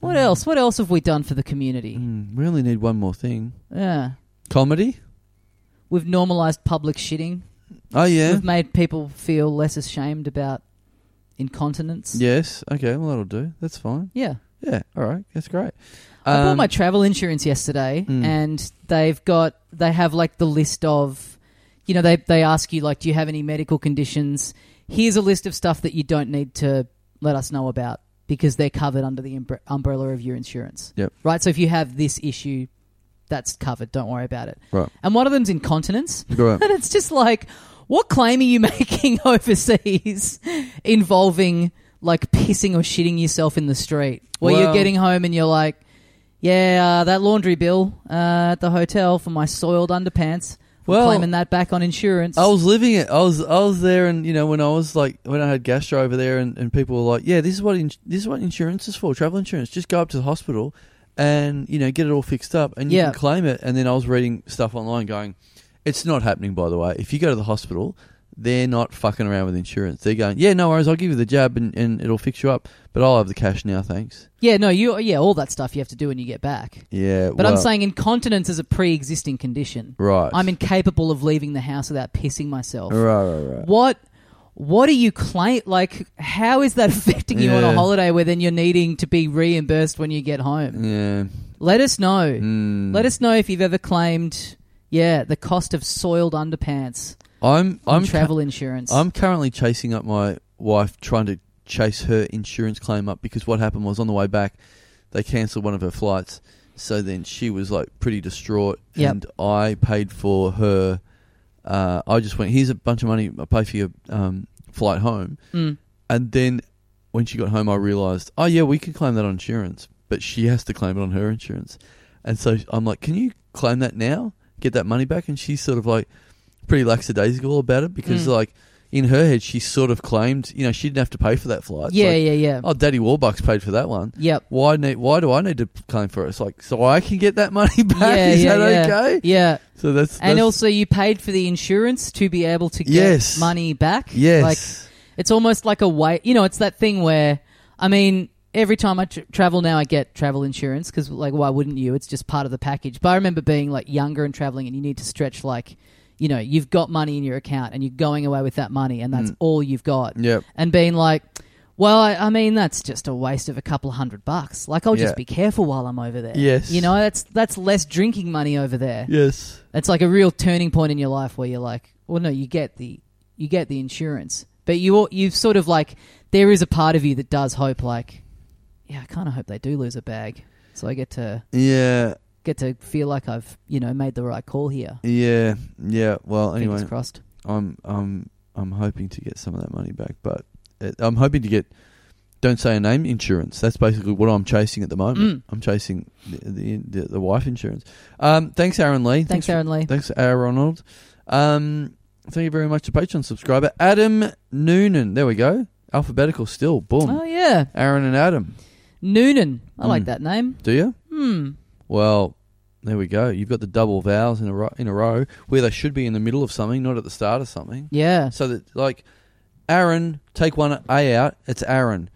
What else? What else have we done for the community? Mm. We only need one more thing Yeah. comedy. We've normalized public shitting. Oh, yeah. We've made people feel less ashamed about incontinence. Yes. Okay. Well, that'll do. That's fine. Yeah. Yeah. All right. That's great. I bought Um, my travel insurance yesterday, Mm. and they've got they have like the list of, you know, they they ask you like, do you have any medical conditions? Here's a list of stuff that you don't need to let us know about because they're covered under the umbre- umbrella of your insurance. Yep. Right. So if you have this issue, that's covered. Don't worry about it. Right. And one of them's [laughs] incontinence, [laughs] Right. and [laughs] it's just like, what claim are you making overseas involving? like pissing or shitting yourself in the street, where you're Well- getting home and you're like, "Yeah, uh, that laundry bill uh, at the hotel for my soiled underpants. Well- Well, claiming that back on insurance. I was living it. I was I was there, and you know when I was like when I had gastro over there, and, and people were like, "Yeah, this is what ins this is what insurance is for. Travel insurance. Just go up to the hospital, and you know get it all fixed up, and you Yeah. can claim it." And then I was reading stuff online going, "It's not happening, by the way. If you go to the hospital." They're not fucking around with insurance. They're going, yeah, no worries. I'll give you the jab and, and it'll fix you up, but I'll have the cash now, thanks. yeah, no, you yeah, all that stuff you have to do when you get back. Yeah, But I'm well, saying incontinence is a pre-existing condition. right. I'm incapable of leaving the house without pissing myself. right, right, right. What what are you claim like how is that [laughs] affecting you on a Yeah. holiday where then you're needing to be reimbursed when you get home? Yeah, Let us know. Mm. Let us know if you've ever claimed yeah, the cost of soiled underpants I'm. on I'm travel insurance. I'm currently chasing up my wife, trying to chase her insurance claim up because what happened was on the way back, they cancelled one of her flights. So then she was like pretty distraught, Yep. and I paid for her. Uh, I just went, here's a bunch of money. I pay for your um, flight home, Mm. and then when she got home, I realised, oh yeah, we can claim that on insurance, but she has to claim it on her insurance. And so I'm like, can you claim that now? Get that money back? And she's sort of like pretty lackadaisical about it because Mm. like in her head, she sort of claimed, you know, she didn't have to pay for that flight. It's yeah, like, yeah, yeah. Oh, Daddy Warbucks paid for that one. [laughs] Yep. Why need? Why do I need to claim for it? It's like so I can get that [laughs] money back. Yeah, Is yeah, that yeah. okay? Yeah. So that's, And that's- also you paid for the insurance to be able to get Yes. money back. Like yes, It's almost like a wait. You know, it's that thing where, I mean, every time I tr travel now, I get travel insurance because, like, why wouldn't you? It's just part of the package. But I remember being like younger and traveling, and you need to stretch like, you know, you've got money in your account and you're going away with that money, and Mm. that's all you've got. Yep. And being like. Well, I, I mean that's just a waste of a couple of hundred bucks. Like I'll just Yeah. be careful while I'm over there. Yes. you know that's that's less drinking money over there. yes. It's like a real turning point in your life where you're like, well, no, you get the you get the insurance, but you you've sort of like there is a part of you that does hope, like, yeah, I kind of hope they do lose a bag, so I get to Yeah, get to feel like I've you know made the right call here. yeah, yeah. Well, anyway, Fingers crossed. I'm I'm I'm hoping to get some of that money back, but it, I'm hoping to get don't say a name insurance. That's basically what I'm chasing at the Mm. moment. I'm chasing the the, the, the wife insurance. Um, thanks, Aaron Lee. Thanks, for- Aaron Lee. Thanks, Aaron Ronald. Um, thank you very much to Patreon subscriber Adam Noonan. There we go. Alphabetical still. Boom. Oh yeah, Aaron and Adam. Noonan. I like Mm. that name. Do you? Hmm. Well, there we go. You've got the double vowels in a row, in a row where they should be in the middle of something, not at the start of something. Yeah. So that, like, Aaron, take one A out, it's Aaron.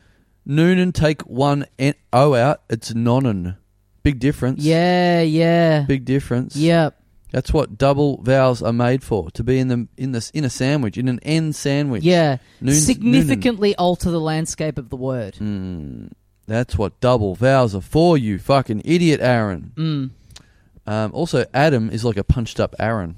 Noonan, take one N- O out, it's Nonan. Big difference. Yeah. Yeah. Big difference. Yep. That's what double vowels are made for, to be in the in the in a sandwich, in an N sandwich. Yeah. Noon's- Significantly alter the landscape of the word. Mm, that's what double vowels are for, you fucking idiot, Aaron. Mm. Um, also, Adam is like a punched up Aaron.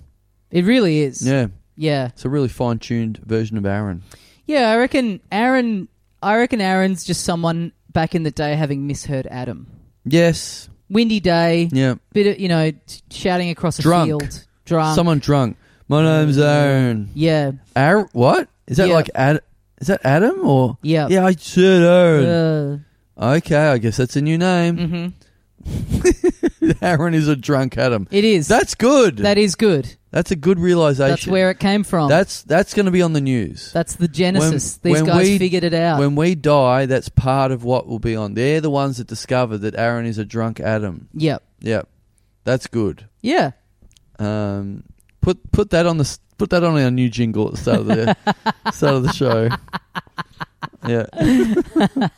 It really is. Yeah, Yeah. it's a really fine tuned version of Aaron. Yeah, I reckon Aaron. I reckon Aaron's just someone back in the day having misheard Adam. Yes. Windy day, Yeah. bit of you know t- shouting across a Drunk. field, drunk. Someone drunk. My name's Aaron. yeah, Aaron? What? Is that Yeah. like Ad? Is that Adam or? yeah, Yeah, I said Aaron. Uh, Okay, I guess that's a new name. hmm [laughs] Aaron is a drunk Adam. It is. That's good. Mm-hmm. that is good. that's a good realization. That's where it came from. That's that's going to be on the news. That's the genesis. When- These when guys we- figured it out. when we die, that's part of what will be on. They're the ones that discovered that Aaron is a drunk Adam. yep. Yep, that's good. Yeah. Um, put put that on the s- put that on our new jingle at the start of the start of the show. Yeah.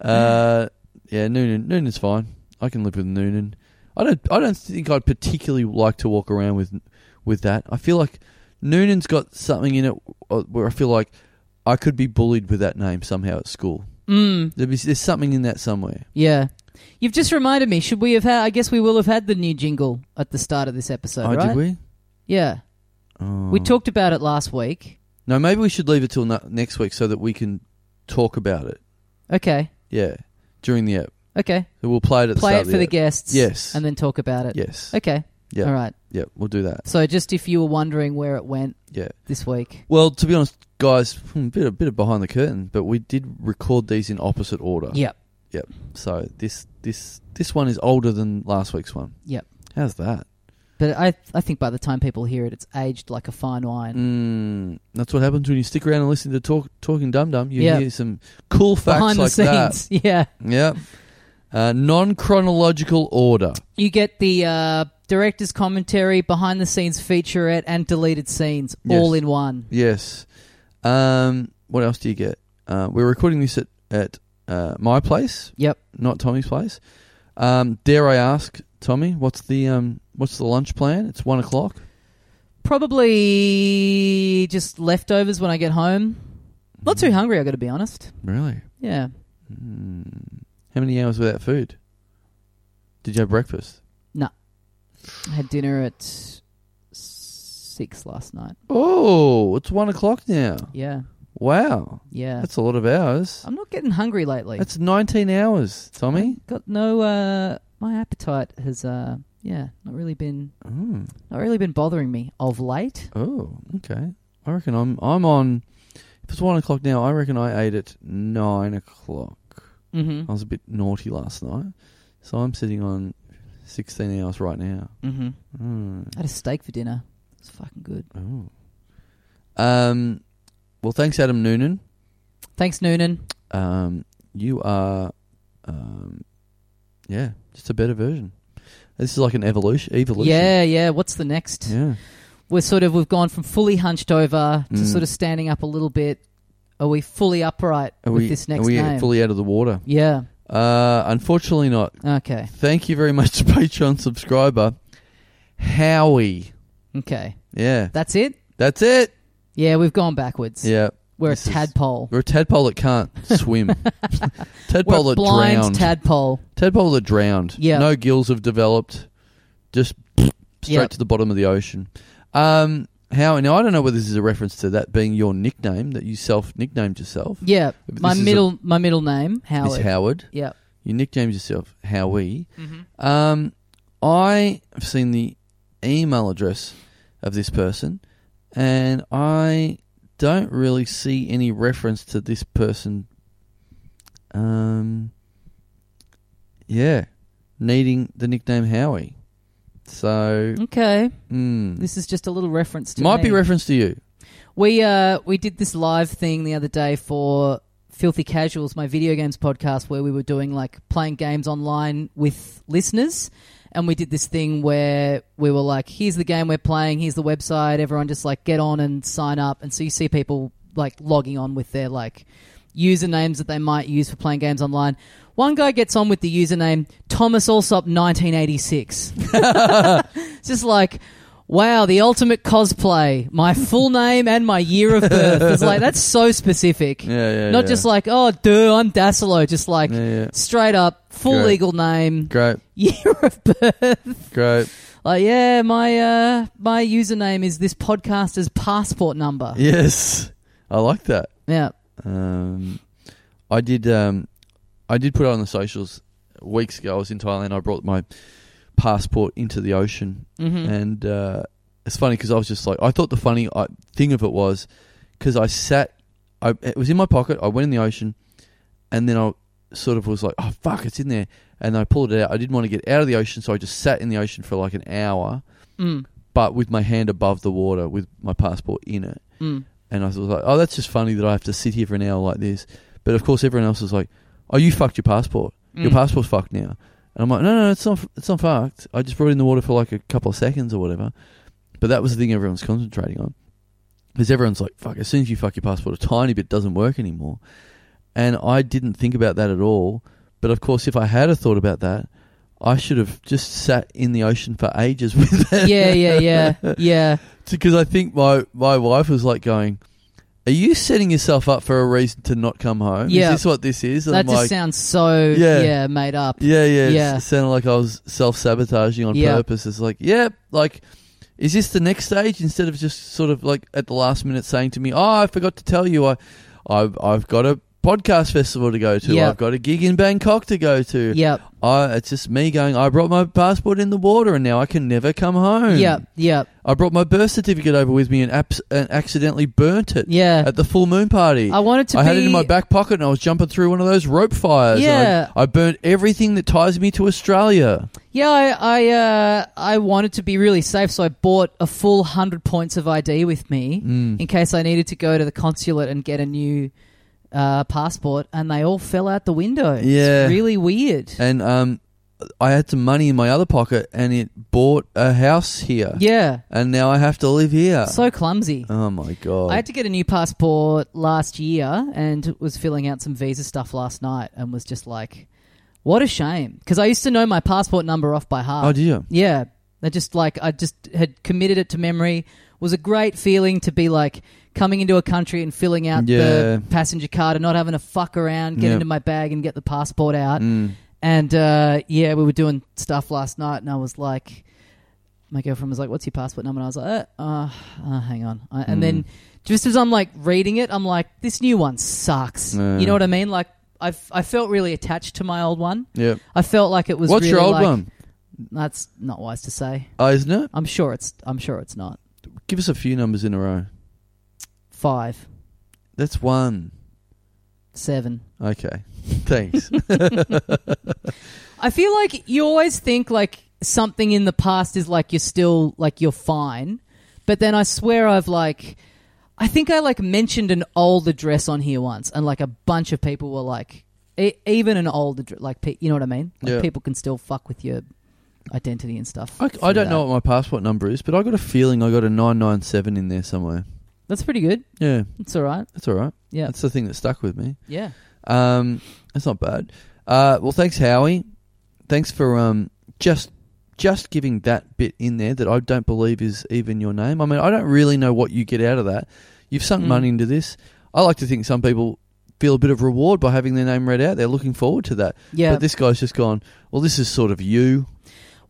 uh, yeah. Noonan Noonan's fine. I can live with Noonan. I don't I don't think I'd particularly like to walk around with with that. I feel like Noonan's got something in it uh, where I feel like I could be bullied with that name somehow at school. Mm. There'd be, there's something in that somewhere. Yeah. You've just reminded me. Should we have had? I guess we will have had the new jingle at the start of this episode, oh, right? did we? Yeah. Oh. We talked about it last week. No, maybe we should leave it till ne- next week so that we can talk about it. Okay. Yeah, during the app. Okay. So We'll play it at the Play start it of for the app. guests. Yes. And then talk about it. Yes. Okay. All Yeah. All right. Yeah, we'll do that. So just if you were wondering where it went Yeah. this week, Well, to be honest, guys, hmm, bit a bit of behind the curtain, but we did record these in opposite order. yep, Yep. So this this this one is older than last week's one. Yep. How's that? But I, I think by the time people hear it, it's aged like a fine wine. Mm, that's what happens when you stick around and listen to talk talking dum dum. You Yeah. hear some cool facts Behind like the scenes, [laughs] yeah. that. Yeah. Uh, non chronological order. You get the uh, director's commentary, behind the scenes featurette, and deleted scenes Yes. all in one. Yes. Um, what else do you get? Uh, we're recording this at at uh, my place. Yep. Not Tommy's place. Um, dare I ask, Tommy, what's the um, what's the lunch plan? It's one o'clock. Probably just leftovers when I get home. Not Mm. too hungry, I got to be honest. Really? Yeah, Mm. How many hours without food? Did you have breakfast? I had dinner at s- six last night. Oh, it's one o'clock now. Yeah, Wow, yeah. that's a lot of hours. I'm not getting hungry lately. That's nineteen hours, Tommy. got no. Uh, my appetite has. Uh, yeah, not really been. Mm. Not really been bothering me of late. Oh, okay. I reckon I'm I'm on. If it's one o'clock now, I reckon I ate at nine o'clock. I Mm-hmm. was a bit naughty last night, so I'm sitting on sixteen hours right now. Mm-hmm. Mm. I had a steak for dinner. It's fucking good. Oh. Um. Well, thanks, Adam Noonan. Thanks, Noonan. Um. You are. Um. Yeah, just a better version. This is like an evolution. Evolution. Yeah, yeah. What's the next? Yeah. We're sort of we've gone from fully hunched over to Mm. sort of standing up a little bit. Are we fully upright Are with we? this next are we name? fully out of the water? yeah. Uh. Unfortunately, not. Okay. Thank you very much, [laughs] Patreon subscriber Howie. Okay. Yeah, That's it. that's it. Yeah, we've gone backwards. Yeah, We're a This is- tadpole. we're a tadpole that can't [laughs] swim. We're tadpole a that blind drowned. tadpole. tadpole that drowned. Yeah. no gills have developed. Just [sniffs] straight Yeah. to the bottom of the ocean. Um, Howie. Now I don't know whether this is a reference to that being your nickname that you self nicknamed yourself. Yeah. But My this is middle my middle name, Miss Howard. Howard. Yeah. You nicknamed yourself Howie. Mm-hmm. Um, I have seen the email address of this person, and I don't really see any reference to this person. Um, yeah, needing the nickname Howie. So, Okay. Hmm. mm, This is just a little reference to might be me. reference to you. We uh we did this live thing the other day for Filthy Casuals, my video games podcast, where we were doing like playing games online with listeners, and we did this thing where we were like, "Here's the game we're playing. Here's the website. Everyone just like get on and sign up." And so you see people like logging on with their like usernames that they might use for playing games online. One guy gets on with the username Thomas Alsop 1986. It's [laughs] just like, wow, the ultimate cosplay. My full name and my year of birth. It's like that's so specific. Yeah, yeah. Not just like, oh, duh, I'm Dassilo. Just like yeah, yeah. straight up, full Great. legal name, Great, year of birth. [laughs] great. Like, yeah, my uh, my username is this podcaster's passport number. Yeah. Yes, I like that. Um, I did. Um, I did put it on the socials weeks ago. I was in Thailand. I brought my passport into the ocean, Mm-hmm. and uh, it's funny because I was just like, I thought the funny uh, thing of it was because I sat. I it was in my pocket. I went in the ocean, and then I sort of was like, oh fuck, it's in there. And I pulled it out. I didn't want to get out of the ocean, so I just sat in the ocean for like an hour, Mm. but with my hand above the water with my passport in it. Mm. And I was like, oh, that's just funny that I have to sit here for an hour like this. But of course, everyone else was like, oh, you fucked your passport. Your Mm. passport's fucked now. And I'm like, no, no, it's not, it's not fucked. I just brought it in the water for like a couple of seconds or whatever. But that was the thing everyone's concentrating on. Because everyone's like, fuck, as soon as you fuck your passport a tiny bit, it doesn't work anymore. And I didn't think about that at all. But of course, if I had have thought about that, I should have just sat in the ocean for ages [laughs] with it [laughs] Yeah, yeah, yeah, [laughs] yeah. because I think my my wife was like going, "Are you setting yourself up for a reason to not come home? Yeah. Is this what this is?" And That I'm just like, sounds so yeah. Yeah. made up. "Yeah, yeah." Yeah. It s- sounded like I was self sabotaging on Yeah. purpose. It's like, yeah, like. Is this the next stage instead of just sort of like at the last minute saying to me, "Oh, I forgot to tell you, I, I've I've got a podcast festival to go to. Yeah. I've got a gig in Bangkok to go to. Yep. I, it's just me going, I brought my passport in the water and now I can never come home. Yep. Yep. I brought my birth certificate over with me and, abs- and accidentally burnt it Yeah. at the full moon party. I wanted to I had it in be- my back pocket and I was jumping through one of those rope fires. and I- Yeah. I, burnt everything that ties me to Australia. Yeah, I I, uh, I wanted to be really safe, so I bought a full hundred points of ID with me Hmm. in case I needed to go to the consulate and get a new uh, passport, and they all fell out the window. Yeah. it's really weird. And um, I had some money in my other pocket and it bought a house here. yeah, And now I have to live here. so clumsy. oh my God. I had to get a new passport last year and was filling out some visa stuff last night and was just like, what a shame. Because I used to know my passport number off by heart. oh, did you? Yeah. I just like I just had committed it to memory. Was a great feeling to be like coming into a country and filling out the Yeah. passenger card and not having to fuck around, get Yeah. Mm. into my bag and get the passport out. And uh, yeah, we were doing stuff last night, and I was like, my girlfriend was like, "What's your passport number?" And I was like, "Uh, uh, uh hang on." I, and Mm. then just as I'm like reading it, I'm like, "This new one sucks." You know what I mean? Like, I I felt really attached to my old one. Yeah. I felt like it was. What's your really, old like- one? that's not wise to say. Oh, isn't it? I'm sure it's. I'm sure it's not Give us a few numbers in a row. five, That's one. seven. Okay. [laughs] Thanks. I feel like you always think like something in the past is like you're still like you're fine, but then I swear I've like, I think I like mentioned an old address on here once, and like a bunch of people were like, e- even an old address, like pe- you know what I mean? Like Yeah. people can still fuck with your identity and stuff. I, through I don't that. know what my passport number is, but I got a feeling I got a 997 in there somewhere. That's pretty good. Yeah, It's all right. that's all right. Yeah. That's the thing that stuck with me. yeah. Um, that's not bad. Uh, well, thanks, Howie. Thanks for um, just just giving that bit in there that I don't believe is even your name. I mean, I don't really know what you get out of that. You've sunk Mm. money into this. I like to think some people feel a bit of reward by having their name read out. They're looking forward to that. Yeah. But this guy's just gone. Well, this is sort of you.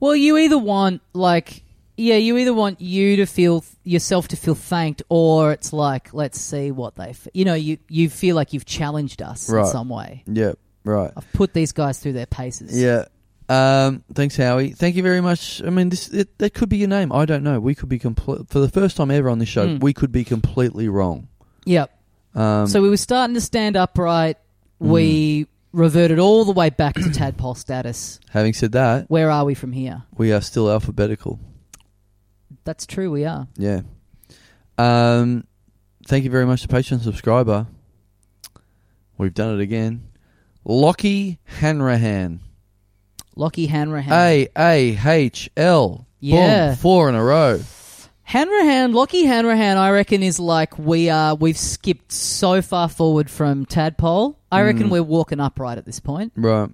Well, you either want like yeah, you either want you to feel yourself to feel thanked, or it's like let's see what they f-. you know you you feel like you've challenged us Right. in some way. Yeah. Right. I've put these guys through their paces. Yeah. Um, thanks, Howie. Thank you very much. I mean, this it, that could be your name. I don't know. We could be complete for the first time ever on this show. Mm. We could be completely wrong. Yep. Um, Mm. so we were starting to stand upright. We reverted all the way back to tadpole status. having said that, Where are we from here? we are still alphabetical. That's true. We are. Yeah. Um, thank you very much to Patreon subscriber. We've done it again. Lockie Hanrahan. Lockie Hanrahan. A A H L. Yeah. Boom. Four in a row. Hanrahan, Lockie Hanrahan, I reckon is like we are. We've skipped so far forward from tadpole. I reckon Mm. we're walking upright at this point. Right.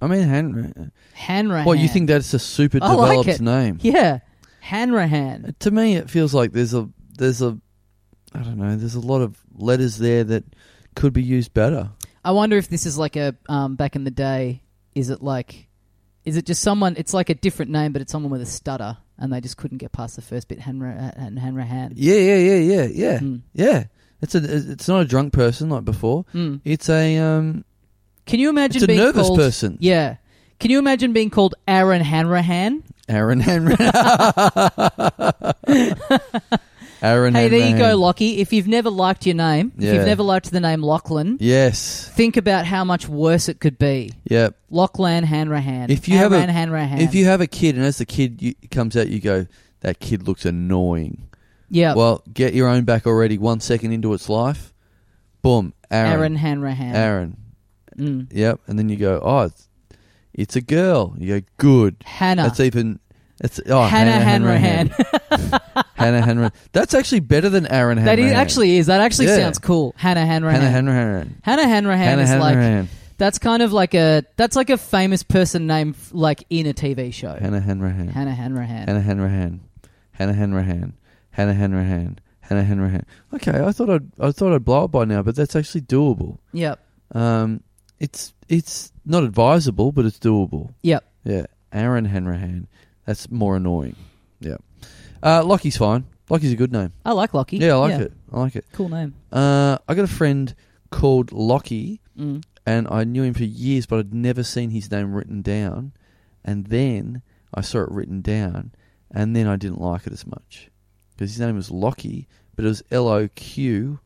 I mean, Hanrahan. Hanrahan. What, you think that's a super I like developed it. name? Yeah, Hanrahan. to me it feels like there's a there's a I don't know, there's a lot of letters there that could be used better. I wonder if this is like a um, back in the day. Is it like, is it just someone? It's like a different name, but it's someone with a stutter, and they just couldn't get past the first bit. Hanra- Han- Hanrahan. Yeah, yeah, yeah, yeah, yeah. Mm. Yeah. It's a it's not a drunk person like before. Mm. It's a um Can you imagine it's a being nervous called? person. Yeah. Can you imagine being called Aaron Hanrahan? Aaron Henry. [laughs] Aaron Hey, there you Hanrahan. go, Lockie. If you've never liked your name, if Yeah. you've never liked the name Lachlan, Yes. think about how much worse it could be. Yep. Lachlan Hanrahan. If you have Aaron a- Hanrahan. If you have a kid and as the kid you, comes out you go, that kid looks annoying. yeah, Well, get your own back already one second into its life. Boom. Aaron Hanrahan. Aaron. Mm. Yep. And then you go, oh, it's, it's a girl. You go, good. Hannah. That's even. It's oh Ah. Hannah Hannah, Hanrahan. Hanrahan. Hannah Hanrahan. That's actually better than Aaron Hanrahan. [laughs] that is, actually is. That actually Yeah. sounds cool. Hannah Hanrahan. Hannah Hanrahan. Hannah Hanrahan Hannah is like Hanrahan. that's kind of like a that's like a famous person name f- like in a TV show. Hannah Hanrahan. Hannah Hanrahan. Hannah Hanrahan. Hannah Hanrahan. Hannah Hanrahan. Hannah Hanrahan. Okay, I thought I'd I thought I'd blow up by now, but that's actually doable. Yep. Um, it's it's not advisable, but it's doable. Yep. Yeah, Aaron Hanrahan. That's more annoying. Yeah, uh, Lockie's fine. Lockie's a good name. I like Lockie. Yeah, I like it. I like it. Cool name. Uh, I got a friend called Lockie, and I knew him for years, but I'd never seen his name written down. And then I saw it written down, and then I didn't like it as much because his name was Lockie, but it was L O Q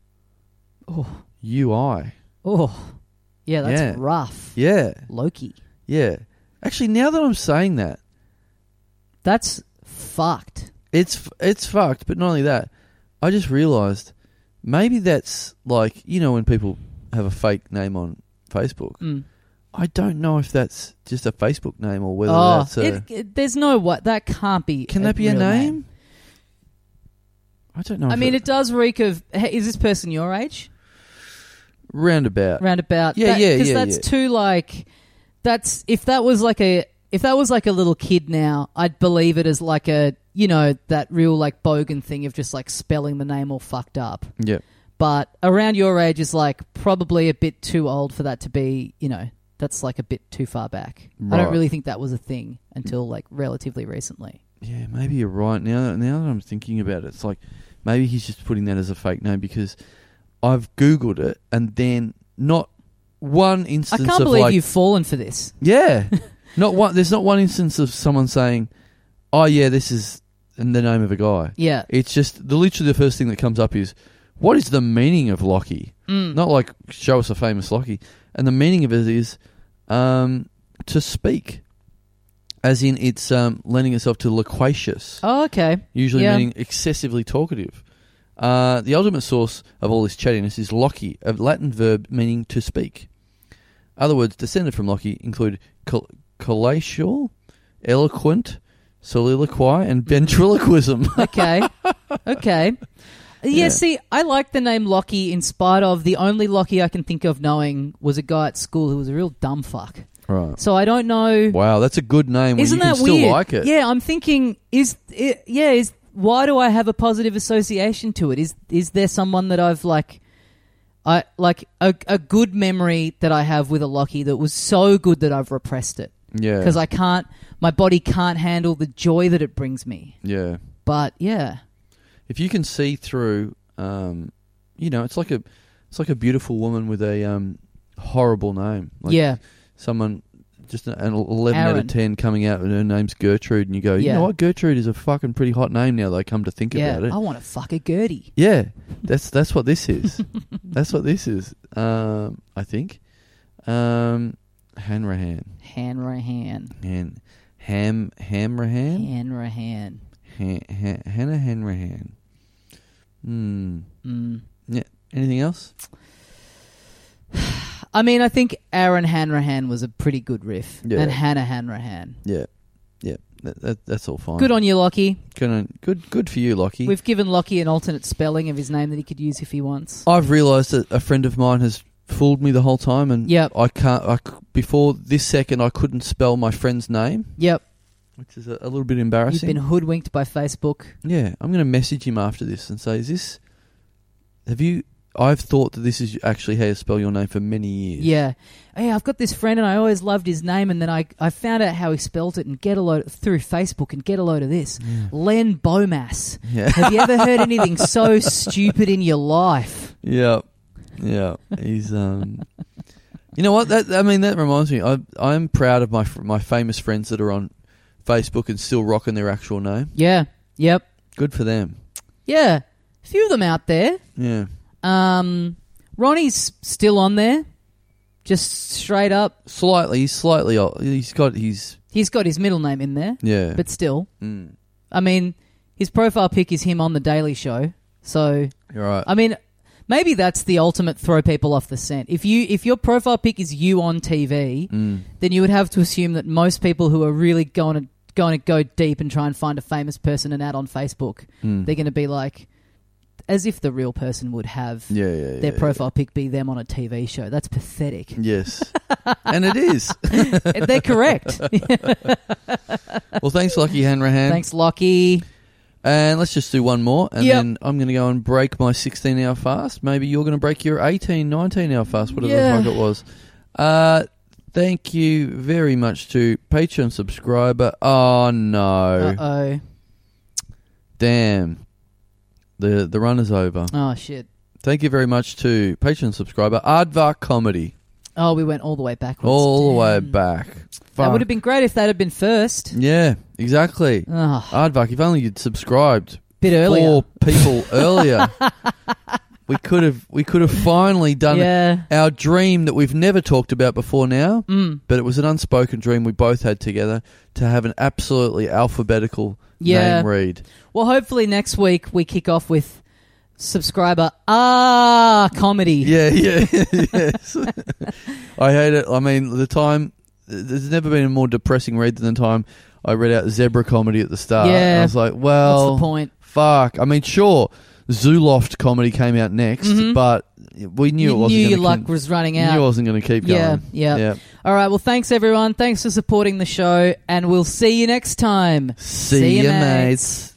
Oh, U I. oh, yeah, that's Yeah. rough. Yeah, Loki, yeah. Actually, now that I'm saying that, that's fucked. It's f- it's fucked, but not only that, I just realised maybe that's like you know when people have a fake name on Facebook. Mm. I don't know if that's just a Facebook name or whether Oh, that's a. it- it- there's no what that can't be. can that be a real name? I don't know. I if mean, it does reek of. Hey, is this person your age? roundabout. Roundabout. Yeah, yeah, Because yeah, that's yeah. too like. That's if that was like a if that was like a little kid now, I'd believe it as like a you know that real like bogan thing of just like spelling the name all fucked up. yeah, But around your age is like probably a bit too old for that to be. You know, that's like a bit too far back. I Right. don't really think that was a thing until like relatively recently. yeah. Maybe you're right. Now, that- now that I'm thinking about it, it's like maybe he's just putting that as a fake name because I've googled it and then not one I instance. can't of believe like, you've fallen for this. Yeah. not one. There's not one instance of someone saying, "Oh yeah, this is in the name of a guy." Yeah. It's just the literally the first thing that comes up is, "What is the meaning of Lockie?" Not like show us a famous Lockie, and the meaning of it is um, to speak, as in it's um, lending itself to loquacious Oh, okay. usually Yeah. meaning excessively talkative. Uh, the ultimate source of all this chattiness is loci, a Latin verb meaning to speak. Other words descended from loci include col- collateral, eloquent, [laughs] soliloquy, and ventriloquism. [laughs] okay. Okay. Yeah, Yeah. see, I like the name Lockie in spite of the only Lockie I can think of knowing was a guy at school who was a real dumb fuck. right. So I don't know. Wow, that's a good name. Isn't when you that can still weird? like it. Yeah, I'm thinking is it, yeah, is why do I have a positive association to it? Is is there someone that I've like I like a, a good memory that I have with a Lockie that was so good that I've repressed it Yeah. because I can't my body can't handle the joy that it brings me. yeah. But yeah. if you can see through um you know it's like a it's like a beautiful woman with a um horrible name like Yeah. someone just an- an 11 out Aaron. of 10 coming out and her name's gertrude and you go you Yeah. know what gertrude is a fucking pretty hot name now that i come to think yeah, Oh. about it I want to fuck a Gertie. yeah that's that's what [laughs] this is that's what this is um i think um hanrahan Hanrahan. han ham hamrahan Hanrahan. han, han, hannah hanrahan hmm Mm. anything else I mean, I think Aaron Hanrahan was a pretty good riff. Yeah. And Hannah Hanrahan. Yeah, yeah. That, that, that's all fine. Good on you, Lockie. Good, on, good, good for you, Lockie. We've given Lockie an alternate spelling of his name that he could use if he wants. I've realised that a friend of mine has fooled me the whole time, and Yep. I can't. I c before this second, I couldn't spell my friend's name, Yep. which is a, a little bit You've embarrassing. been hoodwinked by Facebook. yeah, I'm going to message him after this and say, "Is this? Have you? I've thought that this is actually how you spell your name for many years. Yeah. Hey, I've got this friend and I always loved his name and then I, I found out how he spelled it and get a load through Facebook and get a load of this. Len Bomas. [laughs] Yeah. Have you ever heard anything so stupid in your life? Yeah, yeah. He's um. You know what? That I mean, that reminds me. I I'm proud of my fr- my famous friends that are on Facebook and still rocking their actual name. Yeah. Yep. Good for them. Yeah, a few of them out there. Yeah. Um, Ronnie's still on there, just straight up. Slightly, he's slightly old. He's got his He's got his middle name in there, yeah. but still, mm, I mean, his profile pic is him on the Daily Show. So, you're right. I mean, maybe that's the ultimate throw people off the scent. If you if your profile pic is you on TV, Mm. then you would have to assume that most people who are really going to going to go deep and try and find a famous person and add on Facebook, Mm. they're going to be like, as if the real person would have yeah, yeah, yeah. their yeah. profile pic be them on a TV show. That's pathetic. [laughs] [laughs] Yes, and it is. They're correct. Well, thanks, Lucky [laughs] Hanrahan. Thanks, Lockie. And let's just do one more, and Yep. then I'm going to go and break my 16 hour fast. Maybe you're going to break your 18, 19 hour fast, whatever Yeah. the fuck it was. Uh, thank you very much to Patreon subscriber. Oh Uh no, oh. damn, the the run is over. Oh shit. Thank you very much to Patreon subscriber Aardvark Comedy. Oh, we went all the way backwards. All the way Damn. back. That Fuck. would have been great if that had been first. Yeah, exactly. Oh, Aardvark, if only you'd subscribed bit earlier. four [laughs] people earlier. We could have we could have finally done Yeah. our dream that we've never talked about before now, Mm. but it was an unspoken dream we both had together to have an absolutely alphabetical Yeah. name read. Well, hopefully next week we kick off with subscriber ah comedy. Yeah, [laughs] yeah, yes. I hate it. I mean, the time there's never been a more depressing read than the time I read out zebra comedy at the start. Yeah. And I was like, What's well, the point? fuck. I mean, sure, Zooloft comedy came out next, Mhm. but we knew it you wasn't knew gonna your luck con- was running knew it out. wasn't going to keep going. Yeah, yeah. yeah. All right. Well, thanks everyone. Thanks for supporting the show, and we'll see you next time. See, See ya, ya, mates. mates.